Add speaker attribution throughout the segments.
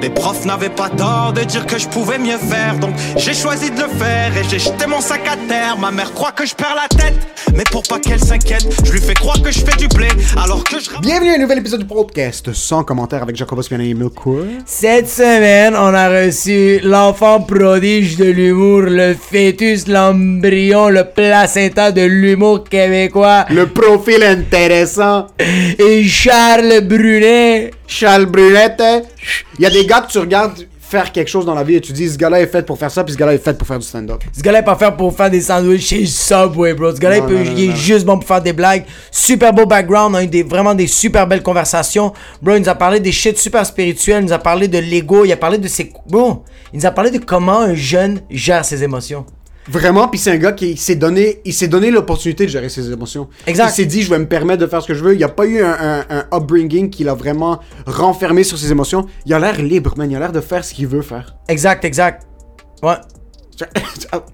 Speaker 1: Les profs n'avaient pas tort de dire que je pouvais mieux faire, donc j'ai choisi de le faire et j'ai jeté mon sac à terre. Ma mère croit que je perds la tête, mais pour pas qu'elle s'inquiète, je lui fais croire que je fais du blé alors que je.
Speaker 2: Bienvenue à un nouvel épisode du podcast sans commentaire avec Jacobo Spiana et Milkour.
Speaker 3: Cette semaine, on a reçu l'enfant prodige de l'humour, le fœtus, l'embryon, le placenta de l'humour québécois
Speaker 2: Le profil intéressant,
Speaker 3: et Charles Brunet.
Speaker 2: Charles Brunette. Il y a des gars que tu regardes faire quelque chose dans la vie et tu dis ce gars-là est fait pour faire ça, puis ce gars-là est fait pour faire du stand-up.
Speaker 3: Ce gars-là est pas fait pour faire des sandwichs chez Subway, bro. Ce gars-là,
Speaker 2: Non,
Speaker 3: il, peut-
Speaker 2: non, non,
Speaker 3: il est
Speaker 2: non.
Speaker 3: juste bon pour faire des blagues. Super beau background. On a eu des, vraiment des super belles conversations. Bro, il nous a parlé des shit super spirituels. Il nous a parlé de l'ego. Il a parlé de ses. Bro, il nous a parlé de comment un jeune gère ses émotions.
Speaker 2: Vraiment, puis c'est un gars qui s'est donné, il s'est donné l'opportunité de gérer ses émotions.
Speaker 3: Exact.
Speaker 2: Il s'est dit, je vais me permettre de faire ce que je veux. Il n'y a pas eu un, un- un upbringing qui l'a vraiment renfermé sur ses émotions. Il a l'air libre, man. Il a l'air de faire ce qu'il veut faire.
Speaker 3: Exact, exact. Ouais. C'est parce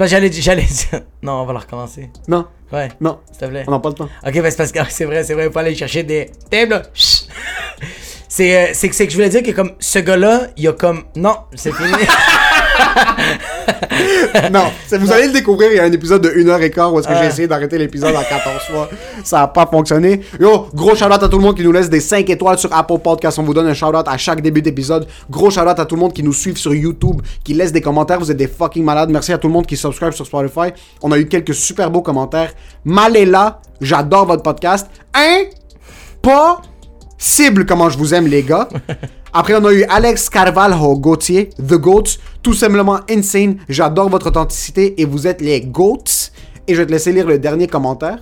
Speaker 3: que j'allais dire- j'allais dire. Non, on va la recommencer.
Speaker 2: non,
Speaker 3: Ouais.
Speaker 2: non,
Speaker 3: S'il te plaît.
Speaker 2: on n'a pas le temps.
Speaker 3: Ok, ben c'est parce que ah, c'est vrai, c'est vrai, il faut aller chercher des tables. Chut. C'est euh, c'est que c'est que je voulais dire que comme ce gars-là, il y a comme non, c'est fini.
Speaker 2: Non, ça- vous allez le découvrir, il y a un épisode de 1 heure et quart où est-ce que j'ai essayé d'arrêter l'épisode à 14 fois. Ça n'a pas fonctionné. Yo, gros shout-out à tout le monde qui nous laisse des 5 étoiles sur Apple Podcast. On vous donne un shout-out à chaque début d'épisode. Gros shout-out à tout le monde qui nous suit sur YouTube, qui laisse des commentaires. Vous êtes des fucking malades. Merci à tout le monde qui subscribe sur Spotify. On a eu quelques super beaux commentaires. Maléla, j'adore votre podcast. Hein? Pas cible comment je vous aime les gars. Après on a eu Alex Carvalho Gauthier, The Goats, tout simplement insane. J'adore votre authenticité et vous êtes les Goats. Et je vais te laisser lire le dernier commentaire.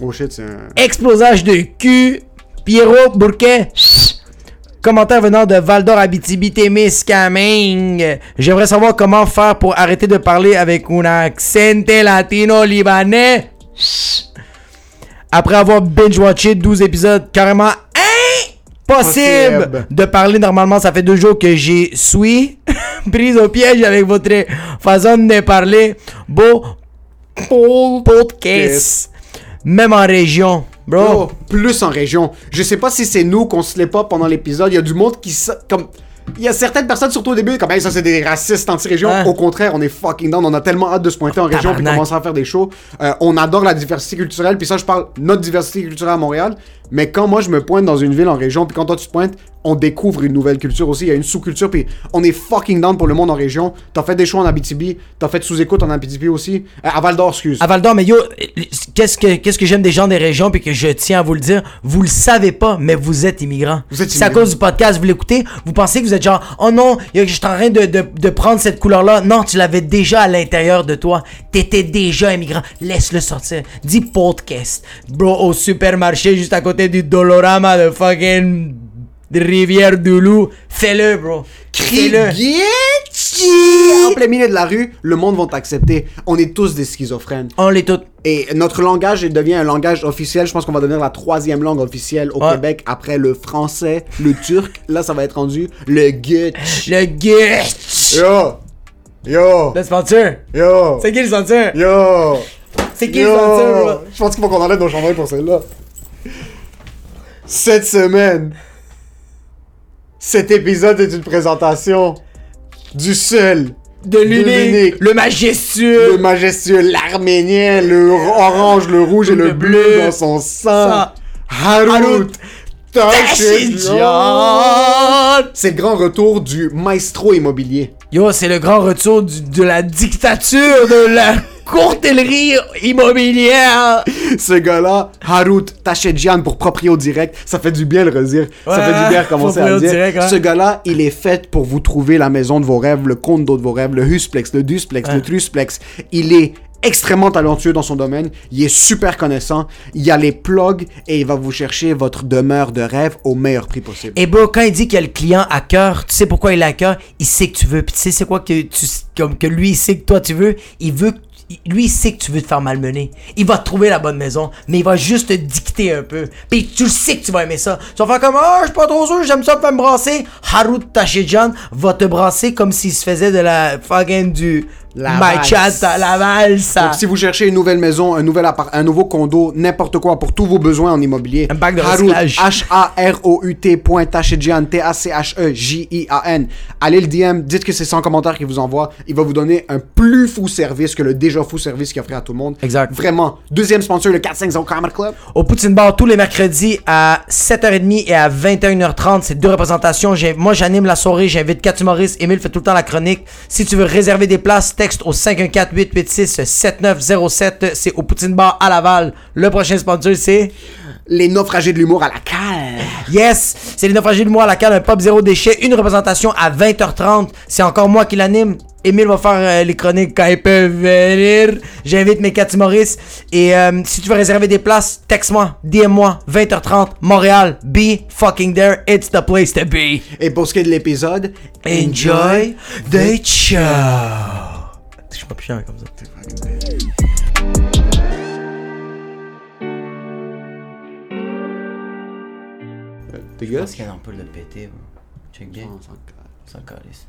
Speaker 2: Oh shit, c'est un...
Speaker 3: Explosage de cul, Pierrot Bourquet. Chut. Commentaire venant de Valdor Abitibi Témiscamingue. J'aimerais savoir comment faire pour arrêter de parler avec un accent latino-libanais. Chut. Après avoir binge-watché 12 épisodes, carrément impossible
Speaker 2: Possible.
Speaker 3: de parler normalement. Ça fait deux jours que j'y suis prise au piège avec votre façon de parler. Beau podcast. Même en région, bro.
Speaker 2: Oh, plus en région. Je sais pas si c'est nous qu'on se l'est pas pendant l'épisode. Il y a du monde qui... sa- Comme... Il y a certaines personnes, surtout au début, comme hey, ça c'est des racistes anti-région.
Speaker 3: Ouais.
Speaker 2: Au contraire, on est fucking down. On a tellement hâte de se pointer en région puis
Speaker 3: tabarnak.
Speaker 2: commencer à faire des shows. Euh, on adore la diversité culturelle. Puis ça, je parle notre diversité culturelle à Montréal. Mais quand moi je me pointe dans une ville en région, puis quand toi tu te pointes, on découvre une nouvelle culture aussi. Il y a une sous-culture. Puis on est fucking down pour le monde en région. T'as fait des shows en Abitibi. T'as fait sous-écoute en Abitibi aussi. Euh, à Val d'Or, excuse.
Speaker 3: À Val d'Or, mais yo, qu'est-ce que, qu'est-ce que j'aime des gens des régions, puis que je tiens à vous le dire, vous le savez pas, mais vous êtes immigrants.
Speaker 2: Vous êtes
Speaker 3: C'est à
Speaker 2: immigrants.
Speaker 3: cause du podcast, vous l'écoutez, vous pensez que vous êtes genre, oh non, yo, je suis en train de, de- de prendre cette couleur-là. Non, tu l'avais déjà à l'intérieur de toi. T'étais déjà immigrant. Laisse-le sortir. Dis podcast. Bro, au supermarché juste à côté du Dolorama de fucking Rivière du Loup. Fais-le, bro.
Speaker 2: crie
Speaker 3: Fais-le.
Speaker 2: en plein milieu de la rue, le monde va t'accepter. On est tous des schizophrènes.
Speaker 3: On les toutes.
Speaker 2: Et notre langage il devient un langage officiel. Je pense qu'on va devenir la troisième langue officielle au
Speaker 3: Ouais.
Speaker 2: Québec après le français, le turc. Là, ça va être rendu le gutch.
Speaker 3: Le guest.
Speaker 2: Yo! Yo!
Speaker 3: Le sponsor.
Speaker 2: Yo!
Speaker 3: C'est qui le sponsor?
Speaker 2: Yo!
Speaker 3: C'est qui le sponsor, bro?
Speaker 2: Je pense qu'il faut qu'on enlève nos chandails pour celle-là. Cette semaine, cet épisode est une présentation du seul,
Speaker 3: De l'unique,
Speaker 2: l'unique,
Speaker 3: le
Speaker 2: le
Speaker 3: majestueux.
Speaker 2: majestueux, l'arménien, le orange, le rouge et le,
Speaker 3: Le
Speaker 2: bleu,
Speaker 3: bleu.
Speaker 2: dans son sang.
Speaker 3: Ça.
Speaker 2: Harut
Speaker 3: Harut
Speaker 2: Tachidjian.
Speaker 3: Tachidjian.
Speaker 2: C'est le grand retour du maestro immobilier.
Speaker 3: Ah, Yo, c'est le grand retour du- de la dictature de la courtellerie immobilière.
Speaker 2: Ce gars-là, Harut Tachedjian pour Proprio Direct, ça fait du bien le redire. ça
Speaker 3: Ouais,
Speaker 2: fait du bien recommencer à le
Speaker 3: Proprio
Speaker 2: dire.
Speaker 3: Direct, hein. ouais.
Speaker 2: Ce gars-là, il est fait pour vous trouver la maison de vos rêves, le condo de vos rêves, le husplex, le dusplex, le trusplex. Il est extrêmement talentueux dans son domaine, il est super connaissant, il a les plugs et il va vous chercher votre demeure de rêve au meilleur prix possible.
Speaker 3: Et bro, Eh ben, quand il dit qu'il y a le client à cœur, tu sais pourquoi il a à cœur? Il sait que tu veux. Puis tu sais, c'est quoi que tu, comme que lui, il sait que toi, tu veux? Il veut que- lui, il sait que tu veux te faire malmener. Il va te trouver la bonne maison, mais il va juste te dicter un peu. Puis tu le sais que tu vas aimer ça. Tu vas faire comme, ah, je suis pas trop sûr, j'aime ça, faire me brasser. Harut Tachidjan va te brasser comme s'il se faisait de la fucking du
Speaker 2: Laval.
Speaker 3: My chat à Laval, ça.
Speaker 2: Donc, si vous cherchez une nouvelle maison, un, nouvel appart- un nouveau condo, n'importe quoi pour tous vos besoins en immobilier,
Speaker 3: Un bac de
Speaker 2: Harout,
Speaker 3: recyclage.
Speaker 2: E H-A-R-O-U-T.T-A-C-H-E-J-I-A-N. Allez le DM, dites que c'est 100 commentaires qu'il vous envoie. Il va vous donner un plus fou service que le déjà fou service qu'il offrait à tout le monde.
Speaker 3: Exact.
Speaker 2: Vraiment. Deuxième sponsor, le 450 Comedy Club.
Speaker 3: Au Poutine Bar tous les mercredis à 7h30 et à 21h30. C'est deux représentations. J'ai- Moi, j'anime la soirée. J'invite 4 humoristes. Émile fait tout le temps la chronique. Si tu veux réserver des places, texte au 514-886-7907. C'est au Poutine Bar à Laval. Le prochain sponsor, c'est...
Speaker 2: Les naufragés de l'humour à la cale.
Speaker 3: Yes! C'est les naufragés de moi à la cale, un pop zéro déchet, une représentation à 20h30. C'est encore moi qui l'anime. Émile va faire euh, les chroniques quand ils peuvent venir. J'invite mes quatre humoristes. Et euh, si tu veux réserver des places, texte-moi, DM-moi, 20h30, Montréal, be fucking there, it's the place to be.
Speaker 2: Et pour ce qui est de l'épisode,
Speaker 3: Enjoy the show! Je suis pas chiant comme ça.
Speaker 2: T'es gosse?
Speaker 3: on peut le péter, Check bien. Ça calisse.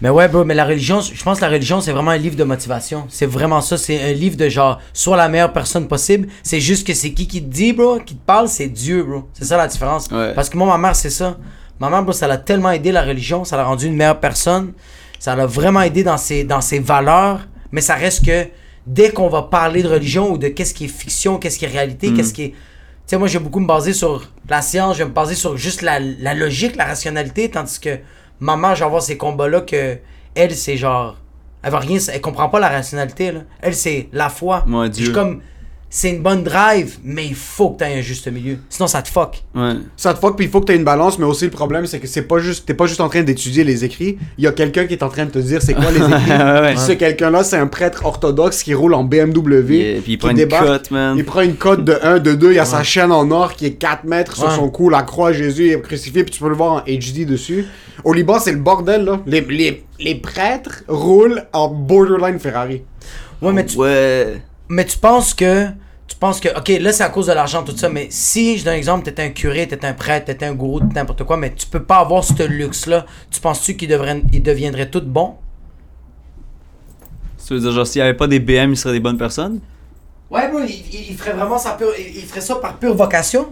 Speaker 3: Mais ouais, bro, mais la religion, je pense que la religion, c'est vraiment un livre de motivation. C'est vraiment ça. C'est un livre de genre, sois la meilleure personne possible. C'est juste que c'est qui qui te dit, bro, qui te parle, c'est Dieu, bro. C'est ça la différence.
Speaker 2: Ouais.
Speaker 3: Parce que moi, ma mère, c'est ça. Ma mère, bro, ça l'a tellement aidé la religion. Ça l'a rendu une meilleure personne. Ça l'a vraiment aidé dans ses, dans ses valeurs. Mais ça reste que dès qu'on va parler de religion ou de qu'est-ce qui est fiction, qu'est-ce qui est réalité,
Speaker 4: Mm.
Speaker 3: qu'est-ce qui est. Tu sais, moi, je vais beaucoup me baser sur la science, je vais me baser sur juste la, la logique, la rationalité, tandis que maman, genre, avoir ces combats-là que elle, c'est genre. Elle va rien, elle comprend pas la rationalité, là. Elle, c'est la foi.
Speaker 4: Ouais,
Speaker 3: Je suis
Speaker 4: Dieu.
Speaker 3: comme, c'est une bonne drive, mais il faut que t'aies un juste milieu. Sinon, ça te fuck.
Speaker 4: Ouais.
Speaker 2: Ça te fuck, puis il faut que tu aies une balance, mais aussi le problème, c'est que c'est pas juste, t'es pas juste en train d'étudier les écrits. Il y a quelqu'un qui est en train de te dire c'est quoi les écrits.
Speaker 4: Ouais, ouais.
Speaker 2: Puis Ce quelqu'un-là, c'est un prêtre orthodoxe qui roule en BMW.
Speaker 4: Yeah, puis il
Speaker 2: qui
Speaker 4: prend une
Speaker 2: débarque,
Speaker 4: cote, man.
Speaker 2: Il prend une cote de 1, de 2, il y a sa chaîne en or qui est 4 mètres sur
Speaker 3: Ouais.
Speaker 2: son cou, la croix Jésus est crucifié, puis tu peux le voir en HD dessus. Au Liban, c'est le bordel, là. Les, les, les prêtres roulent en borderline Ferrari.
Speaker 3: Ouais, mais tu,
Speaker 4: Ouais.
Speaker 3: mais tu penses que. Tu penses que, ok, là, c'est à cause de l'argent, tout ça, mais si, je donne un exemple, t'es un curé, t'es un prêtre, t'es un gourou, t'es n'importe quoi, mais tu peux pas avoir ce luxe-là, tu penses-tu qu'ils devraient- ils deviendraient tous bons?
Speaker 4: Tu veux dire, genre, s'il n'y avait pas des BM, ils seraient des bonnes personnes?
Speaker 3: Ouais, bro, il, il- il ferait vraiment ça, pure, il, il ferait ça par pure vocation.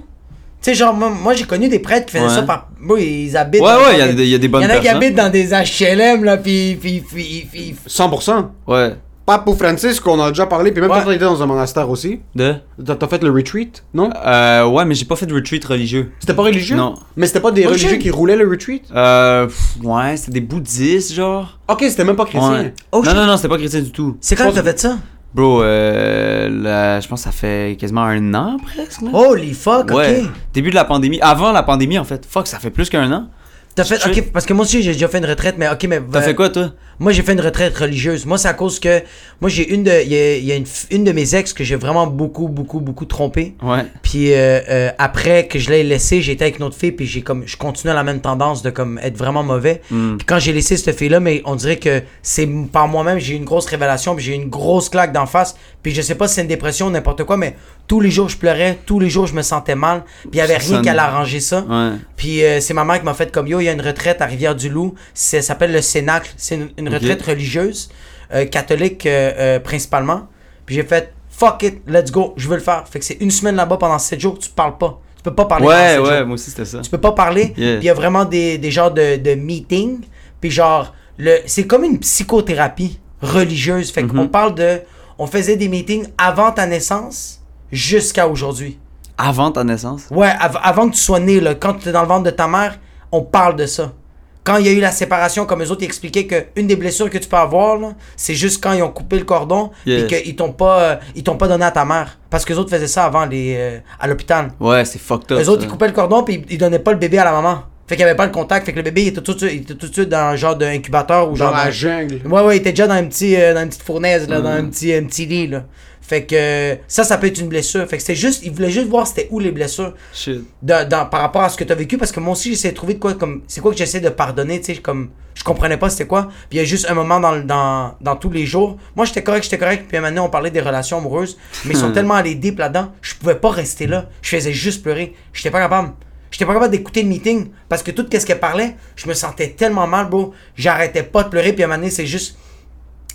Speaker 3: Tu sais, genre, moi, moi, j'ai connu des prêtres qui faisaient
Speaker 4: Ouais.
Speaker 3: ça par. Bro, ils habitent.
Speaker 4: Ouais,
Speaker 3: dans-
Speaker 4: ouais, il y a des- il y a des bonnes
Speaker 3: Il y en a qui
Speaker 4: personnes.
Speaker 3: habitent dans des HLM, là, pis. pis, pis, pis-
Speaker 2: 100%.
Speaker 4: Ouais.
Speaker 2: Pape pour Francis, qu'on a déjà parlé, puis même
Speaker 3: Ouais.
Speaker 2: quand on était dans un monastère aussi.
Speaker 4: De?
Speaker 2: T'as t'as fait le retreat, non
Speaker 4: Euh, ouais, mais j'ai pas fait de retreat religieux.
Speaker 2: C'était pas religieux
Speaker 4: Non.
Speaker 2: Mais c'était pas des
Speaker 3: Religieux.
Speaker 2: religieux qui roulaient le retreat
Speaker 4: Euh, pff, ouais, c'était des bouddhistes, genre.
Speaker 2: Ok, c'était même pas chrétien.
Speaker 4: Ouais.
Speaker 3: Oh,
Speaker 4: non,
Speaker 3: je-
Speaker 4: non, non, c'était pas chrétien du tout.
Speaker 3: C'est quand
Speaker 4: Je
Speaker 3: que t'as
Speaker 4: pense-
Speaker 3: fait ça?
Speaker 4: Bro, euh, là, je pense que ça fait quasiment un an presque, là.
Speaker 3: Holy Oh, fuck,
Speaker 4: ouais.
Speaker 3: ok.
Speaker 4: Début de la pandémie. Avant la pandémie, en fait. Fuck, ça fait plus qu'un an.
Speaker 3: T'as fait.
Speaker 4: Je-
Speaker 3: Ok, parce que moi aussi, j'ai déjà fait une retraite, mais ok, mais.
Speaker 4: T'as fait quoi, toi?
Speaker 3: Moi, j'ai fait une retraite religieuse. Moi, c'est à cause que. Moi, j'ai une de. Il y a, il y a une, f- une de mes ex que j'ai vraiment beaucoup, beaucoup, beaucoup trompée.
Speaker 4: Ouais.
Speaker 3: Puis euh, euh, après que je l'ai laissé, j'étais avec une autre fille, puis j'ai comme je continuais la même tendance de comme être vraiment mauvais.
Speaker 4: Hmm.
Speaker 3: Puis quand j'ai laissé cette fille là, mais on dirait que c'est m- par moi-même, j'ai eu une grosse révélation, puis j'ai eu une grosse claque d'en face. Puis je sais pas si c'est une dépression ou n'importe quoi, mais tous les jours je pleurais, tous les jours je me sentais mal, puis il y avait
Speaker 4: Ça
Speaker 3: rien
Speaker 4: sonne-
Speaker 3: qui allait arranger ça.
Speaker 4: Ouais.
Speaker 3: Puis euh, c'est ma mère qui m'a fait comme yo, il y a une retraite à Rivière-du-Loup, c'est- ça s'appelle le Cénacle, c'est une, une retraite religieuse, euh, catholique euh, euh, principalement. Puis j'ai fait fuck it, let's go, je veux le faire. Fait que c'est une semaine là-bas pendant 7 jours, tu parles pas. Tu peux pas parler pendant
Speaker 4: Ouais,
Speaker 3: sept
Speaker 4: ouais,
Speaker 3: jours.
Speaker 4: moi aussi, c'était ça.
Speaker 3: Tu peux pas parler.
Speaker 4: Yeah.
Speaker 3: Puis il y a vraiment des, des genres de, de meetings. Puis genre, le, c'est comme une psychothérapie religieuse. Fait
Speaker 4: Mm-hmm.
Speaker 3: qu'on parle de. On faisait des meetings avant ta naissance jusqu'à aujourd'hui.
Speaker 4: Avant ta naissance?
Speaker 3: Ouais, av- avant que tu sois né, là, quand tu étais dans le ventre de ta mère, on parle de ça. Quand il y a eu la séparation, comme eux autres, ils expliquaient qu'une des blessures que tu peux avoir, là, c'est juste quand ils ont coupé le cordon et
Speaker 4: Yeah.
Speaker 3: qu'ils t'ont pas, euh, ils t'ont pas donné à ta mère. Parce que les autres faisaient ça avant les, euh, à l'hôpital.
Speaker 4: Ouais, c'est fucked up.
Speaker 3: Eux autres,
Speaker 4: ça.
Speaker 3: ils coupaient le cordon puis ils donnaient pas le bébé à la maman. Fait qu'il y avait pas le contact. Fait que le bébé, il était tout de suite, il était tout de suite dans un genre d'incubateur ou
Speaker 2: Dans
Speaker 3: genre.
Speaker 2: la
Speaker 3: dans-
Speaker 2: jungle.
Speaker 3: Ouais, ouais, il était déjà dans, un petit, euh, dans une petite fournaise, là, dans
Speaker 4: Mm.
Speaker 3: un petit, un petit lit. Là. Fait que euh, ça, ça peut être une blessure. Fait que c'était juste, ils voulaient juste voir c'était où les blessures
Speaker 4: Shit.
Speaker 3: dans- dans- par rapport à ce que tu as vécu parce que moi aussi j'essaie de trouver de quoi comme c'est quoi que j'essaie de pardonner tu sais comme je comprenais pas c'était quoi puis il y a juste un moment dans le- dans, dans tous les jours moi j'étais correct j'étais correct puis maintenant on parlait des relations amoureuses mais ils sont tellement allés deep là-dedans je pouvais pas rester là je faisais juste pleurer j'étais pas capable j'étais pas capable d'écouter le meeting parce que tout ce qu'elle parlait je me sentais tellement mal bro j'arrêtais pas de pleurer puis à un moment donné c'est juste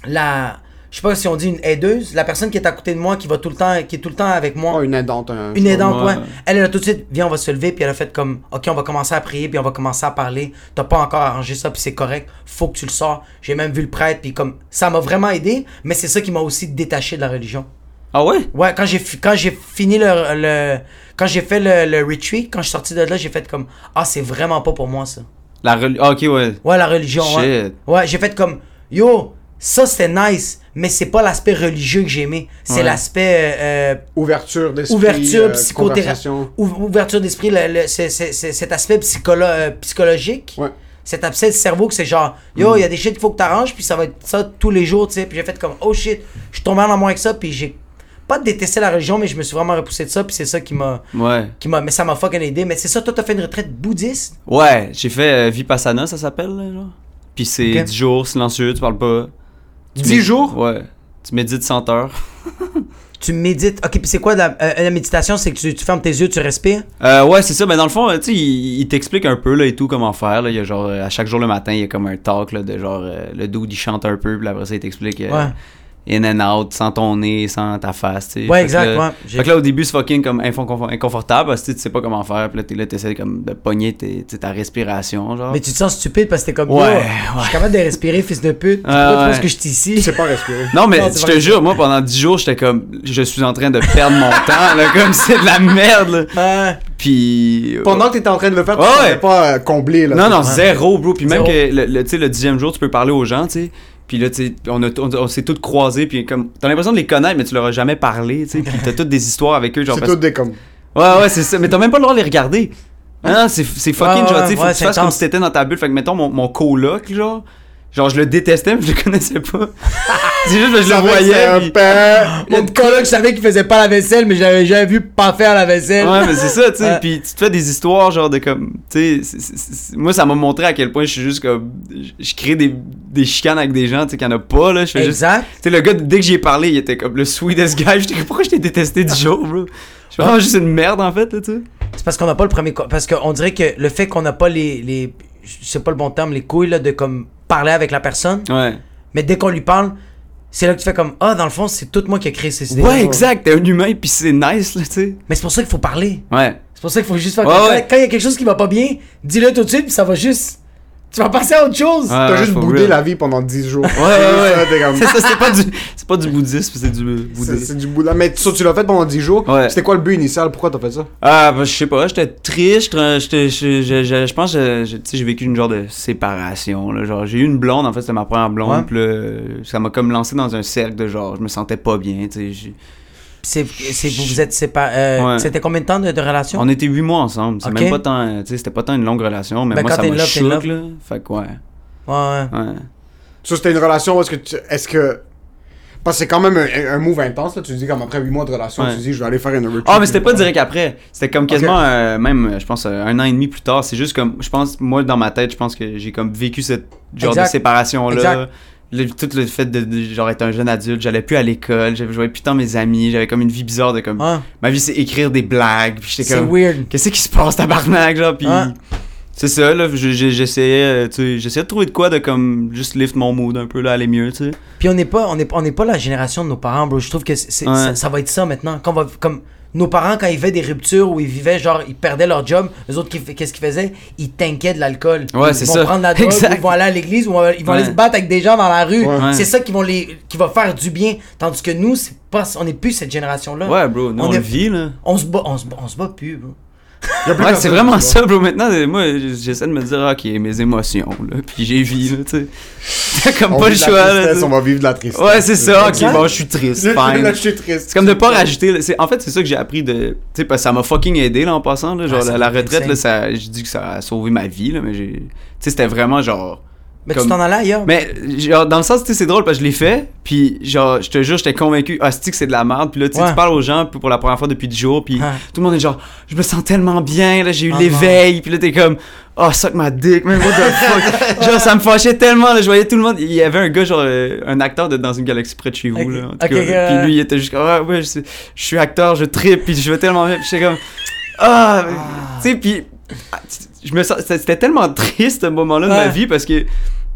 Speaker 3: la. Je sais pas si on dit une aideuse, la personne qui est à côté de moi, qui va tout le temps, qui est tout le temps avec moi.
Speaker 2: Pas une aidante, un.
Speaker 3: Une aidante,
Speaker 4: Ouais.
Speaker 3: ouais. Elle, elle a tout de suite, viens, on va se lever, puis elle a fait comme, ok, on va commencer à prier, puis on va commencer à parler. T'as pas encore arrangé ça, puis c'est correct, faut que tu le sors. J'ai même vu le prêtre, puis comme, ça m'a vraiment aidé, mais c'est ça qui m'a aussi détaché de la religion.
Speaker 4: Ah ouais?
Speaker 3: Ouais, quand j'ai fi- quand j'ai fini le, le- quand j'ai fait le, le retreat, quand je suis sorti de là, j'ai fait comme, ah, c'est vraiment pas pour moi ça.
Speaker 4: La reli- ah, ok, ouais.
Speaker 3: Ouais, la religion, ouais.
Speaker 4: Shit.
Speaker 3: Ouais, j'ai fait comme, yo, ça c'était nice, mais c'est pas l'aspect religieux que j'ai aimé, c'est
Speaker 4: Ouais.
Speaker 3: l'aspect euh, euh,
Speaker 2: Ouverture d'esprit.
Speaker 3: ouverture,
Speaker 2: euh,
Speaker 3: psychothérapie,
Speaker 2: conversation.
Speaker 3: ouverture d'esprit, le- le- c'est- c'est- c'est- cet aspect psycholo- euh, psychologique,
Speaker 2: Ouais. Mm.
Speaker 3: cet aspect du cerveau que c'est genre, yo, il y a des shit qu'il faut que t'arranges, puis ça va être ça tous les jours, tu sais. Puis j'ai fait comme, oh shit, je suis tombé en amour avec ça, puis j'ai pas détesté la religion, mais je me suis vraiment repoussé de ça, puis c'est ça qui m'a,
Speaker 4: Ouais.
Speaker 3: qui m'a, mais ça m'a fucking aidé. Mais c'est ça, toi, t'as fait une retraite bouddhiste,
Speaker 4: Ouais, j'ai fait euh, Vipassana, ça s'appelle, là, genre. Puis c'est
Speaker 3: Ok.
Speaker 4: 10 jours silencieux, tu parles pas. Tu
Speaker 2: 10
Speaker 4: médites-
Speaker 2: jours?
Speaker 4: Ouais. Tu médites 100 heures.
Speaker 3: tu médites, ok, puis c'est quoi la, euh, la méditation, c'est que tu, tu fermes tes yeux, tu respires.
Speaker 4: Euh, ouais, c'est ça. Mais dans le fond, euh, tu sais, il, il t'explique un peu là, et tout comment faire. Là. Il y a genre, euh, à chaque jour le matin, il y a comme un talk là, de genre, euh, le dude il chante un peu, puis après ça, il t'explique euh,
Speaker 3: Ouais.
Speaker 4: in and out, sans ton nez, sans ta face. tu sais.
Speaker 3: Ouais,
Speaker 4: Fait que
Speaker 3: exact,
Speaker 4: là-
Speaker 3: ouais. J'ai-
Speaker 4: Fait que là, au début, c'est fucking comme info- inconfortable parce que tu sais, tu sais pas comment faire. Puis là, t'es- là, t'essaies comme de pogner tes- tu sais, ta respiration. Genre.
Speaker 3: Mais tu te sens stupide parce que t'es comme,
Speaker 4: Ouais,
Speaker 3: yo,
Speaker 4: ouais.
Speaker 3: je suis capable de respirer, fils de pute.
Speaker 4: Ouais,
Speaker 3: Pourquoi tu penses
Speaker 4: ouais.
Speaker 3: que je suis ici?
Speaker 2: C'est pas respirer.
Speaker 4: Non, mais
Speaker 3: Non, c'est
Speaker 4: je
Speaker 3: pas
Speaker 4: te jure, moi, pendant 10 jours, j'étais comme, je suis en train de perdre mon temps, là, comme c'est de la merde, là.
Speaker 3: Ouais.
Speaker 4: Puis.
Speaker 2: Pendant que t'étais en train de le faire, tu
Speaker 4: Ouais,
Speaker 2: ne
Speaker 4: ouais.
Speaker 2: pas euh, comblé, là.
Speaker 4: Non, non, zéro, bro. Puis même
Speaker 3: Zéro.
Speaker 4: que le, le, tu sais, le dixième jour, tu peux parler aux gens, tu sais. Puis là, tu sais, on, a t- on, on s'est tous croisés, puis comme, t'as l'impression de les connaître, mais tu leur as jamais parlé, tu sais. Puis t'as toutes des histoires avec eux, genre.
Speaker 2: C'est
Speaker 4: parce-
Speaker 2: tout des comme.
Speaker 4: Ouais, ouais, c'est ça. Mais t'as même pas le droit de les regarder. Ah, non, c'est c'est fucking
Speaker 3: Ouais,
Speaker 4: genre,
Speaker 3: ouais,
Speaker 4: tu sais, faut
Speaker 3: ouais,
Speaker 4: que tu
Speaker 3: c'est
Speaker 4: fasses comme
Speaker 3: intense.
Speaker 4: si t'étais dans ta bulle. Fait que, mettons, mon, mon coloc, genre, genre, je le détestais, mais je le connaissais pas. c'est juste que je le voyais. puis- Ah,
Speaker 2: un père.
Speaker 3: Mon coloc, je savais qu'il faisait pas la vaisselle, mais j'avais jamais vu pas faire la vaisselle.
Speaker 4: Ouais, mais c'est ça, tu sais.
Speaker 3: Ouais.
Speaker 4: Puis tu te fais des histoires, genre de comme. Tu sais, c'est- c'est- c'est- moi, ça m'a montré à quel point je suis juste comme. Je je crée des, des chicanes avec des gens, tu sais, qu'il y en a pas, là. Je fais juste.
Speaker 3: Exact.
Speaker 4: Tu sais, le gars, dès que j'y ai parlé, il était comme le sweetest guy. J'étais comme, pourquoi je t'ai détesté du jour, bro? Je suis vraiment juste une merde, en fait, là, tu sais.
Speaker 3: C'est parce qu'on n'a pas le premier. co- Parce qu'on dirait que le fait qu'on n'a pas les, les. C'est pas le bon terme, les couilles, là, de comme parler avec la personne.
Speaker 4: Ouais.
Speaker 3: Mais dès qu'on lui parle, c'est là que tu fais comme Ah, dans le fond, c'est tout moi qui ai créé ces idées.
Speaker 4: Ouais, exact. T'es un humain, puis c'est nice, là, tu sais.
Speaker 3: Mais c'est pour ça qu'il faut parler.
Speaker 4: Ouais.
Speaker 3: C'est pour ça qu'il faut juste faire.
Speaker 4: Ouais,
Speaker 3: comme-
Speaker 4: ouais.
Speaker 3: Quand il y a quelque chose qui va pas bien, dis-le tout de suite, puis ça va juste. Tu vas passer à autre chose.
Speaker 4: Ouais.
Speaker 2: T'as
Speaker 4: Ah,
Speaker 2: juste
Speaker 4: for
Speaker 2: boudé
Speaker 4: real.
Speaker 2: la vie pendant 10 jours.
Speaker 4: Ouais, ouais,
Speaker 2: Ça, t'es
Speaker 4: ouais.
Speaker 2: comme-
Speaker 4: C'est ça, c'est pas du, c'est pas du bouddhisme, c'est du
Speaker 2: C'est
Speaker 4: bouddhisme.
Speaker 2: c'est du boudin. Mais ça, tu l'as fait pendant 10 jours.
Speaker 4: Ouais.
Speaker 2: C'était quoi le but initial Pourquoi t'as fait ça
Speaker 4: Ah, bah, je sais pas, j'étais triste, euh, j'étais, je, je, je, je pense que je- tu sais, j'ai vécu une genre de séparation, là, genre, j'ai eu une blonde, en fait, c'était ma première
Speaker 3: Ouais.
Speaker 4: blonde, puis là, euh, ça m'a comme lancé dans un cercle de genre, je me sentais pas bien, tu sais, j'ai-
Speaker 3: C'est, c'est- vous vous êtes séparés. euh,
Speaker 4: Ouais.
Speaker 3: C'était combien de temps de, de relation
Speaker 4: on était huit mois ensemble, c'est
Speaker 3: Ok.
Speaker 4: même pas tant, euh, tu sais, c'était pas tant une longue relation, mais
Speaker 3: Ben,
Speaker 4: moi,
Speaker 3: quand
Speaker 4: ça
Speaker 3: t'es
Speaker 4: m'a
Speaker 3: là, t'es
Speaker 4: choqué,
Speaker 3: là.
Speaker 4: là, fait que ouais,
Speaker 3: Ouais, ouais.
Speaker 4: ouais.
Speaker 2: Ça, c'était une relation où est-ce que. tu- Est-ce que. Parce que c'est quand même un, un move intense, là. Tu dis, comme après 8 mois de relation,
Speaker 4: Ouais.
Speaker 2: tu dis, je vais aller faire une retreat.
Speaker 4: Ah, mais c'était pas direct après. C'était comme quasiment, euh, même, euh, je pense, euh, un an et demi plus tard. C'est juste comme, je pense, moi, dans ma tête, je pense que j'ai comme vécu cette genre de
Speaker 3: Exact.
Speaker 4: séparation-là.
Speaker 3: Exact.
Speaker 4: Le- tout le fait de, de- genre être un jeune adulte, j'allais plus à l'école, j'avais joué putain mes amis, j'avais comme une vie bizarre de comme
Speaker 3: Ouais.
Speaker 4: ma vie c'est écrire des blagues, puis
Speaker 3: Ah.
Speaker 4: j'étais
Speaker 3: C'est
Speaker 4: comme
Speaker 3: weird. Ah.
Speaker 4: qu'est-ce qui se passe tabarnak genre puis
Speaker 3: Ouais.
Speaker 4: c'est ça là, je- je- j'essayais euh, tu sais, j'essayais de trouver de quoi de comme juste lift mon mood un peu là aller mieux, tu sais.
Speaker 3: Puis on n'est pas, on n'est on n'est pas la génération de nos parents, bro. Je trouve que c'est- c'est-
Speaker 4: Ouais.
Speaker 3: ça, ça va être ça maintenant. Quand on va- comme nos parents, quand ils vivaient des ruptures où ils vivaient, genre, ils perdaient leur job, les autres, qui- qu'est-ce qu'ils faisaient Ils tankaient de l'alcool.
Speaker 4: Ouais,
Speaker 3: Ils
Speaker 4: c'est
Speaker 3: vont
Speaker 4: ça.
Speaker 3: prendre la drogue,
Speaker 4: Exact.
Speaker 3: ou ils vont aller à l'église, ou ils vont aller
Speaker 4: Ouais.
Speaker 3: se battre avec des gens dans la rue.
Speaker 4: Ouais.
Speaker 3: C'est ça qui, vont les, qui va faire du bien. Tandis que nous, c'est pas, on n'est plus cette génération-là.
Speaker 4: Ouais, bro, nous, on,
Speaker 3: on
Speaker 4: le
Speaker 3: est-
Speaker 4: vit là.
Speaker 3: On se bat, on se bat, on se bat plus, bro.
Speaker 4: Ouais, c'est vraiment ça, bro. Maintenant, euh, moi, j- j'essaie de me dire, ok, mes émotions, là, puis j'ai vu, là, tu sais. T'as comme
Speaker 2: On
Speaker 4: pas
Speaker 2: vit
Speaker 4: le
Speaker 2: de la
Speaker 4: choix, là.
Speaker 2: tristesse,
Speaker 4: tu sais.
Speaker 2: On va vivre de la tristesse.
Speaker 4: Ouais, c'est ça, ok,
Speaker 3: Exact.
Speaker 4: bon, je suis triste,
Speaker 2: Là,
Speaker 4: fine.
Speaker 2: je suis triste.
Speaker 4: C'est comme de pas rajouter. là, c'est- En fait, c'est ça que j'ai appris de. Tu sais, parce que ça m'a fucking aidé, là, en passant, là. Genre,
Speaker 3: Ah, ça
Speaker 4: la, la
Speaker 3: doit être
Speaker 4: retraite, là, ça, je dis que ça a sauvé ma vie, là, mais j'ai. Tu sais, c'était vraiment genre.
Speaker 3: Mais
Speaker 4: Comme-
Speaker 3: tu t'en allais ailleurs.
Speaker 4: Mais genre dans le sens tu sais c'est drôle parce que je l'ai fait puis genre je te jure j'étais convaincu ah c'est que c'est de la merde puis là tu sais,
Speaker 3: Ouais.
Speaker 4: tu parles aux gens pour pour la première fois depuis 10 jours puis
Speaker 3: Ouais.
Speaker 4: tout le monde est genre je me sens tellement bien là j'ai eu
Speaker 3: Ah
Speaker 4: l'éveil puis là t'es comme oh suck ma dick man what the fuck genre ça me fâchait tellement là je voyais tout le monde il y avait un gars genre euh, un acteur de dans une galaxie près de chez vous
Speaker 3: Ok.
Speaker 4: là en tout
Speaker 3: Ok,
Speaker 4: cas,
Speaker 3: euh,
Speaker 4: puis lui il était juste comme ah ouais je, sais- je suis acteur je tripe puis je veux tellement bien puis j'étais comme ah tu sais puis ah, tu- je me sens- c'était- c'était tellement triste ce moment-là de ma
Speaker 3: Ouais.
Speaker 4: vie parce que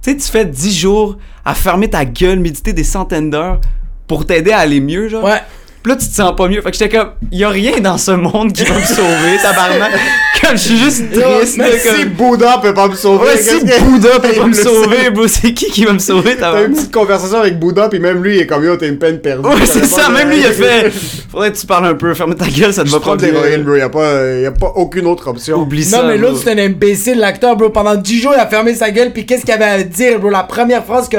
Speaker 4: Tu sais, tu fais 10 jours à fermer ta gueule, méditer des centaines d'heures pour t'aider à aller mieux, genre.
Speaker 3: Ouais.
Speaker 4: Puis là, tu te sens pas mieux. Fait que j'étais comme, y a rien dans ce monde qui va me sauver, tabarnak. comme, je suis juste triste.
Speaker 2: Mais
Speaker 4: là,
Speaker 2: si
Speaker 4: comme...
Speaker 2: Bouddha peut pas me sauver,
Speaker 4: Ouais,
Speaker 2: qu'est-ce
Speaker 4: si
Speaker 2: que-
Speaker 4: Bouddha peut pas me
Speaker 2: Le
Speaker 4: sauver, bro, c'est qui qui va me
Speaker 2: T'as
Speaker 4: sauver,
Speaker 2: une
Speaker 4: tabarnak?
Speaker 2: petite conversation avec Bouddha, puis même lui, il est comme yo, t'es une peine perdue.
Speaker 4: Ouais,
Speaker 2: T'aurais
Speaker 4: c'est
Speaker 2: pas
Speaker 4: ça,
Speaker 2: de-
Speaker 4: même lui, il a fait. Faudrait que tu parles un peu, ferme ta gueule, ça te
Speaker 2: Je
Speaker 4: va
Speaker 2: prends
Speaker 4: pas
Speaker 2: de
Speaker 4: bien.
Speaker 2: l'héroïne, bro. Y a pas, y a pas aucune autre option.
Speaker 4: Oublie ça.
Speaker 3: Non, mais l'autre,
Speaker 4: bro.
Speaker 3: c'est un imbécile, l'acteur, bro. Pendant 10 jours, il a fermé sa gueule, puis qu'est-ce qu'il avait à dire, bro? La première phrase que.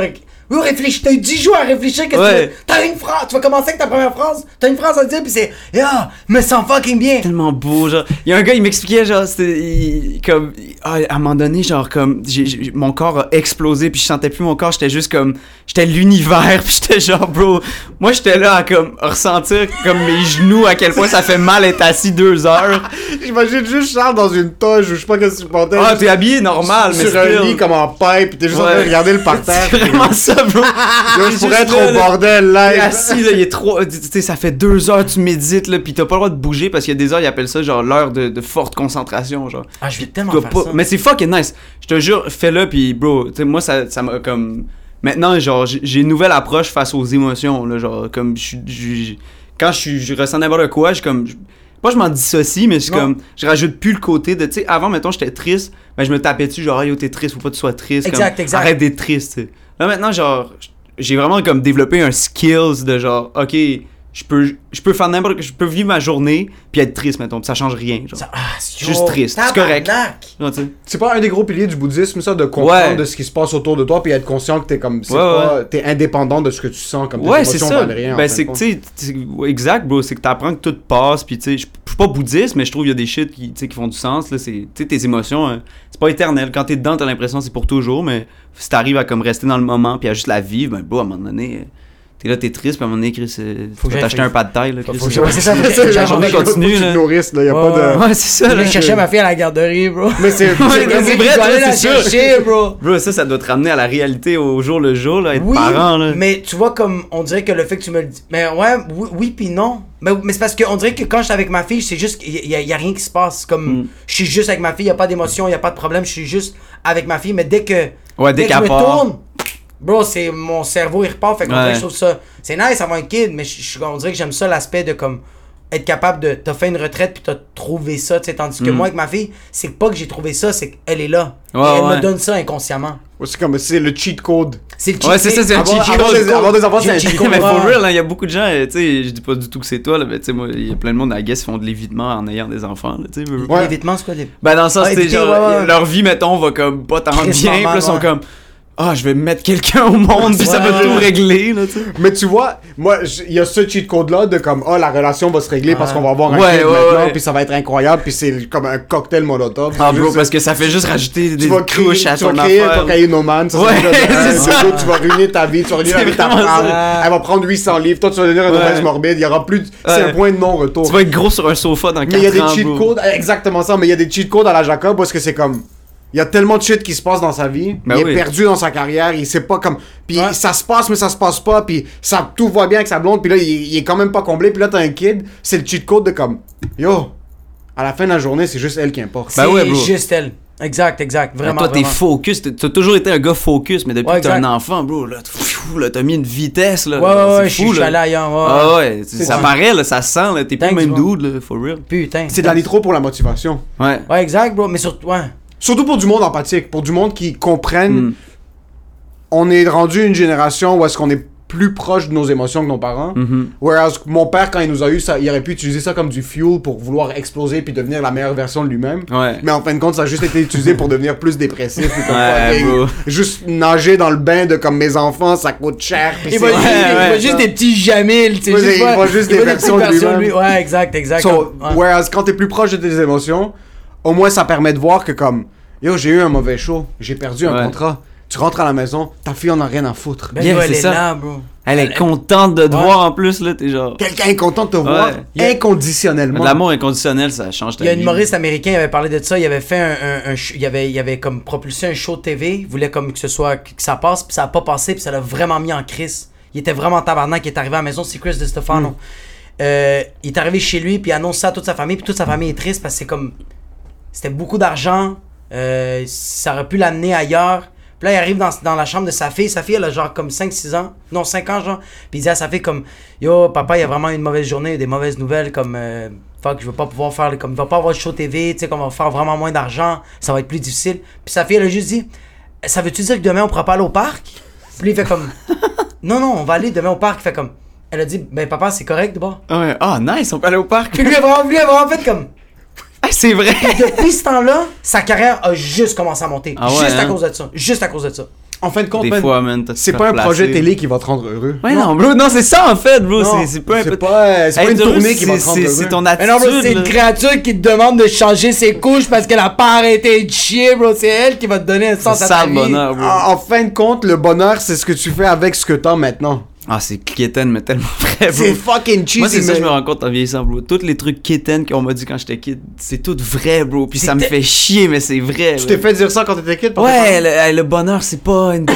Speaker 3: Oui, réfléchis, t'as eu 10 jours à réfléchir, qu'est-ce
Speaker 4: Ouais.
Speaker 3: que tu veux? T'as une phrase, tu vas commencer avec ta première phrase, t'as une phrase à dire, puis c'est. Yeah, me sens fucking bien.
Speaker 4: tellement beau genre il y a un gars il m'expliquait genre c'était il- comme il- ah, à un moment donné genre comme j'ai- j'ai- mon corps a explosé puis je sentais plus mon corps j'étais juste comme j'étais l'univers puis j'étais genre bro moi j'étais là à comme ressentir comme mes genoux à quel point ça fait mal être assis deux heures
Speaker 2: J'imagine juste Charles dans une toge, ou je sais pas qu'est-ce que tu portais.
Speaker 4: ah
Speaker 2: juste
Speaker 4: t'es habillé normal mais
Speaker 2: sur un
Speaker 4: still.
Speaker 2: lit comme en paille, puis t'es juste en train de
Speaker 4: Ah, Ouais.
Speaker 2: regarder le parterre.
Speaker 4: c'est vraiment ça bro
Speaker 2: Yo, je
Speaker 4: Juste
Speaker 2: pourrais être
Speaker 4: là,
Speaker 2: au
Speaker 4: là.
Speaker 2: bordel
Speaker 4: T'es
Speaker 2: live.
Speaker 4: assis, là, il est trois. Tu sais, ça fait deux heures, tu médites, là, pis t'as pas le droit de bouger parce qu'il y a des heures, ils appellent ça genre l'heure de, de forte concentration, genre.
Speaker 3: Ah, je vais tellement
Speaker 4: Tu dois
Speaker 3: faire
Speaker 4: pas-
Speaker 3: ça.
Speaker 4: Mais c'est fucking nice. Je te jure, fais-le, puis bro, tu sais, moi, ça ça m'a comme. Maintenant, genre, j'ai- j'ai une nouvelle approche face aux émotions, là, genre, comme, je suis- je- je- Quand je, suis- je ressens n'importe quoi, je comme. je- Pas je m'en dissocie, mais je suis
Speaker 3: Non.
Speaker 4: comme. Je rajoute plus le côté de. Tu sais, avant, mettons, j'étais triste, mais je me tapais dessus, genre, Ah, yo, t'es triste, faut pas que tu sois triste. comme,
Speaker 3: Exact, exact.
Speaker 4: Arrête d'être triste, tu sais. Là, maintenant, genre, j'ai vraiment comme développé un skills de genre, ok. Je peux, je peux faire n'importe quoi, je peux vivre ma journée puis être triste, mettons, puis ça change rien. Genre.
Speaker 3: Ça- ah, c'est-
Speaker 4: Juste
Speaker 3: yo,
Speaker 4: triste, c'est correct.
Speaker 3: tabarnak.
Speaker 4: Genre, tu sais.
Speaker 2: C'est pas un des gros piliers du bouddhisme, ça, de comprendre
Speaker 4: Ouais.
Speaker 2: de ce qui se passe autour de toi, puis être conscient que t'es comme. c'est
Speaker 4: Ouais,
Speaker 2: pas- T'es indépendant de ce que tu sens, comme
Speaker 4: Ouais,
Speaker 2: tes
Speaker 4: c'est
Speaker 2: émotions
Speaker 4: ça.
Speaker 2: valent rien. en
Speaker 4: ben,
Speaker 2: fin de
Speaker 4: c'est que,
Speaker 2: compte.
Speaker 4: tu sais, c'est- ouais, exact, bro. C'est que t'apprends que tout passe. Puis, tu sais, je je suis pas bouddhiste, mais je trouve qu'il y a des shit qui, tu sais, qui font du sens. là. C'est- Tu sais, tes émotions, euh, c'est pas éternel. Quand t'es dedans, t'as l'impression que c'est pour toujours. Mais si t'arrives à comme rester dans le moment, puis à juste la vivre, ben, bro, à un moment donné, euh, t'es là, t'es triste, puis à un moment donné, Chris, euh,
Speaker 3: Faut que
Speaker 4: tu vas
Speaker 3: j'aille-
Speaker 4: t'acheter un pas de taille.
Speaker 3: Faut- faut que j'aille- ouais, c'est ça, faut que j'aille-
Speaker 2: C'est
Speaker 3: la
Speaker 2: genre,
Speaker 3: journée
Speaker 2: faut que tu
Speaker 4: continue,
Speaker 2: te
Speaker 4: là.
Speaker 2: nourrisses, là, y a
Speaker 3: Ouais,
Speaker 2: pas de.
Speaker 4: Ouais, c'est ça.
Speaker 3: Je
Speaker 4: là.
Speaker 3: vais chercher ma fille à la garderie, bro.
Speaker 2: Mais c'est. c'est
Speaker 4: Ouais,
Speaker 2: vraiment-
Speaker 4: c'est
Speaker 3: Je
Speaker 4: vrai,
Speaker 3: vais
Speaker 4: toi,
Speaker 3: aller la
Speaker 4: c'est sûr.
Speaker 3: chercher, bro.
Speaker 4: Bro, ça, ça doit te ramener à la réalité au jour le jour, là, être
Speaker 3: Oui,
Speaker 4: parent. Là.
Speaker 3: mais tu vois comme on dirait que le fait que tu me le dis, mais ouais, oui, oui puis non. Mais, mais c'est parce qu'on dirait que quand je suis avec ma fille, c'est juste qu'il y, a- il y a rien qui se passe.
Speaker 4: Hmm.
Speaker 3: Comme je suis juste avec ma fille, il y a pas d'émotion, il y a pas de problème, je suis juste avec ma fille. Mais dès que
Speaker 4: Ouais, dès
Speaker 3: que je
Speaker 4: qu'elle
Speaker 3: me
Speaker 4: part.
Speaker 3: tourne, bro, c'est mon cerveau il repart. Fait qu'on
Speaker 4: Ouais.
Speaker 3: dirait que je trouve ça, c'est nice avoir un kid, mais je, je- on dirait que j'aime ça l'aspect de comme être capable de t'as fait une retraite puis t'as trouvé ça, tu sais, tandis que moi avec ma fille, c'est pas que j'ai trouvé ça, c'est qu'elle est là.
Speaker 4: Hmm. Ouais,
Speaker 3: Et elle
Speaker 4: ouais.
Speaker 3: me donne ça inconsciemment.
Speaker 2: C'est comme. C'est le cheat code.
Speaker 3: C'est le
Speaker 4: Ouais, c'est ça,
Speaker 3: cheat-
Speaker 4: c'est un cheat
Speaker 2: Avoir- avoir
Speaker 4: code.
Speaker 2: des- avoir des enfants,
Speaker 3: J'ai
Speaker 2: c'est un
Speaker 3: cheat
Speaker 2: cheat
Speaker 3: code.
Speaker 2: code.
Speaker 4: mais
Speaker 3: comprends.
Speaker 4: for real, il y a beaucoup de gens, euh, tu sais, je dis pas du tout que c'est toi, là, mais tu sais, moi, il y a plein de monde à Guess qui font de l'évitement en ayant des enfants, là, tu sais. veux, veux pas.
Speaker 2: Ouais.
Speaker 3: L'évitement, c'est quoi les...
Speaker 4: Ben, dans le sens,
Speaker 3: Ah,
Speaker 4: tu sais,
Speaker 3: éviter,
Speaker 4: genre,
Speaker 3: ouais, ouais.
Speaker 4: leur vie, mettons, va comme pas tant bien,
Speaker 3: Chris,
Speaker 4: puis là,
Speaker 3: normal,
Speaker 4: ils sont
Speaker 3: ouais.
Speaker 4: comme, ah, je vais mettre quelqu'un au monde, puis ça
Speaker 3: Ouais,
Speaker 4: peut
Speaker 3: ouais.
Speaker 4: tout régler, là, tu sais.
Speaker 2: Mais tu vois, moi, j- il y a ce cheat code-là de comme, ah, la relation va se régler parce qu'on va avoir un
Speaker 4: Ouais,
Speaker 2: kid
Speaker 4: ouais,
Speaker 2: maintenant,
Speaker 4: ouais.
Speaker 2: puis ça va être incroyable, puis c'est comme un cocktail molotov.
Speaker 4: Ah,
Speaker 2: C'est
Speaker 4: bro,
Speaker 2: juste-
Speaker 4: parce que ça fait juste rajouter
Speaker 2: tu
Speaker 4: des
Speaker 2: vas
Speaker 4: couches
Speaker 2: créer,
Speaker 4: à
Speaker 2: tu vas
Speaker 4: ton
Speaker 2: créer un
Speaker 4: affaire.
Speaker 2: cocaïnomane, ça,
Speaker 4: Ouais,
Speaker 2: c'est le gars de-
Speaker 4: c'est
Speaker 2: un
Speaker 4: ça.
Speaker 2: gars, tu vas ruiner ta vie, tu vas ruiner la
Speaker 4: C'est
Speaker 2: vie de ta
Speaker 4: vraiment
Speaker 2: femme,
Speaker 3: ça.
Speaker 2: elle va prendre 800 livres, toi tu vas devenir un
Speaker 4: Ouais.
Speaker 2: obèse morbide, il y aura plus, de- c'est
Speaker 4: Ouais.
Speaker 2: un point de non-retour.
Speaker 4: Tu vas être gros sur un sofa dans
Speaker 2: Mais il y a
Speaker 4: 4
Speaker 2: des
Speaker 4: ans,
Speaker 2: cheat
Speaker 4: bro.
Speaker 2: codes, exactement ça, mais il y a des cheat codes à la Jacob parce que c'est comme. Il y a tellement de shit qui se passe dans sa vie.
Speaker 4: Ben
Speaker 2: il
Speaker 4: oui.
Speaker 2: est perdu dans sa carrière, il sait pas comme. Puis
Speaker 3: Ouais.
Speaker 2: ça se passe, mais ça se passe pas, puis ça, tout va bien avec sa blonde, puis là, il, il est quand même pas comblé, puis là, t'as un kid, c'est le cheat code de comme. Yo, à la fin de la journée, c'est juste elle qui importe.
Speaker 4: Ben ouais,
Speaker 3: c'est
Speaker 4: bro.
Speaker 3: juste elle. Exact, exact.
Speaker 4: Mais
Speaker 3: Vraiment,
Speaker 4: Ben, toi, t'es
Speaker 3: vraiment.
Speaker 4: focus, t'es- t'as toujours été un gars focus, mais depuis
Speaker 3: Ouais,
Speaker 4: que t'es un
Speaker 3: exact.
Speaker 4: enfant, bro, là, pfiou, là, t'as mis une vitesse, là.
Speaker 3: Ouais, ouais,
Speaker 4: c'est
Speaker 3: ouais, je suis-
Speaker 4: fou,
Speaker 3: je suis
Speaker 4: là.
Speaker 3: allé ailleurs. ouais, ouais.
Speaker 4: Ah ouais, tu- ça
Speaker 2: ça.
Speaker 4: paraît, là, ça sent, là, t'es plus
Speaker 3: Thanks,
Speaker 4: le même
Speaker 3: bro.
Speaker 4: dude, là, for real.
Speaker 3: Putain.
Speaker 2: C'est de la nitro pour la motivation.
Speaker 4: Ouais.
Speaker 3: Ouais, exact, bro. Mais surtout, ouais.
Speaker 2: Surtout pour du monde empathique, pour du monde qui comprenne.
Speaker 3: Hmm.
Speaker 2: On est rendu une génération où est-ce qu'on est plus proche de nos émotions que nos parents.
Speaker 3: Hmm.
Speaker 2: Whereas mon père, quand il nous a eu, ça, il aurait pu utiliser ça comme du fuel pour vouloir exploser puis devenir la meilleure version de lui-même.
Speaker 4: Ouais.
Speaker 2: Mais en fin de compte, ça a juste été utilisé pour devenir plus dépressif. ou comme
Speaker 4: Ouais,
Speaker 2: fucking-
Speaker 4: bro.
Speaker 2: juste nager dans le bain de comme mes enfants, ça coûte cher. puis
Speaker 3: Il
Speaker 2: c'est-
Speaker 3: voit,
Speaker 4: Ouais,
Speaker 3: il voit
Speaker 4: ouais.
Speaker 3: juste des petits jamils, tu sais.
Speaker 2: Ouais,
Speaker 3: juste
Speaker 2: il
Speaker 3: pas-
Speaker 2: voit juste des
Speaker 3: voit
Speaker 2: versions de
Speaker 3: petites versions
Speaker 2: lui-même.
Speaker 3: Ouais, exact, exact.
Speaker 2: So,
Speaker 3: comme- ouais.
Speaker 2: whereas quand t'es plus proche de tes émotions, au moins ça permet de voir que comme yo j'ai eu un mauvais show, j'ai perdu un
Speaker 4: Ouais.
Speaker 2: contrat. Tu rentres à la maison, ta fille en a rien à foutre.
Speaker 3: Ben,
Speaker 4: Yeah,
Speaker 3: ouais,
Speaker 4: c'est
Speaker 3: elle est
Speaker 4: ça.
Speaker 3: là, bro.
Speaker 4: Elle est contente de te
Speaker 3: Ouais.
Speaker 4: voir en plus, là, t'es genre.
Speaker 2: Quelqu'un est content de te voir
Speaker 4: Yeah. De
Speaker 2: inconditionnellement.
Speaker 4: l'amour inconditionnel, ça change ta
Speaker 3: Il y a un
Speaker 4: vie.
Speaker 3: humoriste américain, il avait parlé de ça, il avait fait un, un- un sh- il avait, il avait comme propulsé un show de TV, il voulait comme que ce soit, que ça passe, puis ça a pas passé, puis ça l'a vraiment mis en crise. Il était vraiment tabarnak, il est arrivé à la maison, c'est Chris de Stefano. Euh, il est arrivé chez lui, puis il annonce ça à toute sa famille, puis toute sa famille est triste parce que c'est comme, c'était beaucoup d'argent, euh, ça aurait pu l'amener ailleurs. Puis là, il arrive dans, dans la chambre de sa fille. Sa fille, elle a genre comme 5-6 ans. Non, 5 ans, genre. Puis il dit à sa fille comme Yo, papa, il y a vraiment une mauvaise journée, des mauvaises nouvelles, comme. euh, Fuck, je veux pas pouvoir faire, le- comme, il va pas avoir de show TV, tu sais, comme, on va faire vraiment moins d'argent, ça va être plus difficile. Puis sa fille, elle a juste dit, ça veut-tu dire que demain, on pourra pas aller au parc? Puis lui, il fait comme, non, non, on va aller demain au parc. Il fait comme, elle a dit, ben, papa, c'est correct, de bord.
Speaker 4: Ouais. Ah, nice, on peut aller au parc.
Speaker 3: Puis lui, il a vraiment, lui, il a vraiment fait comme,
Speaker 4: Ah, c'est vrai.
Speaker 3: depuis ce temps-là, sa carrière a juste commencé à monter.
Speaker 4: Ah ouais,
Speaker 3: juste à
Speaker 4: hein?
Speaker 3: cause de ça. Juste à cause de ça.
Speaker 2: En fin de compte,
Speaker 4: Des
Speaker 2: man,
Speaker 4: fois, man, t'as-
Speaker 2: c'est
Speaker 4: t'as
Speaker 2: pas un
Speaker 4: placé.
Speaker 2: projet télé qui va te rendre heureux.
Speaker 4: Ouais, non, bro, non, c'est ça en fait, bro.
Speaker 2: Non,
Speaker 4: c'est- C'est pas un
Speaker 2: c'est
Speaker 4: peu-
Speaker 2: pas- euh, c'est pas
Speaker 4: Être
Speaker 2: une
Speaker 4: heureux,
Speaker 2: tournée qui va
Speaker 4: c'est-
Speaker 2: te rendre
Speaker 4: c'est-
Speaker 2: heureux.
Speaker 4: C'est ton
Speaker 3: Mais non, bro, c'est
Speaker 4: attitude.
Speaker 3: une
Speaker 4: là.
Speaker 3: créature qui te demande de changer ses couches parce qu'elle a pas arrêté de chier, bro. C'est elle qui va te donner un
Speaker 4: C'est
Speaker 3: sens à
Speaker 4: ça
Speaker 3: ta
Speaker 4: le
Speaker 3: vie.
Speaker 4: bonheur, bro.
Speaker 2: Ah, En en fin de compte, le bonheur, c'est ce que tu fais avec ce que t'as maintenant.
Speaker 4: Ah, c'est quétaine, mais tellement vrai, bro.
Speaker 2: C'est fucking cheesy,
Speaker 4: Moi, c'est ça que je
Speaker 2: mais-
Speaker 4: me rends compte en vieillissant, bro. Tous les trucs quétaines qu'on m'a dit quand j'étais kid, c'est tout vrai, bro. Puis ça me fait chier, mais c'est vrai.
Speaker 2: Tu
Speaker 4: là.
Speaker 2: t'es fait dire ça quand t'étais kid? par tes
Speaker 4: Ouais,
Speaker 2: parents?
Speaker 4: le, hey, le bonheur, c'est pas une. des-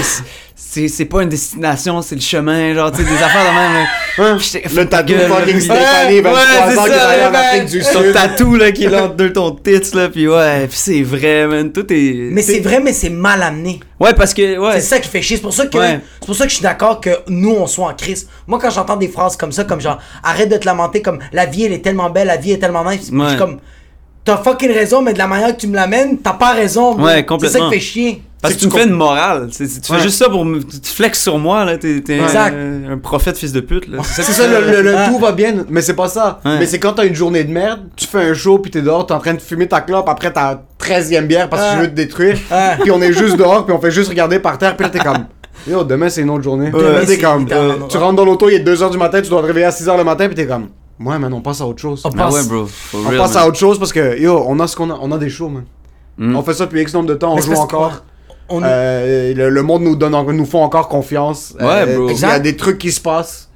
Speaker 4: C'est c'est pas une destination, c'est le chemin, genre, tu sais, des affaires de même.
Speaker 2: Hein?
Speaker 4: J'étais-
Speaker 2: Le
Speaker 4: ta
Speaker 2: tatou
Speaker 4: gueule,
Speaker 2: fucking
Speaker 4: là.
Speaker 2: Stéphanie, 23
Speaker 4: c'est
Speaker 2: ans, qui
Speaker 4: ça,
Speaker 2: travaille en
Speaker 4: man.
Speaker 2: Afrique du
Speaker 4: Ton
Speaker 2: Sud.
Speaker 4: tatou, là, qui est là entre deux ton tits, là, puis ouais, puis c'est vrai, man. Tout est.
Speaker 3: Mais c'est
Speaker 4: t'es-
Speaker 3: vrai, mais c'est mal amené.
Speaker 4: Ouais, parce que, ouais.
Speaker 3: C'est ça qui fait chier. C'est pour ça que
Speaker 4: Ouais.
Speaker 3: c'est pour ça que je suis d'accord que nous on soit en crise. Moi quand j'entends des phrases comme ça, comme genre arrête de te lamenter, comme la vie elle est tellement belle, la vie est tellement nice. Je suis
Speaker 4: Ouais.
Speaker 3: comme t'as fucking raison, mais de la manière que tu me l'amènes, t'as pas raison. bro.
Speaker 4: Ouais,
Speaker 3: C'est ça
Speaker 4: complètement.
Speaker 3: qui fait chier.
Speaker 4: Parce
Speaker 2: C'est
Speaker 4: que tu me
Speaker 2: que
Speaker 4: fais
Speaker 2: tu
Speaker 4: une morale. C'est- c'est- Tu
Speaker 2: Ouais.
Speaker 4: fais juste ça pour me. Tu te flexes sur moi, là. T'es t'es
Speaker 3: Exact.
Speaker 4: un, un prophète fils de pute, là.
Speaker 2: C'est ça, le, le- le
Speaker 3: Ah.
Speaker 2: tout va bien, mais c'est pas ça.
Speaker 4: Ouais.
Speaker 2: Mais c'est quand t'as une journée de merde, tu fais un show, puis t'es dehors, t'es en train de fumer ta clope après ta 13e bière parce que
Speaker 3: Ah.
Speaker 2: je veux te détruire.
Speaker 3: Ah.
Speaker 2: Puis on est juste dehors, puis on fait juste regarder par terre, puis là t'es comme. Yo, demain c'est une autre journée.
Speaker 3: Demain,
Speaker 2: Là, t'es
Speaker 3: c'est
Speaker 2: comme.
Speaker 3: littéralement-
Speaker 2: euh, tu rentres dans l'auto, il est 2h du matin, tu dois te réveiller à 6h le matin, puis t'es comme. Ouais, man, on passe à autre chose.
Speaker 3: On
Speaker 4: Ah
Speaker 3: passe-
Speaker 4: ouais, bro. For
Speaker 2: On
Speaker 4: real,
Speaker 2: passe
Speaker 4: man.
Speaker 2: à autre chose parce que, yo, on a ce qu'on a. On a des shows, man.
Speaker 4: Mm.
Speaker 2: On fait ça depuis X nombre de temps, on
Speaker 3: Hmm. Mais c'est
Speaker 2: joue
Speaker 3: parce que-
Speaker 2: encore.
Speaker 3: On-
Speaker 2: Euh, le, le monde nous donne, en- nous font encore confiance. Euh,
Speaker 4: Ouais, bro.
Speaker 2: Il y a
Speaker 3: Exact.
Speaker 2: des trucs qui se passent.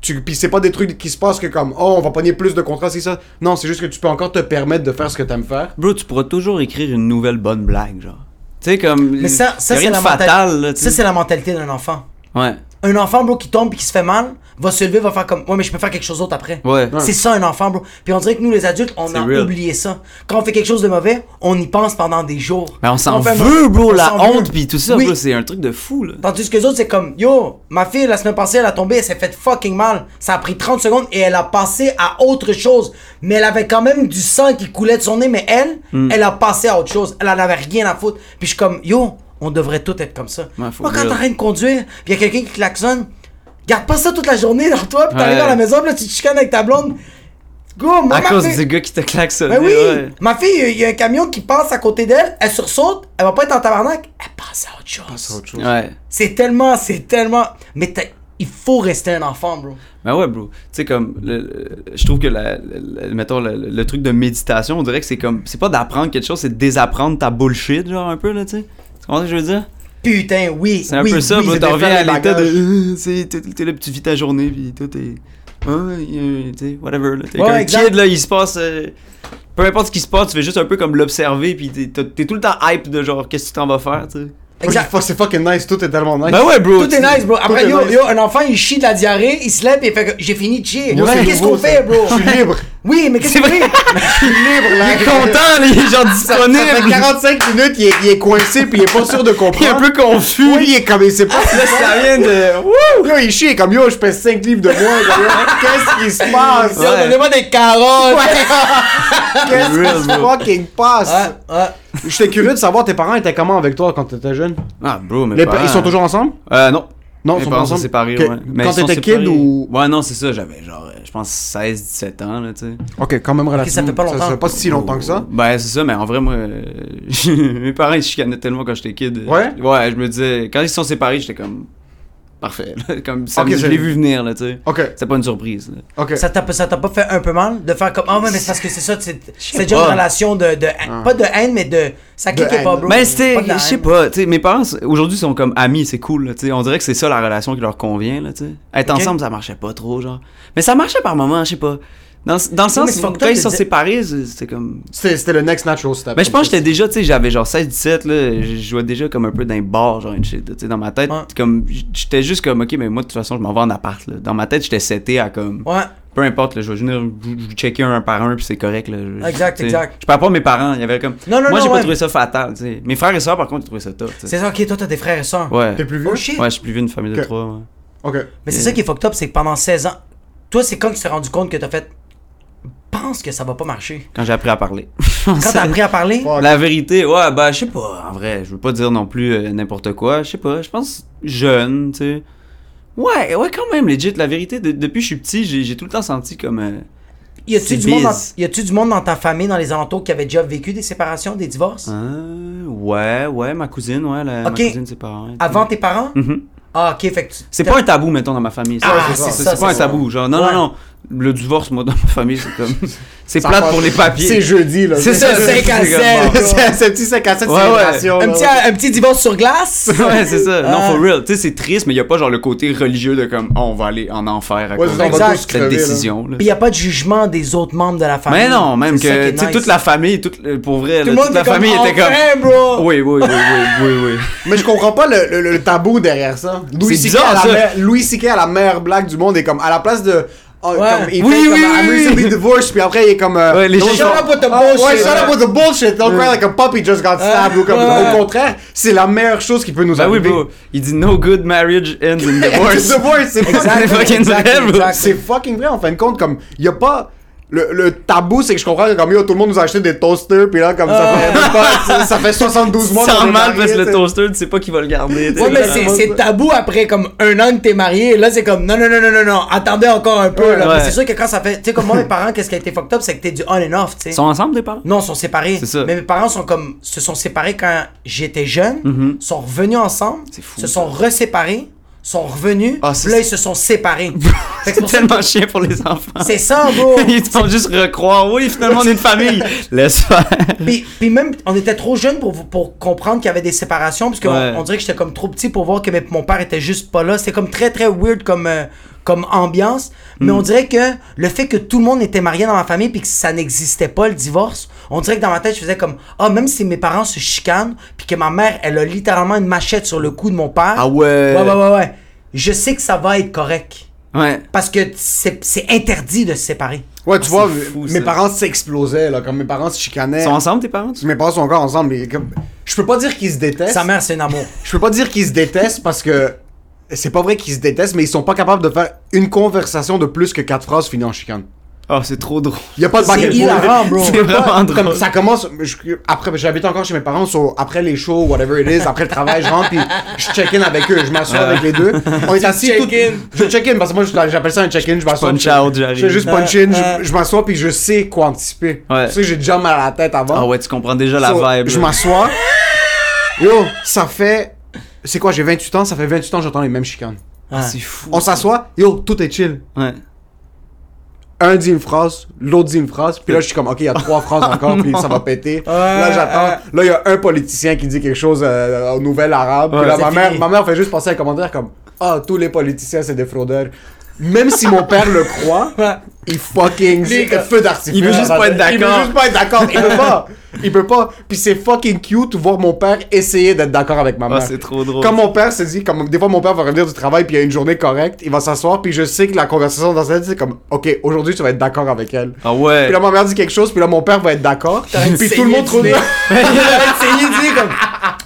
Speaker 2: Tu, pis c'est pas des trucs qui se passent que comme oh on va pogner plus de contrats c'est ça. Non c'est juste que tu peux encore te permettre de faire ce que t'aimes faire.
Speaker 4: Bro, tu pourras toujours écrire une nouvelle bonne blague, genre. Tu sais, comme.
Speaker 3: Mais ça, ça
Speaker 4: y a
Speaker 3: c'est
Speaker 4: rien
Speaker 3: la
Speaker 4: de fatal,
Speaker 3: mentali-
Speaker 4: là. tu
Speaker 3: Ça
Speaker 4: sais.
Speaker 3: c'est la mentalité d'un enfant.
Speaker 4: Ouais.
Speaker 3: Un enfant bro qui tombe et qui se fait mal, va se lever, va faire comme ouais mais je peux faire quelque chose d'autre après.
Speaker 4: Ouais.
Speaker 3: C'est ça un enfant, bro. Puis on dirait que nous, les adultes, on
Speaker 4: C'est
Speaker 3: a
Speaker 4: real.
Speaker 3: oublié ça. Quand on fait quelque chose de mauvais, on y pense pendant des jours.
Speaker 4: Mais on s'en
Speaker 3: fait-
Speaker 4: veut, bro,
Speaker 3: on
Speaker 4: la
Speaker 3: s'en
Speaker 4: honte,
Speaker 3: veut.
Speaker 4: puis tout ça,
Speaker 3: Oui.
Speaker 4: bro, c'est un truc de fou, là.
Speaker 3: Tandis que les autres, c'est comme Yo, ma fille, la semaine passée, elle a tombé, elle s'est fait fucking mal. Ça a pris 30 secondes et elle a passé à autre chose. Mais elle avait quand même du sang qui coulait de son nez, mais elle,
Speaker 4: Hmm.
Speaker 3: elle a passé à autre chose. Elle en avait rien à foutre. Puis je suis comme Yo, on devrait tout être comme ça.
Speaker 4: Ouais,
Speaker 3: Moi,
Speaker 4: faut
Speaker 3: quand
Speaker 4: dire.
Speaker 3: t'as rien de conduire, puis y a quelqu'un qui klaxonne, garde pas ça toute la journée dans toi, puis t'arrives
Speaker 4: Ouais.
Speaker 3: à la maison, puis là, tu te chicanes avec ta blonde. Go, moi,
Speaker 4: À
Speaker 3: ma
Speaker 4: cause
Speaker 3: fille-
Speaker 4: du gars qui te claque ça.
Speaker 3: Ben oui! Ma fille, il y a un camion qui passe à côté d'elle, elle sursaute, elle va pas être en tabarnak, elle passe à autre chose.
Speaker 2: chose.
Speaker 4: Ouais.
Speaker 3: C'est tellement, c'est tellement. Mais t'as- il faut rester un enfant, bro.
Speaker 4: Ben ouais, bro. Tu sais, comme, le- le- je trouve que, la, le- le- mettons, le, le truc de méditation, on dirait que c'est comme, c'est pas d'apprendre quelque chose, c'est de désapprendre ta bullshit, genre, un peu, là, tu sais. Tu comprends ce que je veux dire?
Speaker 3: Putain, oui.
Speaker 4: C'est un
Speaker 3: oui,
Speaker 4: peu ça,
Speaker 3: oui,
Speaker 4: bro.
Speaker 3: c'est
Speaker 4: T'en
Speaker 3: des
Speaker 4: reviens
Speaker 3: familles
Speaker 4: à l'état
Speaker 3: bagages.
Speaker 4: de. Tu sais, t'es- t'es là, puis tu vis ta journée, puis toi, t'es. Hein, euh, tu sais, whatever. là. T'es
Speaker 3: Ouais,
Speaker 4: comme un
Speaker 3: exact.
Speaker 4: kid, là, il se passe. euh, peu importe ce qui se passe, tu fais juste un peu comme l'observer, puis t'es- t'es t'es tout le temps hype de genre, qu'est-ce que tu t'en vas faire, tu sais.
Speaker 3: Exact.
Speaker 2: Fuck, C'est fucking nice tout Oh, est tellement nice.
Speaker 4: Ben ouais, bro.
Speaker 3: Tout est nice, bro. Après,
Speaker 2: est
Speaker 3: yo,
Speaker 2: nice.
Speaker 3: yo, un enfant, il chie de la diarrhée, il se lève et il fait que j'ai fini de chier.
Speaker 2: Yo, c'est
Speaker 3: qu'est-ce
Speaker 2: nouveau,
Speaker 3: qu'on
Speaker 2: ça.
Speaker 3: fait, bro?
Speaker 2: Je suis libre.
Speaker 3: Oui, mais qu'est-ce
Speaker 4: C'est
Speaker 3: qu'on fait?
Speaker 2: Je suis libre
Speaker 4: Il
Speaker 2: là.
Speaker 4: est content, là, il est
Speaker 2: Ça
Speaker 4: genre
Speaker 2: fait
Speaker 4: disponible.
Speaker 2: 45 minutes il est, il est coincé puis il est pas sûr de comprendre.
Speaker 4: Il est un peu confus.
Speaker 2: Oui, il est comme il sait pas.
Speaker 4: Là, ça vient de. Wouh!
Speaker 2: Yo il chie il est comme yo je pèse 5 livres de moins. yo, Qu'est-ce qui se passe?
Speaker 3: Yo,
Speaker 4: Ouais.
Speaker 3: Donnez-moi des carottes.
Speaker 2: Qu'est-ce qui se fucking passe?
Speaker 3: Ouais, ouais.
Speaker 2: J'étais curieux de savoir, tes parents étaient comment avec toi quand t'étais jeune?
Speaker 4: Ah, bro, mais.
Speaker 2: Les pa- ils sont toujours ensemble?
Speaker 4: Euh, non.
Speaker 2: Non, ils
Speaker 4: Mes
Speaker 2: sont
Speaker 4: parents
Speaker 2: pas
Speaker 4: sont
Speaker 2: ensemble.
Speaker 4: séparés,
Speaker 2: Que-
Speaker 4: ouais. Mais
Speaker 2: quand
Speaker 4: ils sont
Speaker 2: t'étais
Speaker 4: séparés.
Speaker 2: kid ou.
Speaker 4: Ouais, non, c'est ça, j'avais genre, euh, je pense, 16, 17 ans, là, tu sais.
Speaker 2: Ok, quand même relativement.
Speaker 3: ça fait pas longtemps.
Speaker 2: Ça fait pas si longtemps que ça.
Speaker 4: Ben, c'est ça, mais en vrai, moi, euh, mes parents, ils se chicanaient tellement quand j'étais kid.
Speaker 2: Ouais?
Speaker 4: Ouais, je me disais, quand ils se sont séparés, j'étais comme, parfait. là, comme, ça,
Speaker 2: Ok,
Speaker 4: me- je
Speaker 2: c'est-
Speaker 4: l'ai vu venir, là, tu sais.
Speaker 2: Ok,
Speaker 4: C'était pas une surprise, là.
Speaker 2: ok.
Speaker 3: Ça t'a ça t'a pas fait un peu mal de faire comme Ah ouais mais c'est parce que c'est ça c'est c'est déjà
Speaker 4: pas.
Speaker 3: une relation de, de pas de haine mais de ça cliquait
Speaker 2: haine.
Speaker 3: pas bro.
Speaker 4: Ben, c'était,
Speaker 3: Pas de la
Speaker 4: je sais
Speaker 3: haine.
Speaker 4: pas, tu sais, mes parents, c'est- aujourd'hui, sont comme amis, c'est cool, là, tu sais. On dirait que c'est ça la relation qui leur convient, là, tu sais. Être
Speaker 3: Ok.
Speaker 4: ensemble, ça marchait pas trop, genre. Mais ça marchait par moments, je sais pas. Dans, dans le
Speaker 3: mais
Speaker 4: sens,
Speaker 3: c'est
Speaker 4: où
Speaker 3: fucked
Speaker 4: quand
Speaker 3: up
Speaker 4: ils
Speaker 3: de
Speaker 4: sont
Speaker 3: dire-
Speaker 4: séparés, c'est- c'était comme,
Speaker 2: C'était c'était le next natural step.
Speaker 4: Mais Ben, je pense que j'étais déjà, tu sais, j'avais genre 16-17, là, je jouais déjà comme un peu d'un bar, genre une shit, tu sais, dans ma tête.
Speaker 3: Ouais.
Speaker 4: Comme, j'étais juste comme, ok, mais moi, de toute façon, je m'en vais en appart, là. Dans ma tête, j'étais seté à comme,
Speaker 3: Ouais.
Speaker 4: peu peu importe, là, je vais venir vous vous checker un par un, puis c'est correct. Là, Je-
Speaker 3: Exact,
Speaker 4: tu sais,
Speaker 3: exact.
Speaker 4: Je parle pas de mes parents, il y avait comme.
Speaker 3: Non, non,
Speaker 4: Moi,
Speaker 3: non,
Speaker 4: j'ai pas
Speaker 3: ouais.
Speaker 4: trouvé ça fatal, tu sais. Mes frères et sœurs, par contre, ils trouvaient ça top, tu sais.
Speaker 3: C'est ça, ok, toi t'as des frères et sœurs.
Speaker 4: Ouais.
Speaker 2: T'es plus vieux?
Speaker 3: Oh shit!
Speaker 4: Ouais, je suis plus vu une famille de
Speaker 2: Que-
Speaker 4: trois. ouais.
Speaker 2: Ok.
Speaker 3: Mais c'est ça qui est fucked up, c'est que pendant 16 ans, toi c'est quand que tu t'es rendu compte que t'as fait. Pense que ça va pas marcher.
Speaker 4: Quand j'ai appris à parler.
Speaker 3: Quand t'as appris à parler,
Speaker 2: Fuck.
Speaker 4: La vérité, ouais, bah, je sais pas, en vrai, je veux pas dire non plus euh, n'importe quoi, je sais pas, je pense jeune, tu sais. Ouais, ouais, quand même, legit, la vérité, de- depuis que je suis petit, j'ai j'ai tout le temps senti comme. euh,
Speaker 3: y a-tu
Speaker 4: C'est
Speaker 3: du, monde dans-
Speaker 4: biz.
Speaker 3: y a-tu du monde dans ta famille, dans les alentours, qui avait déjà vécu des séparations, des divorces
Speaker 4: hein, ouais, ouais, ma cousine, ouais,
Speaker 3: Ok.
Speaker 4: la, ma cousine, ses parents.
Speaker 3: Avant tes parents
Speaker 4: Mhm.
Speaker 3: Ah, ok, fait que tu-
Speaker 4: C'est
Speaker 3: t'as-
Speaker 4: pas un tabou, mettons, dans ma famille.
Speaker 3: Ah, c'est ça,
Speaker 4: C'est
Speaker 3: c'est
Speaker 4: pas un
Speaker 3: ça.
Speaker 4: tabou, genre, non,
Speaker 3: Ouais.
Speaker 4: non, non. Le divorce, moi, dans ma famille, c'est comme. C'est plate
Speaker 2: passe.
Speaker 4: pour les papiers.
Speaker 2: C'est jeudi, là.
Speaker 4: C'est ça,
Speaker 2: c'est
Speaker 4: cinq à sept.
Speaker 2: C'est c'est un petit 5 à 7
Speaker 4: Ouais, ouais.
Speaker 2: célébration.
Speaker 3: un
Speaker 2: là,
Speaker 3: petit,
Speaker 2: ouais.
Speaker 3: un petit divorce sur glace
Speaker 4: Ouais, c'est ça. Non,
Speaker 3: Ah.
Speaker 4: for real. Tu sais, c'est triste, mais il a pas genre le côté religieux de comme, oh, on va aller en enfer à
Speaker 2: Ouais,
Speaker 4: cause
Speaker 2: c'est ça,
Speaker 4: de
Speaker 2: on va tous
Speaker 4: cette
Speaker 2: crever, là.
Speaker 4: décision. là.
Speaker 3: Puis y a pas de jugement des autres membres de la famille.
Speaker 4: Mais non, même
Speaker 3: C'est ça
Speaker 4: que,
Speaker 3: qui est
Speaker 4: tu sais,
Speaker 3: nice.
Speaker 4: toute la famille, toute, euh, pour vrai,
Speaker 3: Tout le
Speaker 4: là,
Speaker 3: monde
Speaker 4: toute la
Speaker 3: est comme, oh!
Speaker 4: famille était comme.
Speaker 3: Enfin, bro!
Speaker 4: Oui, oui, oui, oui, oui, oui.
Speaker 2: Mais je comprends pas le, le- le tabou derrière ça. Louis
Speaker 4: C'est
Speaker 2: C.K.
Speaker 4: bizarre,
Speaker 2: à la
Speaker 4: ça.
Speaker 2: mer- Louis C.K. à la meilleure blague du monde est comme à la place de. oh, comme, il
Speaker 4: Oui,
Speaker 2: fait comme
Speaker 4: oui,
Speaker 2: I'm
Speaker 4: oui,
Speaker 2: recently
Speaker 4: oui.
Speaker 2: divorced, puis après il est comme. euh,
Speaker 4: Ouais, les gens
Speaker 2: don't-
Speaker 4: sont-
Speaker 3: with the
Speaker 2: Ah, Ouais,
Speaker 3: bullshit.
Speaker 2: shut up with the bullshit. Ah. Don't cry like a puppy just got stabbed. ou comme,
Speaker 4: Ouais.
Speaker 2: Au contraire, c'est la meilleure chose qui peut nous
Speaker 4: Ben oui,
Speaker 2: arriver.
Speaker 4: bro. Il dit, no good marriage ends in divorce.
Speaker 2: Divorce, c'est
Speaker 4: C'est
Speaker 2: fucking-
Speaker 4: fucking
Speaker 3: exact,
Speaker 4: vrai, bro.
Speaker 3: exact.
Speaker 2: C'est fucking vrai en fin de compte comme y a pas le, le tabou c'est que je comprends que comme yo tout le monde nous a acheté des toasters puis là comme ça fait même pas- ça, ça fait 72 mois qu'on
Speaker 4: Sans
Speaker 2: est
Speaker 4: Ah. mal,
Speaker 2: mariés,
Speaker 4: parce que le
Speaker 2: t'sais.
Speaker 4: toaster, tu sais pas qui va le garder. tu sais.
Speaker 3: Ouais, mais c'est- c'est tabou après comme un an que t'es marié. Là, c'est comme non, non, non, non, non, non, attendez encore un peu. là.
Speaker 4: Ouais.
Speaker 3: Mais C'est sûr que quand ça fait. Tu sais, comme moi, mes parents, qu'est-ce qui a été fucked up, c'est que t'es du on and off, tu
Speaker 4: Ils
Speaker 3: sais.
Speaker 4: sont ensemble, tes parents?
Speaker 3: Non, ils sont séparés.
Speaker 4: C'est ça.
Speaker 3: Mais mes parents sont comme, se sont séparés quand j'étais jeune, sont revenus ensemble,
Speaker 4: Mm-hmm. C'est fou,
Speaker 3: se
Speaker 4: ça.
Speaker 3: sont reséparés, sont revenus,
Speaker 4: Ah,
Speaker 3: puis
Speaker 4: c'est-
Speaker 3: là, ils se sont séparés. Fait que
Speaker 4: C'est
Speaker 3: pour ça-
Speaker 4: tellement chiant pour les enfants.
Speaker 3: C'est ça, bro.
Speaker 4: Ils te font juste recroire. Oui, finalement, on est une famille. Laisse faire.
Speaker 3: puis, puis même, on était trop jeunes pour, pour comprendre qu'il y avait des séparations, parce qu'on
Speaker 4: Ouais.
Speaker 3: on dirait que j'étais comme trop petit pour voir que mes- mon père était juste pas là. C'était comme très, très weird comme, euh, comme ambiance.
Speaker 4: Hmm.
Speaker 3: Mais on dirait que le fait que tout le monde était marié dans ma famille puis que ça n'existait pas, le divorce, on dirait que dans ma tête, je faisais comme, ah, même si mes parents se chicanent, puis que ma mère, elle a littéralement une machette sur le cou de mon père.
Speaker 4: Ah ouais.
Speaker 3: Ouais, ouais, ouais, ouais. Je sais que ça va être correct.
Speaker 4: Ouais.
Speaker 3: Parce que c'est c'est interdit de se séparer.
Speaker 2: ouais tu
Speaker 4: Ah,
Speaker 2: vois
Speaker 4: c'est fou,
Speaker 2: mes
Speaker 4: ça.
Speaker 2: parents s'explosaient là comme mes parents se chicanaient
Speaker 4: Ils sont ensemble, tes parents? tu-
Speaker 2: mes parents sont encore ensemble mais comme je peux pas dire qu'ils se détestent
Speaker 3: Sa mère, c'est un amour.
Speaker 2: je peux pas dire qu'ils se détestent parce que c'est pas vrai qu'ils se détestent mais ils sont pas capables de faire une conversation de plus que quatre phrases finant en chicane
Speaker 3: Ah,
Speaker 4: Oh, c'est trop drôle.
Speaker 2: y a pas de back
Speaker 3: C'est
Speaker 2: and forth.
Speaker 3: hilarant, bro.
Speaker 4: C'est vraiment
Speaker 2: Comme
Speaker 4: drôle.
Speaker 2: ça commence je- après j'habite encore chez mes parents so, après les shows whatever it is après le travail je rentre puis je check in avec eux je m'assois avec les deux on est assis tout-
Speaker 3: check-in.
Speaker 2: je check in parce que moi je- j'appelle ça un check in je m'assois
Speaker 4: Punch
Speaker 2: je-
Speaker 4: out,
Speaker 2: je
Speaker 4: j'arrive.
Speaker 2: fais juste punch in
Speaker 3: Euh,
Speaker 2: je, je m'assois puis je sais quoi anticiper
Speaker 4: Ouais.
Speaker 2: tu sais j'ai déjà mal à la tête avant
Speaker 4: Ah ouais, tu comprends déjà la
Speaker 2: So,
Speaker 4: vibe.
Speaker 2: je
Speaker 4: là.
Speaker 2: m'assois yo ça fait c'est quoi j'ai 28 ans ça fait 28 ans que j'entends les mêmes chicanes
Speaker 3: Ouais.
Speaker 4: C'est fou.
Speaker 2: on s'assoit yo tout est chill
Speaker 4: Ouais.
Speaker 2: un dit une phrase, l'autre dit une phrase, puis là je suis comme ok, il y a trois phrases encore, puis ça va péter. là j'attends. Là il y a un politicien qui dit quelque chose euh, au nouvel arabe. puis
Speaker 4: Ouais.
Speaker 2: là
Speaker 4: C'est
Speaker 2: ma mère,
Speaker 3: fini.
Speaker 2: ma mère fait juste passer un commentaire comme ah tous les politiciens c'est des fraudeurs. Même si mon père le croit, il fucking
Speaker 3: Lui,
Speaker 2: c'est un feu d'artifice.
Speaker 4: il veut juste pas être
Speaker 2: Il veut
Speaker 4: d'accord.
Speaker 2: juste pas être d'accord. Il peut pas. Il peut pas. Puis c'est fucking cute de voir mon père essayer d'être d'accord avec ma
Speaker 4: Ah,
Speaker 2: mère.
Speaker 4: c'est trop drôle.
Speaker 2: Comme mon père s'est dit, comme des fois mon père va revenir du travail puis il y a une journée correcte, il va s'asseoir puis je sais que la conversation dans sa tête c'est comme ok aujourd'hui tu vas être d'accord avec elle.
Speaker 4: Ah ouais.
Speaker 2: Puis là ma mère dit quelque chose puis là mon père va être d'accord. Puis tout le monde trouve.
Speaker 3: essayé de dire comme.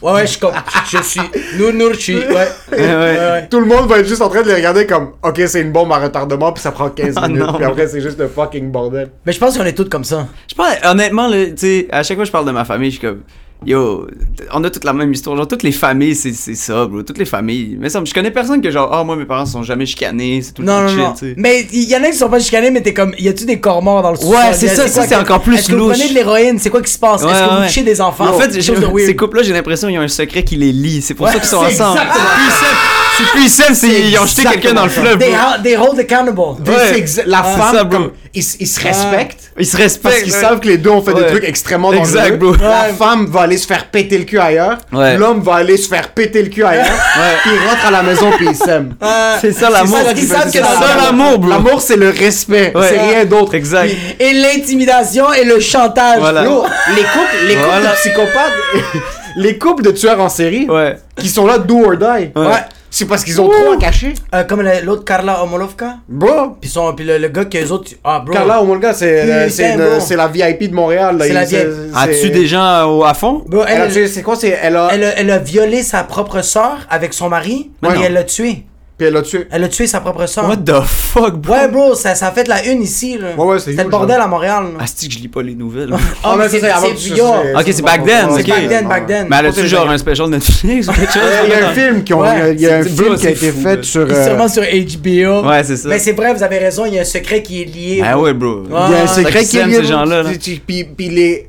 Speaker 3: Ouais, ouais, je suis comme. Je suis. Nous, nous, je suis. Ouais.
Speaker 4: Ouais, ouais.
Speaker 2: Tout le monde va être juste en train de les regarder comme ok c'est une bombe à retardement puis ça prend 15
Speaker 4: Ah,
Speaker 2: minutes
Speaker 4: non.
Speaker 2: puis après c'est juste le fucking bordel.
Speaker 3: Mais je pense qu'on est tous comme ça.
Speaker 4: Je parle, honnêtement, là, tu sais, à chaque fois que je parle de ma famille, je suis comme, yo, t- on a toute la même histoire. Genre, toutes les familles, c'est, c'est ça, bro. Toutes les familles. Mais ça, je connais personne que, genre, ah, moi, mes parents se sont jamais chicanés, c'est tout le
Speaker 3: Non,
Speaker 4: temps
Speaker 3: non,
Speaker 4: chill,
Speaker 3: non.
Speaker 4: tu sais.
Speaker 3: Mais il y en a qui sont pas chicanés, mais t'es comme. Y a-tu des corps morts dans le sous-sol?
Speaker 4: Ouais, c'est ça,
Speaker 3: quoi
Speaker 4: ça,
Speaker 3: que-
Speaker 4: c'est encore plus
Speaker 3: Est-ce que vous
Speaker 4: louche.
Speaker 3: prenez de l'héroïne? C'est quoi qui se passe?
Speaker 4: Ouais,
Speaker 3: Est-ce que
Speaker 4: ouais.
Speaker 3: vous touchez des enfants?
Speaker 4: En fait,
Speaker 3: Quelque
Speaker 4: j'ai-
Speaker 3: chose de weird.
Speaker 4: ces couples-là, j'ai l'impression qu'ils ont un secret qui les lie. C'est pour ça qu'ils sont
Speaker 3: Ouais,
Speaker 4: ensemble.
Speaker 3: c'est
Speaker 4: C'est plus simple. C'est plus simple, c'est, ils ont jeté quelqu'un dans le fleuve, bro.
Speaker 3: They, ha- they hold accountable.
Speaker 2: Puis
Speaker 4: Ouais.
Speaker 2: c'est exa- La
Speaker 4: Ah,
Speaker 2: femme
Speaker 4: ça, bro.
Speaker 2: comme, ils, ils se respectent.
Speaker 4: Ils se respectent.
Speaker 2: Parce qu'ils
Speaker 4: ouais.
Speaker 2: savent que les deux ont fait
Speaker 4: Ouais.
Speaker 2: des trucs extrêmement dangereux.
Speaker 4: Exact, bro.
Speaker 2: La
Speaker 4: Ouais.
Speaker 2: femme va aller se faire péter le cul ailleurs.
Speaker 4: Ouais.
Speaker 2: L'homme va aller se faire péter le cul ailleurs.
Speaker 4: Ouais.
Speaker 2: Puis il rentre à la maison puis il s'aime.
Speaker 3: Euh,
Speaker 4: C'est ça l'amour.
Speaker 3: ça, ils savent que
Speaker 4: C'est
Speaker 3: dans-
Speaker 4: ça l'amour, bro.
Speaker 2: L'amour, c'est le respect.
Speaker 4: Ouais.
Speaker 2: C'est rien d'autre.
Speaker 4: Exact.
Speaker 2: Puis,
Speaker 3: Et l'intimidation et le chantage.
Speaker 4: Voilà.
Speaker 2: yo, les couples, les couples
Speaker 4: Voilà.
Speaker 2: de psychopathes, les couples de tueurs en série
Speaker 4: Ouais.
Speaker 2: qui sont là do or die.
Speaker 4: Ouais.
Speaker 2: C'est parce qu'ils ont trop à cacher.
Speaker 3: Euh, comme la- l'autre Carla Omolovka.
Speaker 2: Bro,
Speaker 3: Puis son, puis le, le gars que les autres. Ah, bro.
Speaker 2: Carla Omolga, c'est euh,
Speaker 3: Putain,
Speaker 2: c'est
Speaker 3: bro.
Speaker 2: une- c'est la VIP de Montréal. là.
Speaker 3: C'est la
Speaker 2: Il- c'est-
Speaker 3: VIP.
Speaker 2: c'est-
Speaker 4: As-tu des gens au- à fond
Speaker 3: Bro,
Speaker 2: Elle
Speaker 3: elle,
Speaker 2: a tué- C'est quoi, c'est. Elle a.
Speaker 3: elle a, elle a violé sa propre sœur avec son mari.
Speaker 2: Ah. Ouais,
Speaker 3: et
Speaker 2: non.
Speaker 3: elle l'a tué.
Speaker 2: Puis elle l'a tué.
Speaker 3: Elle a tué sa propre sœur.
Speaker 4: What the fuck, bro
Speaker 3: Ouais, bro, ça, ça a fait la une ici. Là.
Speaker 2: Ouais, ouais, c'est
Speaker 3: C'était le
Speaker 2: huge,
Speaker 3: bordel à Montréal. là.
Speaker 4: Asti Ah, que je lis pas les nouvelles.
Speaker 3: Ah, mais
Speaker 2: ça,
Speaker 3: c'est
Speaker 2: c'est avant
Speaker 3: c'est
Speaker 2: que tu-
Speaker 3: vieux.
Speaker 2: c'est-
Speaker 4: Ok,
Speaker 2: c'est
Speaker 4: c'est
Speaker 2: pas
Speaker 4: back then,
Speaker 2: bon.
Speaker 4: ok.
Speaker 3: C'est back then, back then.
Speaker 4: Mais elle
Speaker 2: Je pense que
Speaker 4: a-tu genre
Speaker 2: c'est-
Speaker 4: un special Netflix ou quelque chose
Speaker 2: Il y a un film qui ont-
Speaker 3: Ouais,
Speaker 2: il y a- il y a un
Speaker 4: c'est-
Speaker 2: film
Speaker 4: bro,
Speaker 2: qui a
Speaker 4: c'est
Speaker 2: été
Speaker 4: fou,
Speaker 2: fait
Speaker 4: là.
Speaker 2: sur.
Speaker 3: C'est
Speaker 2: euh,
Speaker 3: sûrement sur HBO.
Speaker 4: Ouais, c'est ça.
Speaker 3: Mais c'est vrai, vous avez raison, il y a un secret qui est lié.
Speaker 4: Ah
Speaker 3: bro.
Speaker 4: ouais, bro.
Speaker 3: Ouais.
Speaker 2: Il y a un
Speaker 3: Ah,
Speaker 4: ça
Speaker 2: secret
Speaker 4: qu'ils
Speaker 2: qui est
Speaker 4: aiment,
Speaker 2: lié,
Speaker 4: ces gens-là, là.
Speaker 2: tu- tu- Puis, puis les.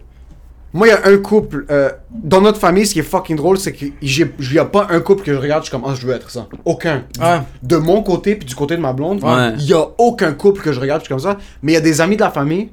Speaker 2: Moi, il y a un couple. euh, dans notre famille, ce qui est fucking drôle, c'est qu'il n'y a pas un couple que je regarde, je suis comme, ah, je veux être ça. Aucun.
Speaker 3: Ouais.
Speaker 2: De mon côté, puis du côté de ma blonde, il
Speaker 4: Ouais.
Speaker 2: n'y a aucun couple que je regarde, je suis comme ça. Mais il y a des amis de la famille.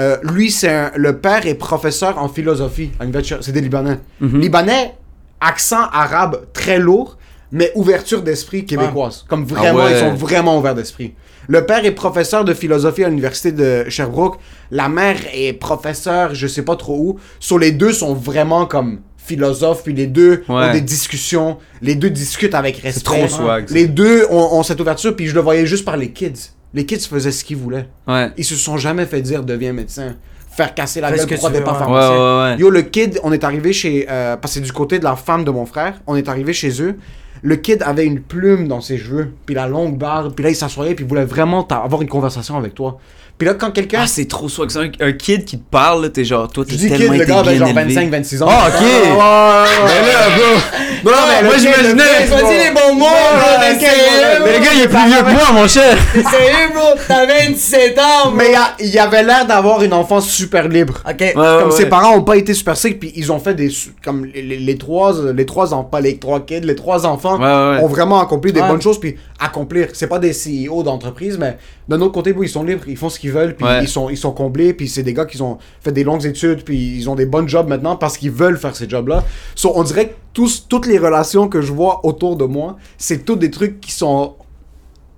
Speaker 2: euh, lui, c'est un- le père est professeur en philosophie à l'université. C'est des Libanais.
Speaker 4: Mhm.
Speaker 2: Libanais, accent arabe très lourd, mais ouverture d'esprit québécoise. Comme vraiment,
Speaker 4: Ah ouais.
Speaker 2: ils sont vraiment ouvert d'esprit. Le père est professeur de philosophie à l'université de Sherbrooke. La mère est professeur, je sais pas trop où. Sur les deux sont vraiment comme philosophes, puis les deux ont
Speaker 4: Ouais.
Speaker 2: des discussions. Les deux discutent avec respect.
Speaker 4: trop swag, ça.
Speaker 2: les deux ont, ont cette ouverture, puis je le voyais juste par les kids. Les kids faisaient ce qu'ils voulaient.
Speaker 4: Ouais.
Speaker 2: Ils se sont jamais fait dire deviens médecin, faire casser la
Speaker 3: Fais ce
Speaker 2: gueule
Speaker 3: que
Speaker 2: pour
Speaker 3: tu veux,
Speaker 2: pas
Speaker 3: ouais.
Speaker 2: pharmacien.
Speaker 4: Ouais, ouais, ouais.
Speaker 2: Yo, le kid, on est arrivé chez. euh, parce que c'est du côté de la femme de mon frère, on est arrivé chez eux. Le kid avait une plume dans ses cheveux, puis la longue barbe, puis là il s'assoyait, puis il voulait vraiment t'a- avoir une conversation avec toi. Puis là, quand quelqu'un.
Speaker 4: Ah, c'est trop swag. C'est un, un kid qui te parle, là, t'es genre, toi,
Speaker 2: je
Speaker 4: t'es
Speaker 2: dis
Speaker 4: tellement
Speaker 2: kid, le
Speaker 4: été
Speaker 2: gars avait
Speaker 4: bien
Speaker 2: genre
Speaker 4: élevé.
Speaker 2: 25-26 ans.
Speaker 4: Ah, ok. Ah,
Speaker 2: Mais là, bro! Non, mais
Speaker 4: moi, j'imaginais-
Speaker 3: Vas-y, les bons mots, bro, t'es sérieux, bro?
Speaker 4: Mais le gars, il est plus vieux que moi, mon cher.
Speaker 3: T'es sérieux, bro? T'as 27 ans, bro.
Speaker 2: Mais il a- il avait l'air d'avoir une enfance super libre.
Speaker 3: Ok.
Speaker 4: Ouais,
Speaker 2: comme
Speaker 4: ouais,
Speaker 2: ses
Speaker 4: ouais.
Speaker 2: parents ont pas été super sick puis ils ont fait des su- comme les, les- les trois les trois enfants les trois kids les trois enfants
Speaker 4: Ouais, ouais, ouais.
Speaker 2: ont vraiment accompli des
Speaker 3: Ouais.
Speaker 2: bonnes choses puis accomplir c'est pas des CEO d'entreprise mais d'un autre côté oui, ils sont libres ils font ce qu'ils veulent puis
Speaker 4: Ouais.
Speaker 2: ils sont ils sont comblés puis c'est des gars qui ont fait des longues études puis ils ont des bonnes jobs maintenant parce qu'ils veulent faire ces jobs là so, on dirait que tous toutes les relations que je vois autour de moi c'est tous des trucs qui sont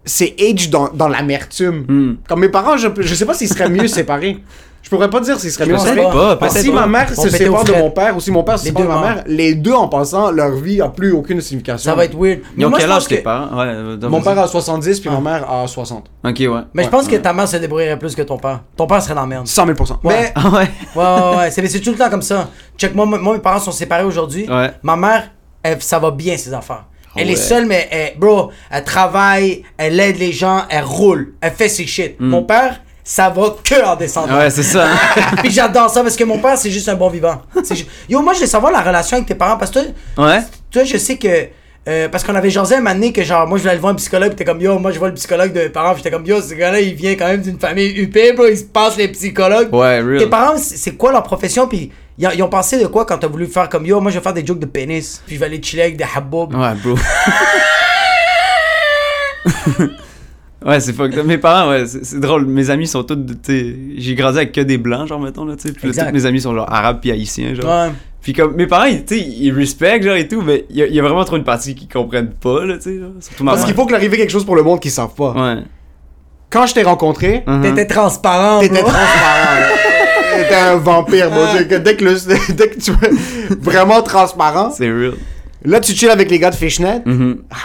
Speaker 2: c'est age dans, dans l'amertume.
Speaker 3: Hmm.
Speaker 2: Comme mes parents, je, je sais pas s'ils seraient mieux séparés. Je pourrais pas dire s'ils seraient mieux
Speaker 4: Peut-être
Speaker 2: séparés.
Speaker 4: pas,
Speaker 2: Parce que
Speaker 4: peut-être
Speaker 2: si
Speaker 4: pas.
Speaker 2: ma mère
Speaker 3: Ils vont
Speaker 2: se
Speaker 3: péter aux
Speaker 2: sépare de
Speaker 3: frettes.
Speaker 2: mon père ou si mon père se
Speaker 3: Les
Speaker 2: sépare de
Speaker 3: deux
Speaker 2: ma
Speaker 3: morts.
Speaker 2: mère, les deux en passant, leur vie a plus aucune signification.
Speaker 3: Ça va être weird. Mais
Speaker 4: Ils ont
Speaker 3: moi, je
Speaker 4: quel
Speaker 3: pense
Speaker 4: âge tes
Speaker 3: que-
Speaker 4: parents Ouais, euh, dans-
Speaker 2: Mon père a 70
Speaker 3: Ah.
Speaker 2: puis ma mère a 60.
Speaker 4: Ok, ouais.
Speaker 3: Mais je pense que ta mère se débrouillerait plus que ton père. Ton père serait dans la merde.
Speaker 2: 100 000
Speaker 3: Ouais.
Speaker 4: Ah, ouais.
Speaker 3: Ouais, ouais, ouais. C'est mais c'est tout le temps comme ça. Check, moi, moi mes parents sont séparés aujourd'hui.
Speaker 4: Ouais.
Speaker 3: Ma mère, elle- ça va bien, ses affaires. Elle est
Speaker 4: ouais.
Speaker 3: seule, mais elle, bro, elle travaille, elle aide les gens, elle roule, elle fait ses shit. Mon père, ça va que en descendant.
Speaker 4: Mm. Ouais, c'est ça. hein.
Speaker 3: Puis j'adore ça parce que mon père, c'est juste un bon vivant. C'est ju- Yo, moi, je veux savoir la relation avec tes parents parce que toi,
Speaker 4: Ouais.
Speaker 3: toi, je sais que. euh, parce qu'on avait jasé un moment donné que genre, moi je voulais aller voir un psychologue, pis t'es comme yo, moi je vois le psychologue de mes parents, pis j'étais comme yo, ce gars-là il vient quand même d'une famille huppée, bro, il se passe les psychologues.
Speaker 4: Ouais, real.
Speaker 3: Tes parents, c'est c'est quoi leur profession, pis ils ont- ils ont pensé de quoi quand t'as voulu faire comme yo, moi je vais faire des jokes de pénis, puis je vais aller chiller avec des habob.
Speaker 4: Ouais, bro. ouais, c'est fucked up. Mes parents, ouais, c'est c'est drôle. Mes amis sont tous, de- tu sais, j'ai grandi avec que des blancs, genre, mettons, là, tu sais. Puis là,
Speaker 3: Exact.
Speaker 4: tous mes amis sont genre arabes puis haïtiens, genre.
Speaker 3: Ouais.
Speaker 4: Puis comme, mes parents, ils, tu sais, ils respectent, genre, et tout, mais il y, a- il y a vraiment trop une partie qui comprennent pas, là, tu sais, genre. Surtout ma
Speaker 2: Parce qu'il
Speaker 4: mère.
Speaker 2: faut clarifier quelque chose pour le monde qui savent pas.
Speaker 4: Ouais.
Speaker 2: Quand je t'ai rencontré,
Speaker 4: Mhm.
Speaker 3: T'étais transparent,
Speaker 2: t'étais
Speaker 3: bro.
Speaker 2: transparent. t'étais un vampire, bro. C'est que Dès que, le- dès que tu vraiment transparent,
Speaker 4: C'est real. Mm-hmm.
Speaker 2: Là, tu chilles avec les gars de Fishnet.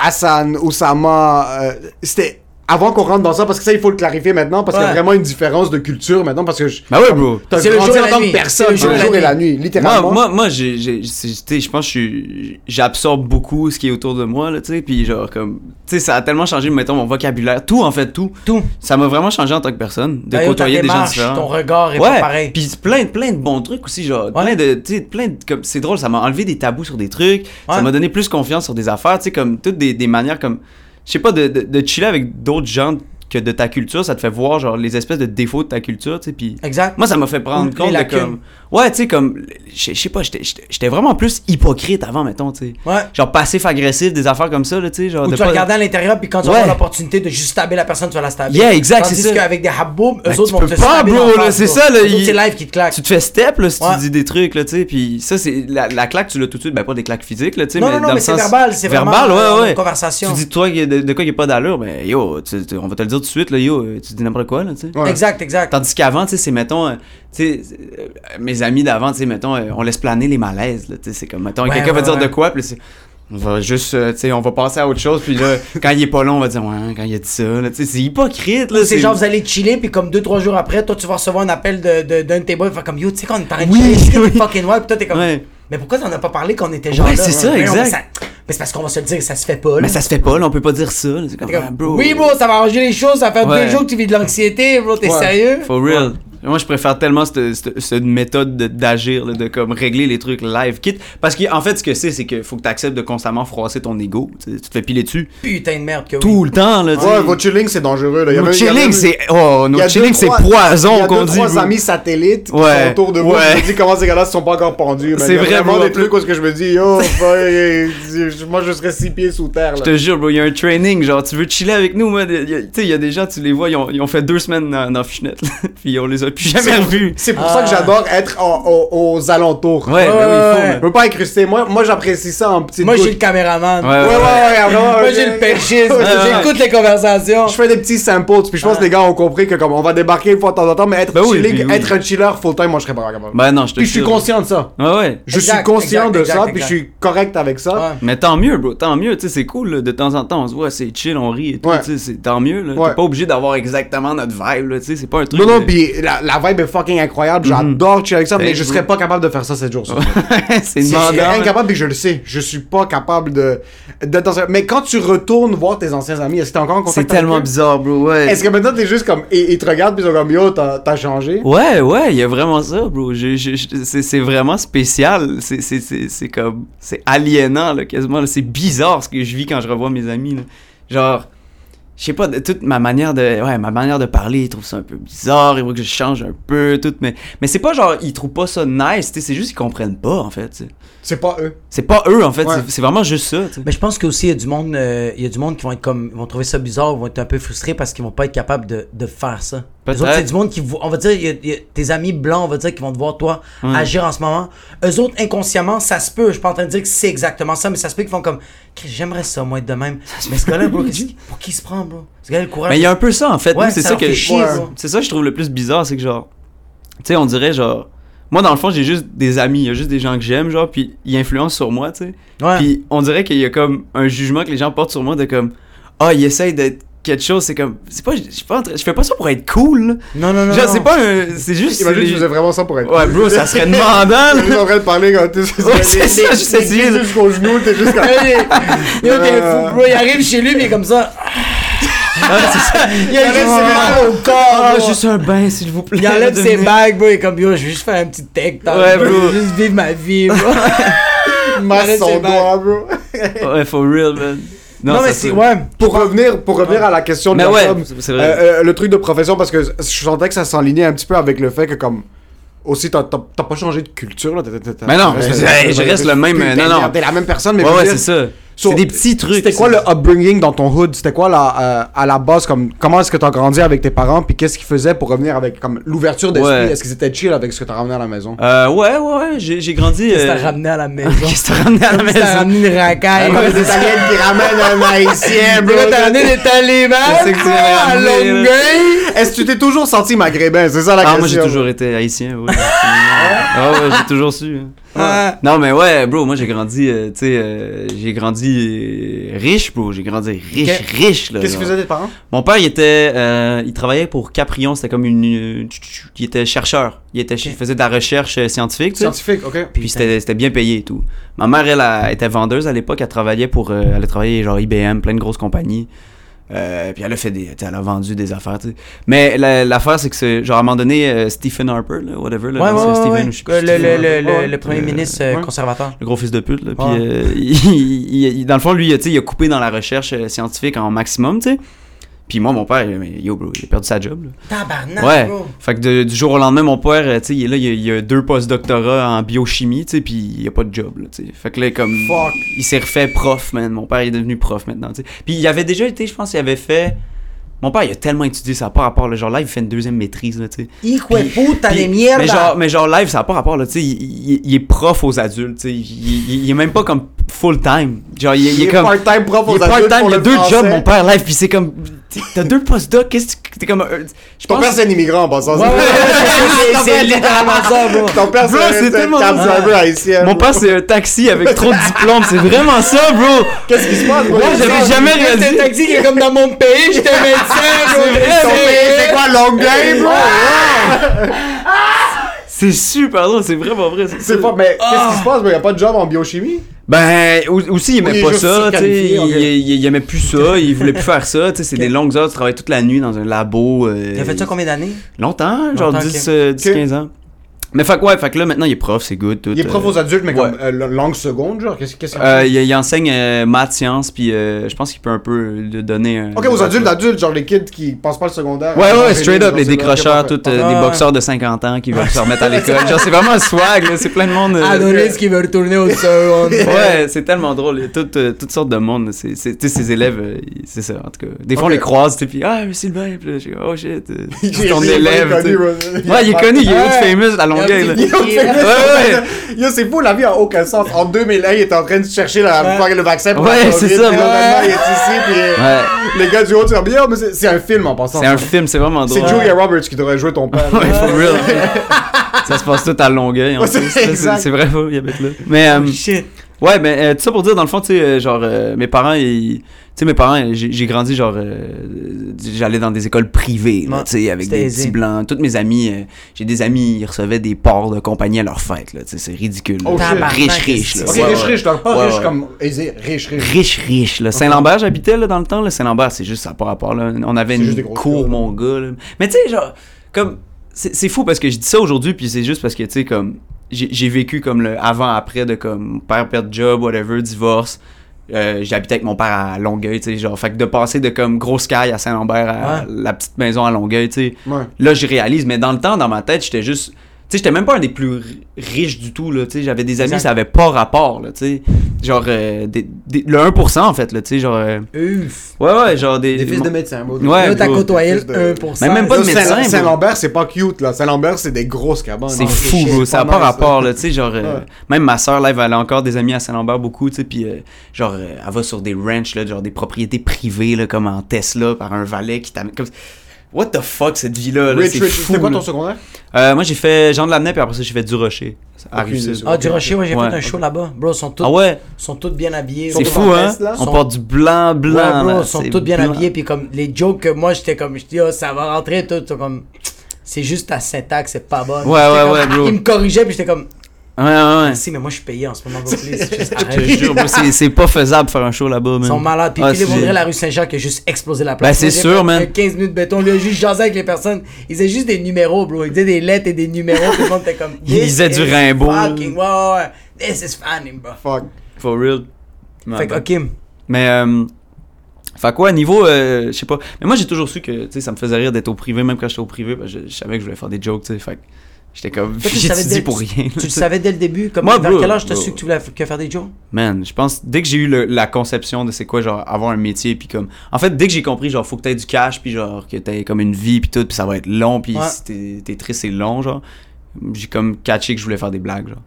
Speaker 2: Hassan, Oussama. euh, C'était. Avant qu'on rentre dans ça, parce que ça, il faut le clarifier maintenant, parce qu'il y a
Speaker 3: Ouais.
Speaker 2: vraiment une différence de culture maintenant, parce que. je-
Speaker 4: Bah ouais, bro.
Speaker 2: T'as
Speaker 3: C'est le
Speaker 2: grandi
Speaker 3: jour et
Speaker 2: en
Speaker 3: la
Speaker 2: tant
Speaker 3: nuit.
Speaker 2: que personne,
Speaker 3: C'est
Speaker 2: le jour, et la nuit,
Speaker 4: Moi,
Speaker 2: littéralement.
Speaker 4: moi, moi j'ai, j'ai- c'est- tu sais, je pense que je suis- j'absorbe beaucoup ce qui est autour de moi, là, tu sais, puis genre, comme, tu sais, ça a tellement changé, mettons, mon vocabulaire, tout, en fait, tout.
Speaker 3: Tout.
Speaker 4: Ça m'a vraiment changé en tant que personne, de
Speaker 3: D'ailleurs, ta
Speaker 4: côtoyer des gens
Speaker 3: démarche,
Speaker 4: différents.
Speaker 3: ton regard est pas
Speaker 4: ouais,
Speaker 3: pareil.
Speaker 4: puis plein, de- plein de bons trucs aussi, genre, plein de, tu sais, plein de, comme, c'est drôle, ça m'a enlevé des tabous sur des trucs,
Speaker 3: Ouais.
Speaker 4: ça m'a donné plus confiance sur des affaires, tu sais, comme, toutes des, des manières, comme, je sais pas, de, de, de chiller avec d'autres gens que de ta culture, ça te fait voir, genre, les espèces de défauts de ta culture, tu sais, puis...
Speaker 3: Exact.
Speaker 4: Moi, ça m'a fait prendre
Speaker 3: Ou
Speaker 4: compte
Speaker 3: les
Speaker 4: de
Speaker 3: lacunes.
Speaker 4: comme. Ouais, tu sais, comme. Je je sais pas, j'étais- j'étais j'étais vraiment plus hypocrite avant, mettons, tu sais.
Speaker 3: Ouais.
Speaker 4: Genre passif-agressif, des affaires comme ça, là, tu sais. Genre,
Speaker 3: Ou
Speaker 4: de
Speaker 3: tu vas regarder à l'intérieur, puis quand tu
Speaker 4: Ouais.
Speaker 3: as l'opportunité de juste stabber la personne, tu vas la stabber.
Speaker 4: Yeah, exact,
Speaker 3: Tandis
Speaker 4: c'est ça.
Speaker 3: qu'avec des haboum, eux
Speaker 4: Ben,
Speaker 3: autres
Speaker 4: tu
Speaker 3: vont
Speaker 4: peux
Speaker 3: te
Speaker 4: pas,
Speaker 3: stabber.
Speaker 4: bro,
Speaker 3: dans
Speaker 4: là,
Speaker 3: face,
Speaker 4: c'est
Speaker 3: bro.
Speaker 4: ça, là,
Speaker 3: Eux autres,
Speaker 4: il-
Speaker 3: C'est live qui te claque.
Speaker 4: Tu te fais step, là, si
Speaker 3: Ouais.
Speaker 4: tu dis des trucs, là, tu sais. Puis ça, c'est. La, la claque, tu l'as tout de suite. Ben, pas des claques physiques, là, tu sais.
Speaker 3: Non,
Speaker 4: mais
Speaker 3: non, non,
Speaker 4: dans
Speaker 3: mais
Speaker 4: le
Speaker 3: c'est
Speaker 4: sens-
Speaker 3: verbal, c'est vraiment,
Speaker 4: Verbal,
Speaker 3: euh,
Speaker 4: ouais, ouais.
Speaker 3: une conversation.
Speaker 4: Tu dis, toi, qu'il y a de, de quoi il n'y a pas d'allure, mais yo, tu- tu- on va te le dire tout de suite, là, yo, euh, tu dis n'importe quoi, là, tu sais.
Speaker 2: Ouais.
Speaker 3: Exact, exact.
Speaker 4: Tandis qu'avant, tu sais, c'est mettons, euh, tu sais, euh, mes amis d'avant, tu sais, mettons, euh, on laisse planer les malaises, là, tu sais, c'est comme, mettons,
Speaker 3: Ouais,
Speaker 4: quelqu'un va
Speaker 3: ouais,
Speaker 4: dire
Speaker 3: ouais.
Speaker 4: de quoi, puis là, c'est. on va juste, euh, tu sais, on va passer à autre chose. Puis là, quand il est pas long, on va dire, ouais, quand il a dit ça, là, tu sais, c'est hypocrite. là,
Speaker 3: C'est genre, vous allez chiller, puis comme 2-3 jours après, toi, tu vas recevoir un appel d'un de, d'un de tes boys, faire comme Yo, tu sais qu'on est en train de
Speaker 4: Oui,
Speaker 3: chiller, c'est
Speaker 4: oui.
Speaker 3: fucking wild, puis toi, t'es comme.
Speaker 4: Ouais.
Speaker 3: Mais pourquoi t'en as pas parlé qu'on était genre.
Speaker 4: Ouais,
Speaker 3: là,
Speaker 4: c'est ça,
Speaker 3: hein? Mais non,
Speaker 4: exact.
Speaker 3: Mais, ça- mais c'est parce qu'on va se le dire, ça se fait pas, là.
Speaker 4: Mais ça se fait pas, là, on peut pas dire ça. là. C'est comme,
Speaker 3: T'es comme,
Speaker 4: ah, bro.
Speaker 3: Oui, bro, ça va arranger les choses, ça fait
Speaker 4: Ouais.
Speaker 3: deux jours que tu vis de l'anxiété, bro, t'es
Speaker 2: Ouais.
Speaker 3: sérieux?
Speaker 4: For real. Moi, je préfère tellement cette, cette- cette méthode de- d'agir, là, de comme régler les trucs live. Quitte. Parce qu'en fait, ce que c'est, c'est qu'il faut que tu acceptes de constamment froisser ton ego. Tu sais, tu te fais piler dessus.
Speaker 3: Putain de merde, que oui.
Speaker 4: Tout le temps, là. tu sais.
Speaker 2: Ouais, votre chilling, c'est dangereux. Là. Il y
Speaker 4: Notre
Speaker 2: avait- il y avait-
Speaker 4: chilling, c'est. Oh,
Speaker 2: il y a
Speaker 4: notre
Speaker 2: deux,
Speaker 4: chilling, c'est
Speaker 2: trois-
Speaker 4: poison
Speaker 2: Il y a
Speaker 4: qu'on
Speaker 2: deux,
Speaker 4: dit.
Speaker 2: trois
Speaker 4: bro.
Speaker 2: amis satellites qui
Speaker 4: Ouais.
Speaker 2: sont autour de moi.
Speaker 4: Ouais.
Speaker 2: Je me dis comment ces gars-là se sont pas encore pendus. man.
Speaker 4: C'est
Speaker 2: Il y a
Speaker 4: vrai,
Speaker 2: vraiment
Speaker 4: bro, en
Speaker 2: des trucs où ce que je me dis, yo, fuck, moi je serais six pieds sous terre.
Speaker 4: Je
Speaker 2: Là.
Speaker 4: te jure, bro, il y a un training. Genre, tu veux chiller avec nous, moi. de- y a- Tu sais, il y a des gens, tu les vois, ils ont, ils ont fait deux semaines dans, dans la Fushnette, là, Puis on les a plus jamais revus.
Speaker 2: C'est pour
Speaker 3: Ah.
Speaker 2: ça que j'adore être en- aux- aux alentours.
Speaker 4: Ouais, ben oui, il
Speaker 3: ouais.
Speaker 2: Je
Speaker 4: faut, man.
Speaker 2: peux pas incruster. Moi, moi j'apprécie ça en petit
Speaker 3: Moi, j'ai le caméraman.
Speaker 4: Euh, Ouais,
Speaker 2: Ouais, ouais, ouais, ouais,
Speaker 3: Moi,
Speaker 2: ouais,
Speaker 3: j'ai
Speaker 2: ouais.
Speaker 3: le pêchiste,
Speaker 4: ouais.
Speaker 3: j'écoute les conversations.
Speaker 2: Je fais des petits samples, puis je pense que les gars ont compris que comme on va débarquer une fois de temps en temps, mais être,
Speaker 4: Ben oui,
Speaker 2: chilling,
Speaker 4: puis oui.
Speaker 2: être un chiller full time, moi je serais pas capable.
Speaker 4: Ben non, je te
Speaker 2: puis je suis
Speaker 4: jure.
Speaker 2: conscient de ça.
Speaker 4: Ouais, ouais.
Speaker 2: Je
Speaker 3: Exact,
Speaker 2: suis conscient
Speaker 3: exact,
Speaker 2: de
Speaker 3: exact,
Speaker 2: ça,
Speaker 3: exact.
Speaker 2: puis je suis correct avec ça.
Speaker 3: Ouais.
Speaker 4: Mais tant mieux, bro, tant mieux, tu sais, c'est cool, là, de temps en temps, on se voit, c'est chill, on rit et tout,
Speaker 2: Ouais.
Speaker 4: tu sais, c'est tant mieux, là.
Speaker 2: Ouais.
Speaker 4: T'es pas obligé d'avoir exactement notre vibe, là, tu sais, c'est pas un truc.
Speaker 2: Non, non,
Speaker 4: de-
Speaker 2: puis la, la vibe est fucking incroyable, j'adore chiller avec ça, mais
Speaker 4: Mhm. Ben,
Speaker 2: je
Speaker 4: oui.
Speaker 2: serais pas capable de faire ça 7 jours sur sept.
Speaker 4: c'est
Speaker 2: Je suis
Speaker 4: demandant.
Speaker 2: incapable, puis je le sais. Je suis pas capable de. de t'en- mais quand tu retournes voir tes anciens amis, est-ce que t'es encore en
Speaker 4: C'est
Speaker 2: contact avec
Speaker 4: tellement
Speaker 2: eux?
Speaker 4: bizarre, bro, ouais.
Speaker 2: Est-ce que maintenant t'es juste comme. Ils, ils te regardent, puis ils sont comme yo, t'as t'as changé.
Speaker 4: Ouais, ouais, il y a vraiment ça, bro. J'ai- j'ai- j'ai- c'est, c'est vraiment spécial. C'est, c'est, c'est, c'est comme. C'est aliénant, là, quasiment. là. C'est bizarre ce que je vis quand je revois mes amis, là. Genre. Je sais pas, de- toute ma manière de. Ouais, ma manière de parler, ils trouvent ça un peu bizarre. Ils voient que je change un peu, tout. Mais, mais c'est pas genre, ils trouvent pas ça nice, tu sais, C'est juste qu'ils comprennent pas, en fait, tu sais.
Speaker 2: C'est pas eux.
Speaker 4: C'est pas eux, en fait.
Speaker 2: Ouais.
Speaker 4: C'est, c'est vraiment juste ça, tu sais.
Speaker 3: Mais je pense qu'aussi, il y a du monde, euh, il y a du monde qui vont être comme, vont trouver ça bizarre, vont être un peu frustrés parce qu'ils vont pas être capables de, de faire ça. Les
Speaker 4: Peut-être.
Speaker 3: autres, c'est du monde qui, vo- on va dire, il y a- il y a tes amis blancs, on va dire, qui vont te voir, toi,
Speaker 4: Hmm.
Speaker 3: agir en ce moment. Eux autres, inconsciemment, ça se peut. Je suis pas en train de dire que c'est exactement ça, mais ça se peut qu'ils font comme, Chris, j'aimerais ça, moi, être de même. Mais ce gars-là, bro, qu'est-ce qu'il- pour qui il se prend, bro? Ce gars-là, le courage.
Speaker 4: Mais il y a un peu ça en fait.
Speaker 3: Ouais,
Speaker 4: Nous, c'est
Speaker 3: ça
Speaker 4: ça,
Speaker 3: leur
Speaker 4: que
Speaker 3: fait chier,
Speaker 2: Ouais.
Speaker 3: ça.
Speaker 4: c'est ça que je trouve le plus bizarre, c'est que genre tu sais on dirait genre moi dans le fond, j'ai juste des amis, il y a juste des gens que j'aime genre puis ils influencent sur moi, tu sais.
Speaker 3: Ouais.
Speaker 4: Puis on dirait qu'il y a comme un jugement que les gens portent sur moi de comme ah, il essaye d'être quelque chose, c'est comme c'est pas je suis pas en train- je fais pas ça pour être cool.
Speaker 3: Non, non, non.
Speaker 4: Genre
Speaker 3: non.
Speaker 4: c'est pas un c'est juste
Speaker 2: Imagine
Speaker 4: c'est
Speaker 2: que
Speaker 4: les-
Speaker 2: tu faisais vraiment ça pour être.
Speaker 4: Ouais, bro, ça serait demandant.
Speaker 2: T'es juste
Speaker 4: là.
Speaker 2: en train de parler quand t'es
Speaker 4: Ouais, c'est ça, je sais, c'est-
Speaker 2: t'es jusqu'au genou, t'es juste comme.
Speaker 3: Hey, Yo, t'es
Speaker 2: Euh.
Speaker 3: fou, bro. Il arrive chez lui, mais il est comme ça.
Speaker 4: Ah, c'est ça.
Speaker 3: Il a juste mal au corps.
Speaker 4: Ah,
Speaker 3: bro.
Speaker 4: juste un bain s'il vous plaît.
Speaker 3: Il enlève ses
Speaker 4: Devenez-
Speaker 3: bagues, bro, et comme yo, je vais juste faire un petit tech talk.
Speaker 4: Ouais,
Speaker 3: bro, Je
Speaker 4: bro.
Speaker 3: vais juste vivre ma vie, bro.
Speaker 2: Masse
Speaker 3: Arrête,
Speaker 2: son
Speaker 3: c'est
Speaker 2: doigt, bro.
Speaker 4: Ouais, for real man.
Speaker 3: Non,
Speaker 4: ça
Speaker 3: mais c'est.
Speaker 4: se-
Speaker 3: Ouais.
Speaker 2: Pour revenir, pour revenir à la question de
Speaker 4: Mais
Speaker 2: la
Speaker 4: ouais,
Speaker 2: femme,
Speaker 4: c'est vrai.
Speaker 2: euh, euh, le truc de profession, parce que je sentais que ça s'enlignait un petit peu avec le fait que, comme, aussi, t'as t'as- t'as pas changé de culture, là. t'as- t'as- t'as-
Speaker 4: Mais non,
Speaker 2: t'as-
Speaker 4: je-
Speaker 2: t'as-
Speaker 4: hey, je
Speaker 2: t'as-
Speaker 4: reste le même, euh,
Speaker 2: Putain,
Speaker 4: non, non.
Speaker 2: merde, T'es la même personne, mais
Speaker 4: Ouais,
Speaker 2: je veux
Speaker 4: ouais,
Speaker 2: dire,
Speaker 4: c'est ça.
Speaker 2: sur-
Speaker 4: C'est des petits trucs.
Speaker 2: C'était quoi
Speaker 4: c'est-
Speaker 2: le upbringing dans ton hood? C'était quoi la, euh, à la base? Comme, comment est-ce que t'as grandi avec tes parents? Puis qu'est-ce qu'ils faisaient pour revenir avec comme l'ouverture d'esprit?
Speaker 4: Ouais.
Speaker 2: Est-ce qu'ils étaient chill avec ce que t'as ramené à la maison?
Speaker 4: Euh, ouais, ouais, ouais, j'ai, j'ai grandi.
Speaker 3: Ça
Speaker 4: euh,
Speaker 3: ramené à la maison.
Speaker 4: Qu'est-ce que t'as ramené à la
Speaker 3: Ça a
Speaker 4: maison? Ah,
Speaker 3: ramené une racaille.
Speaker 2: Comme les Italiennes qui ramènent un haïtien, bro.
Speaker 3: Bro, t'as ramené des
Speaker 4: Je sais
Speaker 3: talibans,
Speaker 4: que tu
Speaker 3: bro,
Speaker 4: l'avais
Speaker 3: à
Speaker 4: ramené, là.
Speaker 3: Longueuil.
Speaker 2: Est-ce que tu t'es toujours senti maghrébin? C'est ça la
Speaker 4: Ah,
Speaker 2: question.
Speaker 4: moi j'ai toujours été haïtien, oui. Ah ouais, j'ai toujours su. hein.
Speaker 3: Ah.
Speaker 4: Non, mais ouais, bro, moi j'ai grandi, euh, tu sais, euh, j'ai grandi euh, riche, bro. J'ai grandi riche,
Speaker 3: Ok.
Speaker 4: riche, là.
Speaker 2: Qu'est-ce que
Speaker 4: genre.
Speaker 2: faisaient tes parents?
Speaker 4: Mon père, il était, euh, il travaillait pour Caprion, c'était comme une. euh, tch, tch, tch, il était chercheur. Il, était, il faisait de la recherche euh, scientifique, tu sais.
Speaker 2: Scientifique, ok.
Speaker 4: Puis c'était c'était bien payé et tout. Ma mère, elle, elle était vendeuse à l'époque. Elle travaillait pour. euh, elle a travaillé genre IBM, plein de grosses compagnies. Euh, puis elle a fait des. tu sais, Elle a vendu des affaires, tu sais. Mais la- l'affaire, c'est que, c'est- genre, à un moment donné, euh, Stephen Harper, là, whatever, là,
Speaker 3: Ouais, ouais,
Speaker 4: l'ancien
Speaker 3: ouais,
Speaker 4: Stephen,
Speaker 3: ouais. Euh,
Speaker 4: ou je sais plus
Speaker 3: Le-
Speaker 4: Stephen
Speaker 3: le-
Speaker 4: Harper.
Speaker 3: le- le-
Speaker 2: Ouais.
Speaker 3: Le premier ministre euh,
Speaker 2: Ouais.
Speaker 3: conservateur.
Speaker 4: Le gros fils de pute, là. Puis,
Speaker 3: Ouais.
Speaker 4: euh, il- il- il- dans le fond, lui, tu sais, il a coupé dans la recherche euh, scientifique en maximum, tu sais. Puis moi, mon père, il- mais yo, bro, il a perdu sa job, là.
Speaker 3: Tabarnak,
Speaker 4: Ouais.
Speaker 3: bro.
Speaker 4: Fait que de- du jour au lendemain, mon père, euh, tu sais, il est là, il a, il a deux postdoctorats en biochimie, tu sais, puis il a pas de job, là, tu sais. Fait que là, comme.
Speaker 2: Fuck.
Speaker 4: Il s'est refait prof, man. Mon père, il est devenu prof maintenant, tu sais. Puis il avait déjà été, je pense, il avait fait. Mon père, il a tellement étudié ça, a pas rapport, là. Genre, live, il fait une deuxième maîtrise, là, tu sais.
Speaker 3: Hijo de
Speaker 4: Puis-
Speaker 3: puta
Speaker 4: puis-
Speaker 3: de mierda.
Speaker 4: Mais
Speaker 2: hein.
Speaker 4: genre, mais genre live, ça n'a pas rapport, là, tu sais, il, il- il est prof aux adultes, tu sais, il, il- il est même pas comme full-time. Genre, il, il est comme...
Speaker 2: part-time propre
Speaker 4: Il est
Speaker 2: aux adultes
Speaker 4: part-time,
Speaker 2: pour
Speaker 4: il a
Speaker 2: le
Speaker 4: deux
Speaker 2: français.
Speaker 4: jobs, mon père, live, puis c'est comme... T'as deux postdocs, qu'est-ce que t'es comme. euh, Je
Speaker 2: Ton père, c'est un immigrant en passant.
Speaker 3: Ouais, ouais, ouais, c'est- c'est- c'est littéralement ça, bro.
Speaker 2: Ton père,
Speaker 4: Bro,
Speaker 2: c'est
Speaker 4: c'est
Speaker 2: un
Speaker 4: tellement-
Speaker 2: cab driver haïtien.
Speaker 4: Mon
Speaker 2: bro.
Speaker 4: père, c'est un taxi avec trop de diplômes. C'est vraiment ça, bro.
Speaker 2: Qu'est-ce qui se passe, bro?
Speaker 4: Ouais, j'avais jamais réalisé.
Speaker 3: C'est un taxi qui est comme dans mon pays, j'étais médecin, bro.
Speaker 2: Ton père, c'est quoi, long game, bro?
Speaker 4: C'est super drôle, c'est vraiment vrai. c'est-
Speaker 2: C'est pas, mais qu'est-ce qui
Speaker 4: Ah.
Speaker 2: se passe, bro? Y'a pas de job en biochimie?
Speaker 4: Ben, au- aussi, il
Speaker 2: Ou
Speaker 4: aimait
Speaker 2: il est
Speaker 4: pas
Speaker 2: juste
Speaker 4: ça, tu sais.
Speaker 2: surqualifié,
Speaker 4: Il,
Speaker 2: ok.
Speaker 4: il- il aimait plus ça, il voulait plus faire ça, tu sais. C'est des longues heures, tu travailles toute la nuit dans un labo. euh,
Speaker 3: T'as fait ça combien d'années?
Speaker 4: Longtemps, genre
Speaker 3: Longtemps,
Speaker 4: 10, euh, 10,
Speaker 2: Ok.
Speaker 4: 15 ans. Mais fait que, ouais, fait que là, maintenant, il est prof, c'est good. Tout,
Speaker 2: Il est prof
Speaker 4: euh,
Speaker 2: aux adultes, mais
Speaker 4: ouais.
Speaker 2: comme euh, langue seconde, genre? Qu'est-ce qu'est-ce qu'il
Speaker 4: euh, il, il enseigne euh, maths, sciences, puis euh, je pense qu'il peut un peu euh, donner un.
Speaker 2: Ok, aux adultes, adultes, genre les kids qui passent pas le secondaire.
Speaker 4: Ouais, ouais,
Speaker 2: Genre,
Speaker 4: straight up,
Speaker 2: genre,
Speaker 4: les
Speaker 2: c'est- ok,
Speaker 4: décrocheurs,
Speaker 2: parfait.
Speaker 4: tous euh,
Speaker 3: Ah,
Speaker 4: des
Speaker 3: ouais.
Speaker 4: boxeurs de 50 ans qui veulent se remettre à l'école. Genre, c'est vraiment un swag, là, c'est plein de monde. euh,
Speaker 3: Adonis Ah, qui veut retourner au second.
Speaker 4: Ouais, c'est tellement drôle. Il y a toutes, euh, toutes sortes de monde. C'est, c'est, tu sais, ces élèves, euh, ils- c'est ça, en tout cas. Des fois,
Speaker 2: Ok.
Speaker 4: on les croise, tu sais, puis ah, mais Sylvain, puis là, je suis comme, oh shit, euh,
Speaker 2: Il
Speaker 4: c'est
Speaker 2: est-
Speaker 4: ton
Speaker 2: il est
Speaker 4: élève.
Speaker 2: connu,
Speaker 4: tu sais.
Speaker 2: bro.
Speaker 4: Ouais, il est connu, il est
Speaker 3: Ouais.
Speaker 4: old famous à Longueuil. là.
Speaker 3: Il est
Speaker 4: Ouais,
Speaker 3: famous.
Speaker 4: ouais.
Speaker 2: Yo, c'est fou, la vie a aucun sens. En 2001, il est en train de chercher la,
Speaker 3: Ouais.
Speaker 2: faire le vaccin pour
Speaker 4: Ouais,
Speaker 2: la
Speaker 4: c'est
Speaker 2: COVID,
Speaker 4: ça,
Speaker 2: puis
Speaker 4: ouais.
Speaker 2: là, maintenant, il est ici, puis euh,
Speaker 4: Ouais,
Speaker 2: les gars du haut, tu dis, Yo, mais c'est- c'est un film en passant.
Speaker 4: c'est un film, c'est vraiment
Speaker 2: C'est
Speaker 4: drôle.
Speaker 2: Julia Roberts qui devrait jouer ton père.
Speaker 4: Ouais, for real. ça se passe tout à Longueuil, en
Speaker 2: Ouais,
Speaker 4: plus.
Speaker 2: c'est
Speaker 4: Ça,
Speaker 2: exact.
Speaker 4: C'est, c'est vrai, il y a là. Mais, euh,
Speaker 3: Oh, Shit.
Speaker 4: Ouais, ben, euh, tout ça pour dire, dans le fond, tu sais, euh, genre, euh, mes parents, ils- Tu sais, mes parents, euh, j'ai j'ai grandi, genre, euh, j'allais dans des écoles privées, là,
Speaker 3: Ouais,
Speaker 4: tu sais, avec
Speaker 3: c'était
Speaker 4: des
Speaker 3: aisé.
Speaker 4: petits blancs. Toutes mes amis, euh, j'ai des amis, ils recevaient des ports de compagnie à leur fête, là, tu sais, c'est ridicule. là.
Speaker 2: Oh, shit.
Speaker 4: riche,
Speaker 3: Tabarnak,
Speaker 4: riche, là.
Speaker 2: Ok,
Speaker 4: Ouais,
Speaker 2: riche,
Speaker 4: ouais.
Speaker 2: riche, donc pas
Speaker 4: Ouais,
Speaker 2: riche
Speaker 4: ouais.
Speaker 2: comme aisé, riche, riche.
Speaker 4: Riche, riche. Là. Saint-Lambert, j'habitais là, dans le temps. Là. Saint-Lambert, c'est juste ça par rapport. Là. On avait
Speaker 2: C'est juste des
Speaker 4: une
Speaker 2: grosses
Speaker 4: cour,
Speaker 2: cours.
Speaker 4: mon gars. là. Mais tu sais, genre, comme. C'est c'est fou parce que je dis ça aujourd'hui, puis c'est juste parce que, tu sais, comme. J'ai j'ai vécu comme le avant-après de comme père, père de job, whatever, divorce. Euh, J'habitais avec mon père à Longueuil, tu sais, genre. Fait que de passer de comme grosse caille à Saint-Lambert à
Speaker 3: Ouais.
Speaker 4: la petite maison à Longueuil, tu sais.
Speaker 2: Ouais.
Speaker 4: Là, je réalise, mais dans le temps, dans ma tête, j'étais juste. Tu sais, j'étais même pas un des plus ri- riches du tout, là. Tu sais, j'avais des amis,
Speaker 3: Exact.
Speaker 4: ça avait pas rapport, là, tu sais. Genre, euh, des- des- le 1%, en fait, là, tu sais, genre. euh,
Speaker 3: Ouf.
Speaker 4: ouais, ouais, genre des.
Speaker 2: Des fils de médecin, bro.
Speaker 4: Ouais,
Speaker 3: Là, t'as
Speaker 4: gros.
Speaker 3: côtoyé le
Speaker 2: Fils de-
Speaker 3: 1%.
Speaker 4: Mais même pas de
Speaker 2: Saint-
Speaker 4: médecin, bro.
Speaker 2: Saint-Lambert, c'est pas cute, là. Saint-Lambert, c'est des grosses cabanes.
Speaker 4: c'est
Speaker 2: hein.
Speaker 4: fou,
Speaker 2: shit,
Speaker 4: bro. Ça n'a pas
Speaker 2: mal,
Speaker 4: rapport, là, tu sais, genre... euh,
Speaker 2: Ouais.
Speaker 4: même ma soeur, là, elle a encore des amis à Saint-Lambert, beaucoup, tu sais, puis euh, genre, euh, elle va sur des ranchs, là, genre des propriétés privées, là, comme en Tesla, par un valet qui t'amène... Comme... What the fuck, cette vie-là, là,
Speaker 2: Rich,
Speaker 4: c'est
Speaker 2: rich.
Speaker 4: fou,
Speaker 2: C'était quoi
Speaker 4: là.
Speaker 2: ton secondaire?
Speaker 4: Euh, Moi, j'ai fait Jean de Lamennais, puis après ça, j'ai fait Du Rocher.
Speaker 2: Aucune idée,
Speaker 3: Ah, du Rocher, ouais, j'ai
Speaker 4: Ouais.
Speaker 3: fait un show là-bas. Bro, ils sont tous
Speaker 4: Ah ouais,
Speaker 3: sont toutes bien habillés.
Speaker 4: c'est
Speaker 3: Ils sont
Speaker 4: fou,
Speaker 3: en
Speaker 4: hein?
Speaker 3: veste, là.
Speaker 4: On
Speaker 3: Sont-
Speaker 4: porte du blanc, blanc,
Speaker 3: Ouais, bro,
Speaker 4: là,
Speaker 3: ils sont
Speaker 4: c'est
Speaker 3: toutes bien
Speaker 4: blanc.
Speaker 3: habillés. Puis comme les jokes que moi, j'étais comme, je dis, oh, ça va rentrer, tout. tout, comme, c'est juste ta syntaxe, c'est pas bonne.
Speaker 4: Ouais,
Speaker 3: J'étais
Speaker 4: ouais,
Speaker 3: comme-
Speaker 4: ouais, bro.
Speaker 3: Ils me corrigeaient, puis j'étais comme, Ah,
Speaker 4: Ouais, ouais, ouais.
Speaker 3: si, mais moi, je suis payé en ce moment, bro, please, juste
Speaker 4: Je te
Speaker 3: arrête.
Speaker 4: jure, moi, c'est c'est pas faisable faire un show là-bas, man.
Speaker 3: Ils sont malades. Puis
Speaker 4: Ah,
Speaker 3: Philippe
Speaker 4: c'est-
Speaker 3: André, la rue Saint-Jacques, qui a juste explosé la
Speaker 4: Ben,
Speaker 3: place.
Speaker 4: c'est
Speaker 3: Moi, j'ai
Speaker 4: sûr,
Speaker 3: fait
Speaker 4: man.
Speaker 3: que 15 minutes ben, de béton. Lui, a juste jasé avec les personnes. Ils faisaient juste des numéros, bro. Ils disaient des lettres et des numéros. Tout le monde était comme.
Speaker 4: Ils
Speaker 3: this
Speaker 4: lisaient du
Speaker 3: is
Speaker 4: Rimbaud.
Speaker 3: Fucking, ouais, ouais, ouais. This is funny, bro.
Speaker 2: Fuck.
Speaker 4: For real. Ouais,
Speaker 3: fait que,
Speaker 4: ben.
Speaker 3: ok.
Speaker 4: Mais, euh, fait quoi, niveau, euh, je sais pas. Mais moi, j'ai toujours su que, tu sais, ça me faisait rire d'être au privé, même quand j'étais au privé, parce que je, je savais que je voulais faire des jokes, tu sais. Fait que j'étais comme,
Speaker 3: Toi, tu le savais
Speaker 4: j'étudie
Speaker 3: dès-
Speaker 4: pour rien.
Speaker 3: Tu le
Speaker 4: sais.
Speaker 3: savais dès le début? Comme,
Speaker 4: Moi,
Speaker 3: vers
Speaker 4: bro,
Speaker 3: quel âge t'as
Speaker 4: bro.
Speaker 3: su que tu voulais f- que faire des jokes?
Speaker 4: Man, je pense, dès que j'ai eu le- la conception de c'est quoi, genre, avoir un métier, puis comme. En fait, dès que j'ai compris, genre, faut que t'aies du cash, puis genre, que t'aies comme une vie, puis tout, puis ça va être long, puis
Speaker 3: Ouais.
Speaker 4: si t'es- t'es triste, c'est long, genre. J'ai comme catché que je voulais faire des blagues, genre.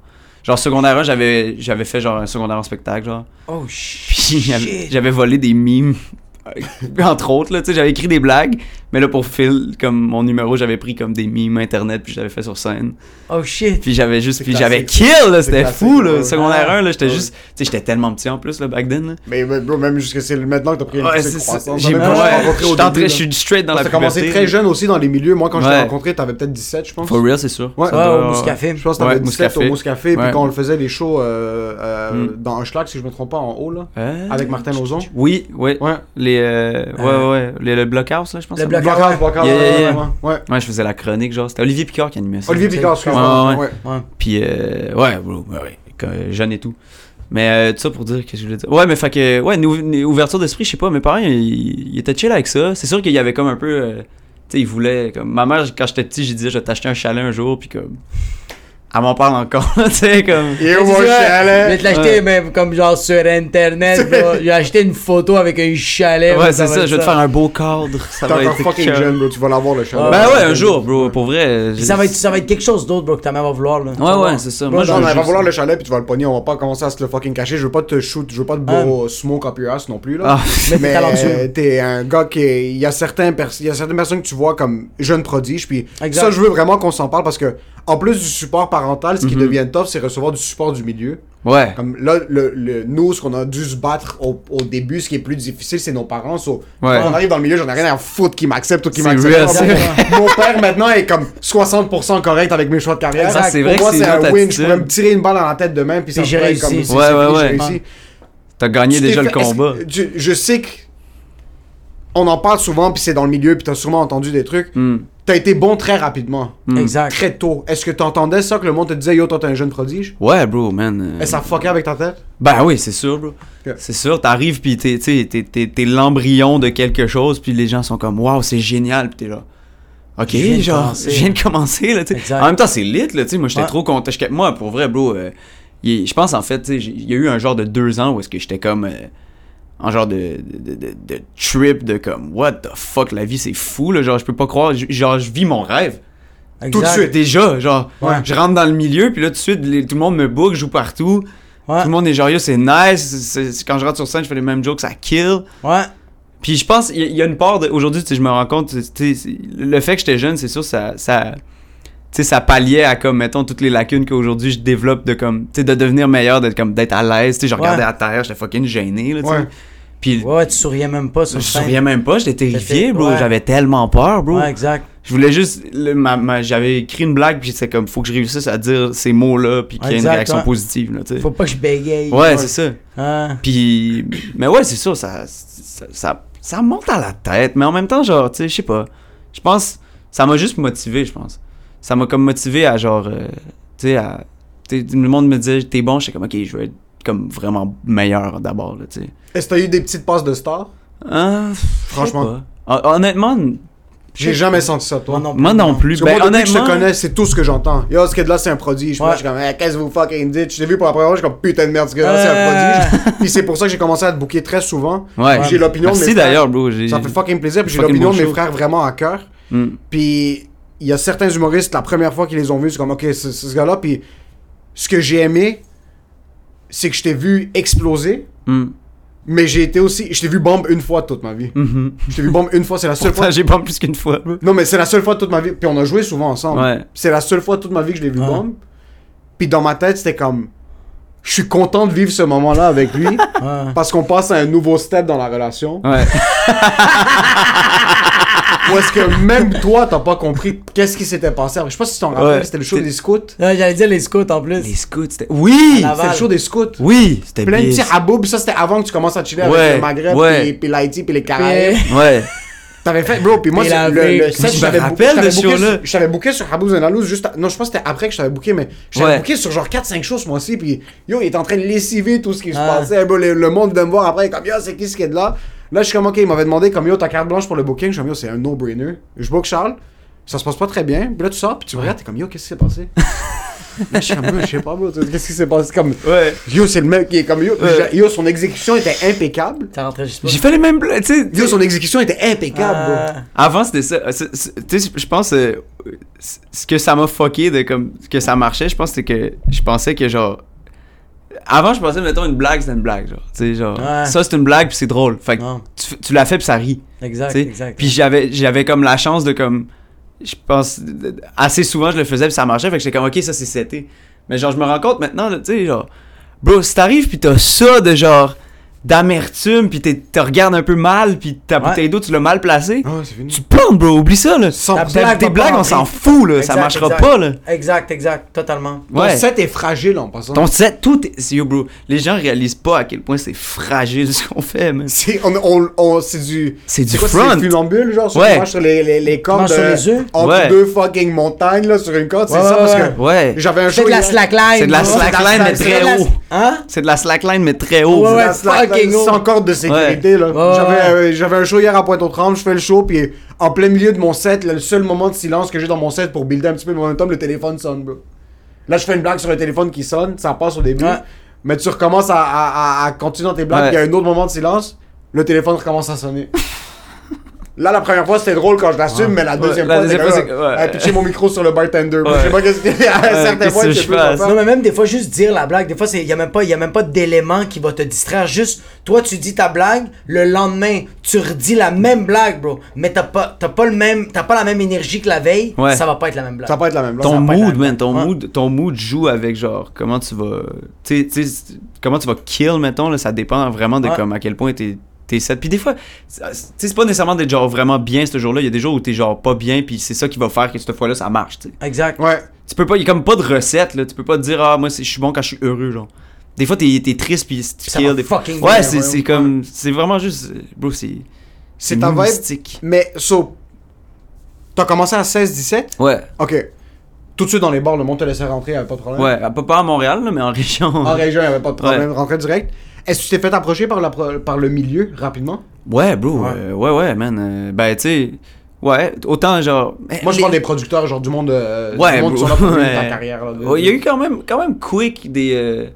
Speaker 4: Genre, secondaire 1, j'avais j'avais fait genre un secondaire en spectacle, genre.
Speaker 3: Oh
Speaker 4: Puis
Speaker 3: shit.
Speaker 4: j'avais- j'avais volé des mimes. Entre autres, là, tu sais, j'avais écrit des blagues, mais là, pour Phil, comme mon numéro, j'avais pris comme des mimes internet, puis j'avais fait sur scène.
Speaker 3: Oh shit.
Speaker 4: Puis j'avais juste,
Speaker 2: C'est
Speaker 4: puis
Speaker 2: classique,
Speaker 4: j'avais
Speaker 2: ça.
Speaker 4: kill, là,
Speaker 2: C'est
Speaker 4: c'était
Speaker 2: classique,
Speaker 4: fou,
Speaker 2: ouais.
Speaker 4: là. Secondaire
Speaker 3: Ouais.
Speaker 4: 1, là, j'étais
Speaker 2: Ouais.
Speaker 4: juste, tu sais, j'étais tellement petit en plus, là, back then, là.
Speaker 2: Mais, mais, bro, même jusqu'à c'est maintenant que t'as pris une
Speaker 4: Ouais,
Speaker 2: petite
Speaker 4: c'est ça.
Speaker 2: croissance.
Speaker 4: J'ai,
Speaker 2: Même
Speaker 4: ouais,
Speaker 2: quand je t'ai rencontré
Speaker 4: je
Speaker 2: au
Speaker 4: suis
Speaker 2: début,
Speaker 4: entré,
Speaker 2: là.
Speaker 4: je suis straight dans la
Speaker 2: T'as commencé
Speaker 4: puberté,
Speaker 2: très
Speaker 4: là.
Speaker 2: jeune aussi dans les milieux. Moi, quand je t'ai
Speaker 4: Ouais.
Speaker 2: rencontré, t'avais peut-être 17, je pense.
Speaker 4: For real, c'est sûr.
Speaker 2: Ouais.
Speaker 4: Ça
Speaker 3: Ouais,
Speaker 4: doit-
Speaker 3: au Mouscafé.
Speaker 2: Je pense que t'avais
Speaker 4: Ouais,
Speaker 2: 17 au
Speaker 4: Mouscafé.
Speaker 2: Mouscafé. Puis
Speaker 4: Ouais.
Speaker 2: quand on le faisait les shows euh, euh,
Speaker 4: Mm.
Speaker 2: dans Schlag, si je me trompe pas, en haut, là.
Speaker 4: Euh,
Speaker 2: Avec
Speaker 3: Hmm.
Speaker 2: Martin Lozon.
Speaker 4: Oui, ouais.
Speaker 2: Ouais.
Speaker 4: Les, euh,
Speaker 3: Euh,
Speaker 4: ouais, ouais, les, le blockhouse, là, je pense.
Speaker 3: le
Speaker 4: ça
Speaker 3: Blockhouse,
Speaker 4: s'appelle.
Speaker 2: Blockhouse, blockhouse.
Speaker 4: Yeah, yeah,
Speaker 2: ouais,
Speaker 4: yeah.
Speaker 2: ouais, ouais. Ouais.
Speaker 4: Ouais, je faisais la chronique, genre. C'était Olivier Picard qui animait ça.
Speaker 2: Olivier
Speaker 3: c'est-
Speaker 2: Picard,
Speaker 3: c'est-
Speaker 2: excuse-moi.
Speaker 4: ouais,
Speaker 2: Ouais.
Speaker 3: Ouais.
Speaker 4: Puis, euh, ouais, bro, ouais, ouais, que- jeune et tout. Mais euh, tout ça pour dire qu'est-ce que je voulais dire. Ouais, mais fait que, ouais, nou- nou- ouverture d'esprit, je sais pas, mes parents, ils, ils étaient chill avec ça. C'est sûr qu'il y avait comme un peu. euh, tu sais, ils voulaient. Comme, ma mère, quand j'étais petit, j'ai disais, je vais t'acheter un chalet un jour, puis comme. elle m'en parle encore, tu sais, comme...
Speaker 2: Et où
Speaker 3: Tu
Speaker 2: mon
Speaker 3: vois,
Speaker 2: chalet?
Speaker 3: Je vais te l'acheter, mais comme genre sur internet, bro. J'ai acheté une photo avec un chalet.
Speaker 4: Ouais,
Speaker 3: bro,
Speaker 4: c'est
Speaker 3: va
Speaker 4: ça,
Speaker 3: être
Speaker 4: je vais te faire un beau cadre, ça
Speaker 2: T'es
Speaker 4: va
Speaker 2: encore
Speaker 4: être...
Speaker 2: fucking jeune, bro. Tu vas l'avoir, le chalet.
Speaker 4: Ben ouais, un jour, bro, pour vrai.
Speaker 3: Puis ça va, être, ça va être quelque chose d'autre, bro, que ta mère va vouloir, là. Tu vas
Speaker 4: Ouais,
Speaker 3: voir.
Speaker 4: ouais, c'est ça.
Speaker 3: Bro,
Speaker 4: Moi,
Speaker 3: genre,
Speaker 2: Non,
Speaker 4: je
Speaker 2: mais elle va
Speaker 4: juste-
Speaker 2: vouloir le chalet puis tu vas le pogner, on va pas commencer à se le fucking cacher. Je veux pas te shoot, je veux pas te beau smoke up your ass non plus là.
Speaker 4: Ah.
Speaker 3: Mais t'es
Speaker 2: mais
Speaker 3: talentueux.
Speaker 2: euh, t'es un gars qui est- il y a certains pers- il y a certaines personnes que tu vois comme jeunes prodiges puis
Speaker 3: Exact.
Speaker 2: ça je veux vraiment qu'on s'en parle parce que en plus du support parental, ce qui
Speaker 4: Mhm.
Speaker 2: devient tough, c'est recevoir du support du milieu.
Speaker 4: Ouais.
Speaker 2: Comme là, le, le- nous, ce qu'on a dû se battre au, au début, ce qui est plus difficile, c'est nos parents. So,
Speaker 4: Ouais.
Speaker 2: Quand on arrive dans le milieu, j'en ai rien à foutre qui m'accepte ou qui
Speaker 4: C'est
Speaker 2: m'accepte
Speaker 4: real,
Speaker 2: pas.
Speaker 4: c'est
Speaker 2: Mon- Mon père, maintenant, est comme 60% correct avec mes choix de carrière.
Speaker 4: Exact, c'est vrai
Speaker 2: Pour moi,
Speaker 4: que c'est
Speaker 2: c'est
Speaker 4: une
Speaker 2: un
Speaker 4: autre
Speaker 2: win. Je
Speaker 4: attitude.
Speaker 2: pourrais me tirer une balle dans la tête demain, puis ça
Speaker 3: Puis j'ai
Speaker 2: pourrait être
Speaker 3: réussi.
Speaker 2: comme c'est-
Speaker 4: Ouais,
Speaker 2: c'est
Speaker 4: ouais,
Speaker 2: fini, j'ai
Speaker 4: ouais.
Speaker 2: réussi.
Speaker 4: T'as gagné
Speaker 2: Tu t'es
Speaker 4: déjà le
Speaker 2: fait- est-ce que-
Speaker 4: combat.
Speaker 2: Je, je sais que on en parle souvent, puis c'est dans le milieu, puis t'as sûrement entendu des trucs.
Speaker 4: Hmm.
Speaker 2: T'as été bon très rapidement,
Speaker 4: Mm.
Speaker 3: Exact.
Speaker 2: très tôt. Est-ce que t'entendais ça que le monde te disait yo, toi t'es un jeune prodige?
Speaker 4: Ouais, bro, man. euh,
Speaker 2: Est-ce que ça fuckait avec ta tête?
Speaker 4: Ben oui, c'est sûr, bro.
Speaker 2: Yeah.
Speaker 4: C'est sûr, t'arrives pis t'es, t'sais, t'es, t'es, t'es l'embryon de quelque chose puis les gens sont comme waouh, c'est génial pis t'es là. Ok,
Speaker 3: Je viens de
Speaker 4: genre,
Speaker 3: commencer.
Speaker 4: je viens de commencer là, tu sais.
Speaker 3: Exact.
Speaker 4: En même temps, c'est lit là, tu sais. Moi, j'étais
Speaker 3: Ouais.
Speaker 4: trop content. J'étais- Moi, pour vrai, bro, euh, y- je pense en fait, tu sais, j'ai- il y a eu un genre de deux ans où est-ce que j'étais comme. euh, en genre de, de, de- de trip de comme what the fuck la vie c'est fou là genre je peux pas croire j- genre je vis mon rêve tout de
Speaker 3: Exact.
Speaker 4: suite déjà genre
Speaker 3: Ouais.
Speaker 4: je rentre dans le milieu puis là tout de suite les- tout le monde me book je joue partout
Speaker 3: Ouais.
Speaker 4: tout le monde est genre, yo, c'est nice. c'est- c'est- quand je rentre sur scène, je fais les mêmes jokes, ça kill.
Speaker 3: Ouais.
Speaker 4: Puis je pense, il y, a- il y a une part, de- aujourd'hui, tu sais, je me rends compte, tu sais, c'est- le fait que j'étais jeune, c'est sûr, ça. ça tu sais, ça palliait à comme mettons toutes les lacunes qu'aujourd'hui je développe de comme tu sais de devenir meilleur d'être comme d'être à l'aise tu sais je regardais
Speaker 3: Ouais.
Speaker 4: à terre j'étais fucking gêné là tu sais
Speaker 2: Ouais.
Speaker 4: puis
Speaker 3: Ouais, tu souriais même pas
Speaker 4: je
Speaker 3: sur
Speaker 4: me
Speaker 3: scène.
Speaker 4: souviens même pas j'étais terrifié bro
Speaker 3: ouais.
Speaker 4: j'avais tellement peur bro
Speaker 3: Ouais, exact.
Speaker 4: je voulais juste le- ma, ma- j'avais écrit une blague puis c'était comme faut que je réussisse à dire ces mots là puis qu'il y ait une
Speaker 3: Exact,
Speaker 4: réaction
Speaker 3: ouais.
Speaker 4: positive là tu sais
Speaker 3: Faut pas que je bégaye.
Speaker 4: ouais c'est ça
Speaker 3: Hein?
Speaker 4: puis, mais ouais, c'est sûr, ça, ça, ça, ça monte à la tête, mais en même temps, genre, tu sais, je sais pas. Je pense, ça m'a juste motivé, je pense. Ça m'a comme motivé à genre, euh, tu sais, à. tu sais, le monde me disait, t'es bon, j'étais comme, ok, je veux être comme vraiment meilleur d'abord, là, tu sais.
Speaker 2: Est-ce que t'as eu des petites passes de star?
Speaker 4: Hein, je sais
Speaker 2: Franchement.
Speaker 4: pas. Hon- Honnêtement, n-
Speaker 2: J'ai jamais senti ça, toi.
Speaker 3: Moi non plus.
Speaker 4: moi non plus.
Speaker 2: Parce que
Speaker 4: Ben,
Speaker 2: moi, depuis que je
Speaker 4: honnêtement,
Speaker 2: te connais, c'est tout ce que j'entends. Yo, ce kid-là, c'est un prodige. Puis Moi,
Speaker 3: Ouais.
Speaker 2: je suis comme, Eh, qu'est-ce que vous fucking dites? Je l'ai vu pour la première fois, je suis comme, putain de merde, ce gars-là, c'est un prodige. Puis c'est pour ça que j'ai commencé à te booker très souvent.
Speaker 4: Euh. ouais.
Speaker 2: J'ai l'opinion de mes
Speaker 4: Merci
Speaker 2: frères.
Speaker 4: d'ailleurs, bro. j'ai-
Speaker 2: Ça fait fucking plaisir, puis j'ai
Speaker 4: Fucking
Speaker 2: l'opinion de
Speaker 4: bon
Speaker 2: mes
Speaker 4: show.
Speaker 2: frères vraiment à cœur.
Speaker 4: Mm.
Speaker 2: Puis il y a certains humoristes, la première fois qu'ils les ont vus, c'est comme, ok, c'est c'est ce gars-là. Puis ce que j'ai aimé, c'est que je t'ai vu exploser.
Speaker 4: Mm.
Speaker 2: Mais j'ai été aussi. Je t'ai vu bombe une fois de toute ma vie.
Speaker 4: Mhm.
Speaker 2: Je t'ai vu bombe une fois, c'est la seule fois.
Speaker 4: Pourtant, j'ai pas plus qu'une fois, bro.
Speaker 2: Non, mais c'est la seule fois de toute ma vie. Puis on a joué souvent ensemble.
Speaker 4: Ouais. Ah.
Speaker 2: C'est la seule fois de toute ma vie que je l'ai vu
Speaker 3: Ouais.
Speaker 2: bombe. Puis dans ma tête, c'était comme. Je suis content de vivre ce moment-là avec lui
Speaker 3: Ouais.
Speaker 2: parce qu'on passe à un nouveau step dans la relation.
Speaker 4: Ouais.
Speaker 2: Ou est-ce que même toi, t'as pas compris qu'est-ce qui s'était passé après? Je sais pas si tu t'en rappelles,
Speaker 4: Ouais.
Speaker 2: c'était le show
Speaker 4: T'es-
Speaker 2: des scouts. C'était
Speaker 3: Ouais, J'allais dire les scouts en
Speaker 4: Les
Speaker 3: plus.
Speaker 4: scouts, c'était. Oui!
Speaker 3: À Laval.
Speaker 2: le show des scouts.
Speaker 4: Oui! C'était
Speaker 2: Plein de
Speaker 4: bien.
Speaker 2: petits haboubs, ça c'était avant que tu commences à chiller
Speaker 4: Ouais,
Speaker 2: avec le Maghreb,
Speaker 4: ouais.
Speaker 2: puis, puis l'Haïti, puis les Caraïbes.
Speaker 4: Ouais.
Speaker 2: T'avais fait, bro, puis moi,
Speaker 3: Et
Speaker 2: c'est
Speaker 3: la
Speaker 2: le, le
Speaker 3: vraie-
Speaker 2: set,
Speaker 4: Je me
Speaker 2: j'avais bou-
Speaker 4: rappelle
Speaker 2: j'avais
Speaker 4: de ce
Speaker 2: booké
Speaker 4: show-là.
Speaker 2: sur- J'avais booké sur Rabouz and Alouz, juste, à- non, je pense que c'était après que je t'avais booké, mais j'avais
Speaker 4: Ouais.
Speaker 2: booké sur genre 4-5 choses, moi aussi, puis yo, il était en train de lessiver tout ce qui se
Speaker 3: Ah.
Speaker 2: passait, bro, le, le monde de me voir après, comme yo, c'est qui ce qui est de là? Là, je suis comme, ok, il m'avait demandé, comme yo, ta carte blanche pour le booking, je suis comme yo, c'est un no-brainer. Je book Charles, ça se passe pas très bien, puis là, tu sors, puis tu me regardes, t'es comme yo, qu'est-ce qui s'est passé? Là, je suis comme, Yo, je sais pas, bro, qu'est-ce qui s'est passé? Comme,
Speaker 4: Ouais.
Speaker 2: yo, c'est le mec qui est comme yo,
Speaker 4: Ouais.
Speaker 2: yo, son exécution était impeccable.
Speaker 3: T'as rentré juste pas.
Speaker 4: J'ai fait les mêmes blagues, tu sais.
Speaker 2: Yo, son exécution était impeccable, bro.
Speaker 3: Ah.
Speaker 4: Avant, c'était ça. euh, c'est- c'est- Tu sais, je pense. euh, c- ce que ça m'a fucké de comme. que ça marchait, je pense, c'est que. Je pensais que genre. Avant, je pensais, mettons, une blague, c'était une blague, genre. Tu sais, genre.
Speaker 3: Ouais.
Speaker 4: Ça, c'est une blague, puis c'est drôle. Fait que
Speaker 3: Non.
Speaker 4: tu, tu l'as fait, puis ça rit.
Speaker 3: Exact,
Speaker 4: tu sais.
Speaker 3: exact.
Speaker 4: Puis j'avais, j'avais comme la chance de comme. Je pense. de- de- Assez souvent, je le faisais, puis ça marchait. Fait que j'étais comme, ok, ça, c'est seté. Mais genre, je me rends compte maintenant, là, tu sais, genre. Bro, si t'arrives, puis t'as ça de genre. d'amertume, puis t'es- te regardes un peu mal, puis ta
Speaker 3: Ouais.
Speaker 4: bouteille d'eau, tu l'as mal placée.
Speaker 2: Ah, c'est fini.
Speaker 4: Tu plantes, bro, oublie ça, là.
Speaker 3: Ta blague
Speaker 4: Tes- tes
Speaker 3: va pas
Speaker 4: blagues, on
Speaker 3: rentrer.
Speaker 4: s'en fout, là. ça
Speaker 3: Exact,
Speaker 4: marchera
Speaker 3: exact.
Speaker 4: pas, là.
Speaker 3: Exact, exact. Totalement.
Speaker 2: Ton
Speaker 4: Ouais.
Speaker 2: set est fragile en passant.
Speaker 4: Ton set, tout est. Yo, bro, les gens réalisent pas à quel point c'est fragile ce qu'on fait, man.
Speaker 2: C'est on, on, on- c'est du.
Speaker 4: C'est du
Speaker 2: quoi,
Speaker 4: front.
Speaker 2: C'est funambule, genre, sur,
Speaker 4: Ouais.
Speaker 2: qui marche sur les, les, les cordes.
Speaker 3: marche sur
Speaker 2: euh,
Speaker 3: les œufs.
Speaker 2: Entre
Speaker 4: Ouais.
Speaker 2: deux fucking montagnes, là, sur une corde.
Speaker 3: Ouais,
Speaker 2: c'est ça,
Speaker 3: ouais,
Speaker 2: parce
Speaker 3: ouais.
Speaker 2: que.
Speaker 4: Ouais.
Speaker 2: J'avais un
Speaker 3: C'est
Speaker 2: show.
Speaker 3: de la
Speaker 2: hier-
Speaker 3: slackline.
Speaker 4: C'est de la
Speaker 3: bro.
Speaker 4: slackline, mais
Speaker 3: C'est de
Speaker 4: très
Speaker 3: la-
Speaker 4: haut.
Speaker 3: Hein?
Speaker 4: C'est de la slackline, mais très haut.
Speaker 3: Ouais,
Speaker 4: bro.
Speaker 2: de la
Speaker 3: ouais,
Speaker 2: slackline
Speaker 3: fucking haut.
Speaker 2: sans corde de sécurité là.
Speaker 3: Ouais, ouais,
Speaker 2: J'avais euh, j'avais un show hier à Pointe-aux-Trembles, je fais le show puis en plein milieu de mon set, là, le seul moment de silence que j'ai dans mon set pour builder un petit peu de momentum, le téléphone sonne bro. Là, je fais une blague sur un téléphone qui sonne, ça passe au début.
Speaker 4: Ouais.
Speaker 2: Mais tu recommences à, à- à- à continuer dans tes blagues,
Speaker 4: Ouais.
Speaker 2: puis il y a un autre moment de silence, le téléphone recommence à sonner. Là, la première fois, c'était drôle quand je l'assume, mais la deuxième
Speaker 4: la
Speaker 2: fois,
Speaker 4: deuxième
Speaker 2: c'est
Speaker 4: fois,
Speaker 2: que
Speaker 4: c'est-
Speaker 2: là,
Speaker 4: ouais.
Speaker 2: elle a pitché mon micro sur le bartender. Moi, Je sais
Speaker 4: Ouais.
Speaker 2: pas qu'est-ce qu'il y a à
Speaker 4: Ouais,
Speaker 2: certains
Speaker 4: qu'est-ce
Speaker 2: points,
Speaker 4: que
Speaker 2: je sais
Speaker 4: je
Speaker 2: plus
Speaker 4: fasse?
Speaker 2: quoi
Speaker 3: Non,
Speaker 2: faire.
Speaker 3: mais même des fois, juste dire la blague. Des fois, il n'y a même pas, y a même pas d'élément qui va te distraire. Juste, toi, tu dis ta blague, le lendemain, tu redis la même blague, bro. Mais t'as pas, t'as pas, le même, t'as pas la même énergie que la veille,
Speaker 4: Ouais.
Speaker 3: ça va pas être la même blague.
Speaker 2: Ça va pas être la même blague.
Speaker 4: ton
Speaker 3: va pas être la
Speaker 4: mood,
Speaker 3: même
Speaker 4: man, ton
Speaker 3: Ouais.
Speaker 4: mood, ton mood joue avec genre comment tu vas, tu sais- tu sais, comment tu vas kill, mettons là, ça dépend vraiment de
Speaker 3: Ouais.
Speaker 4: comme à quel point t'es t'es set. Puis des fois, c'est tu sais, c'est pas nécessairement d'être genre vraiment bien ce jour-là. Il y a des jours où t'es genre pas bien, puis c'est ça qui va faire que cette fois-là ça marche. tu sais.
Speaker 3: Exact.
Speaker 2: Ouais.
Speaker 4: Tu peux pas, il y a comme pas de recette là. Tu peux pas te dire ah moi c'est- je suis bon quand je suis heureux genre. Des fois t'es t'es triste puis tu
Speaker 3: Ça
Speaker 4: kill.
Speaker 3: va
Speaker 4: Des fois,
Speaker 3: fucking bien,
Speaker 4: ouais, c'est
Speaker 3: ouais,
Speaker 4: c'est comme c'est vraiment juste, euh, bro, c'est
Speaker 2: C'est ta vibe.
Speaker 4: mystique.
Speaker 2: Mais, so, t'as commencé à 16-17?
Speaker 4: Ouais,
Speaker 2: Ok. Tout de suite dans les bars, le monde te laissait rentrer, y'avait pas de problème.
Speaker 4: ouais, pas, pas à Montréal là, mais en région.
Speaker 2: En région, il n'y avait pas de problème,
Speaker 4: Ouais.
Speaker 2: rentrer direct. Est-ce que tu t'es fait approcher par, la pro- par le milieu rapidement
Speaker 4: Ouais, bro.
Speaker 2: Ouais.
Speaker 4: euh, Ouais, ouais, man. euh, ben, tu sais, ouais, autant genre. mais-
Speaker 2: Moi, je
Speaker 4: mais-
Speaker 2: parle des producteurs, genre du monde, euh,
Speaker 4: Ouais,
Speaker 2: du monde qui
Speaker 4: bro,
Speaker 2: sont là pour vivre
Speaker 4: ouais.
Speaker 2: ta carrière. Là, de-
Speaker 4: Ouais, Il y a eu quand même, quand même quick des. euh,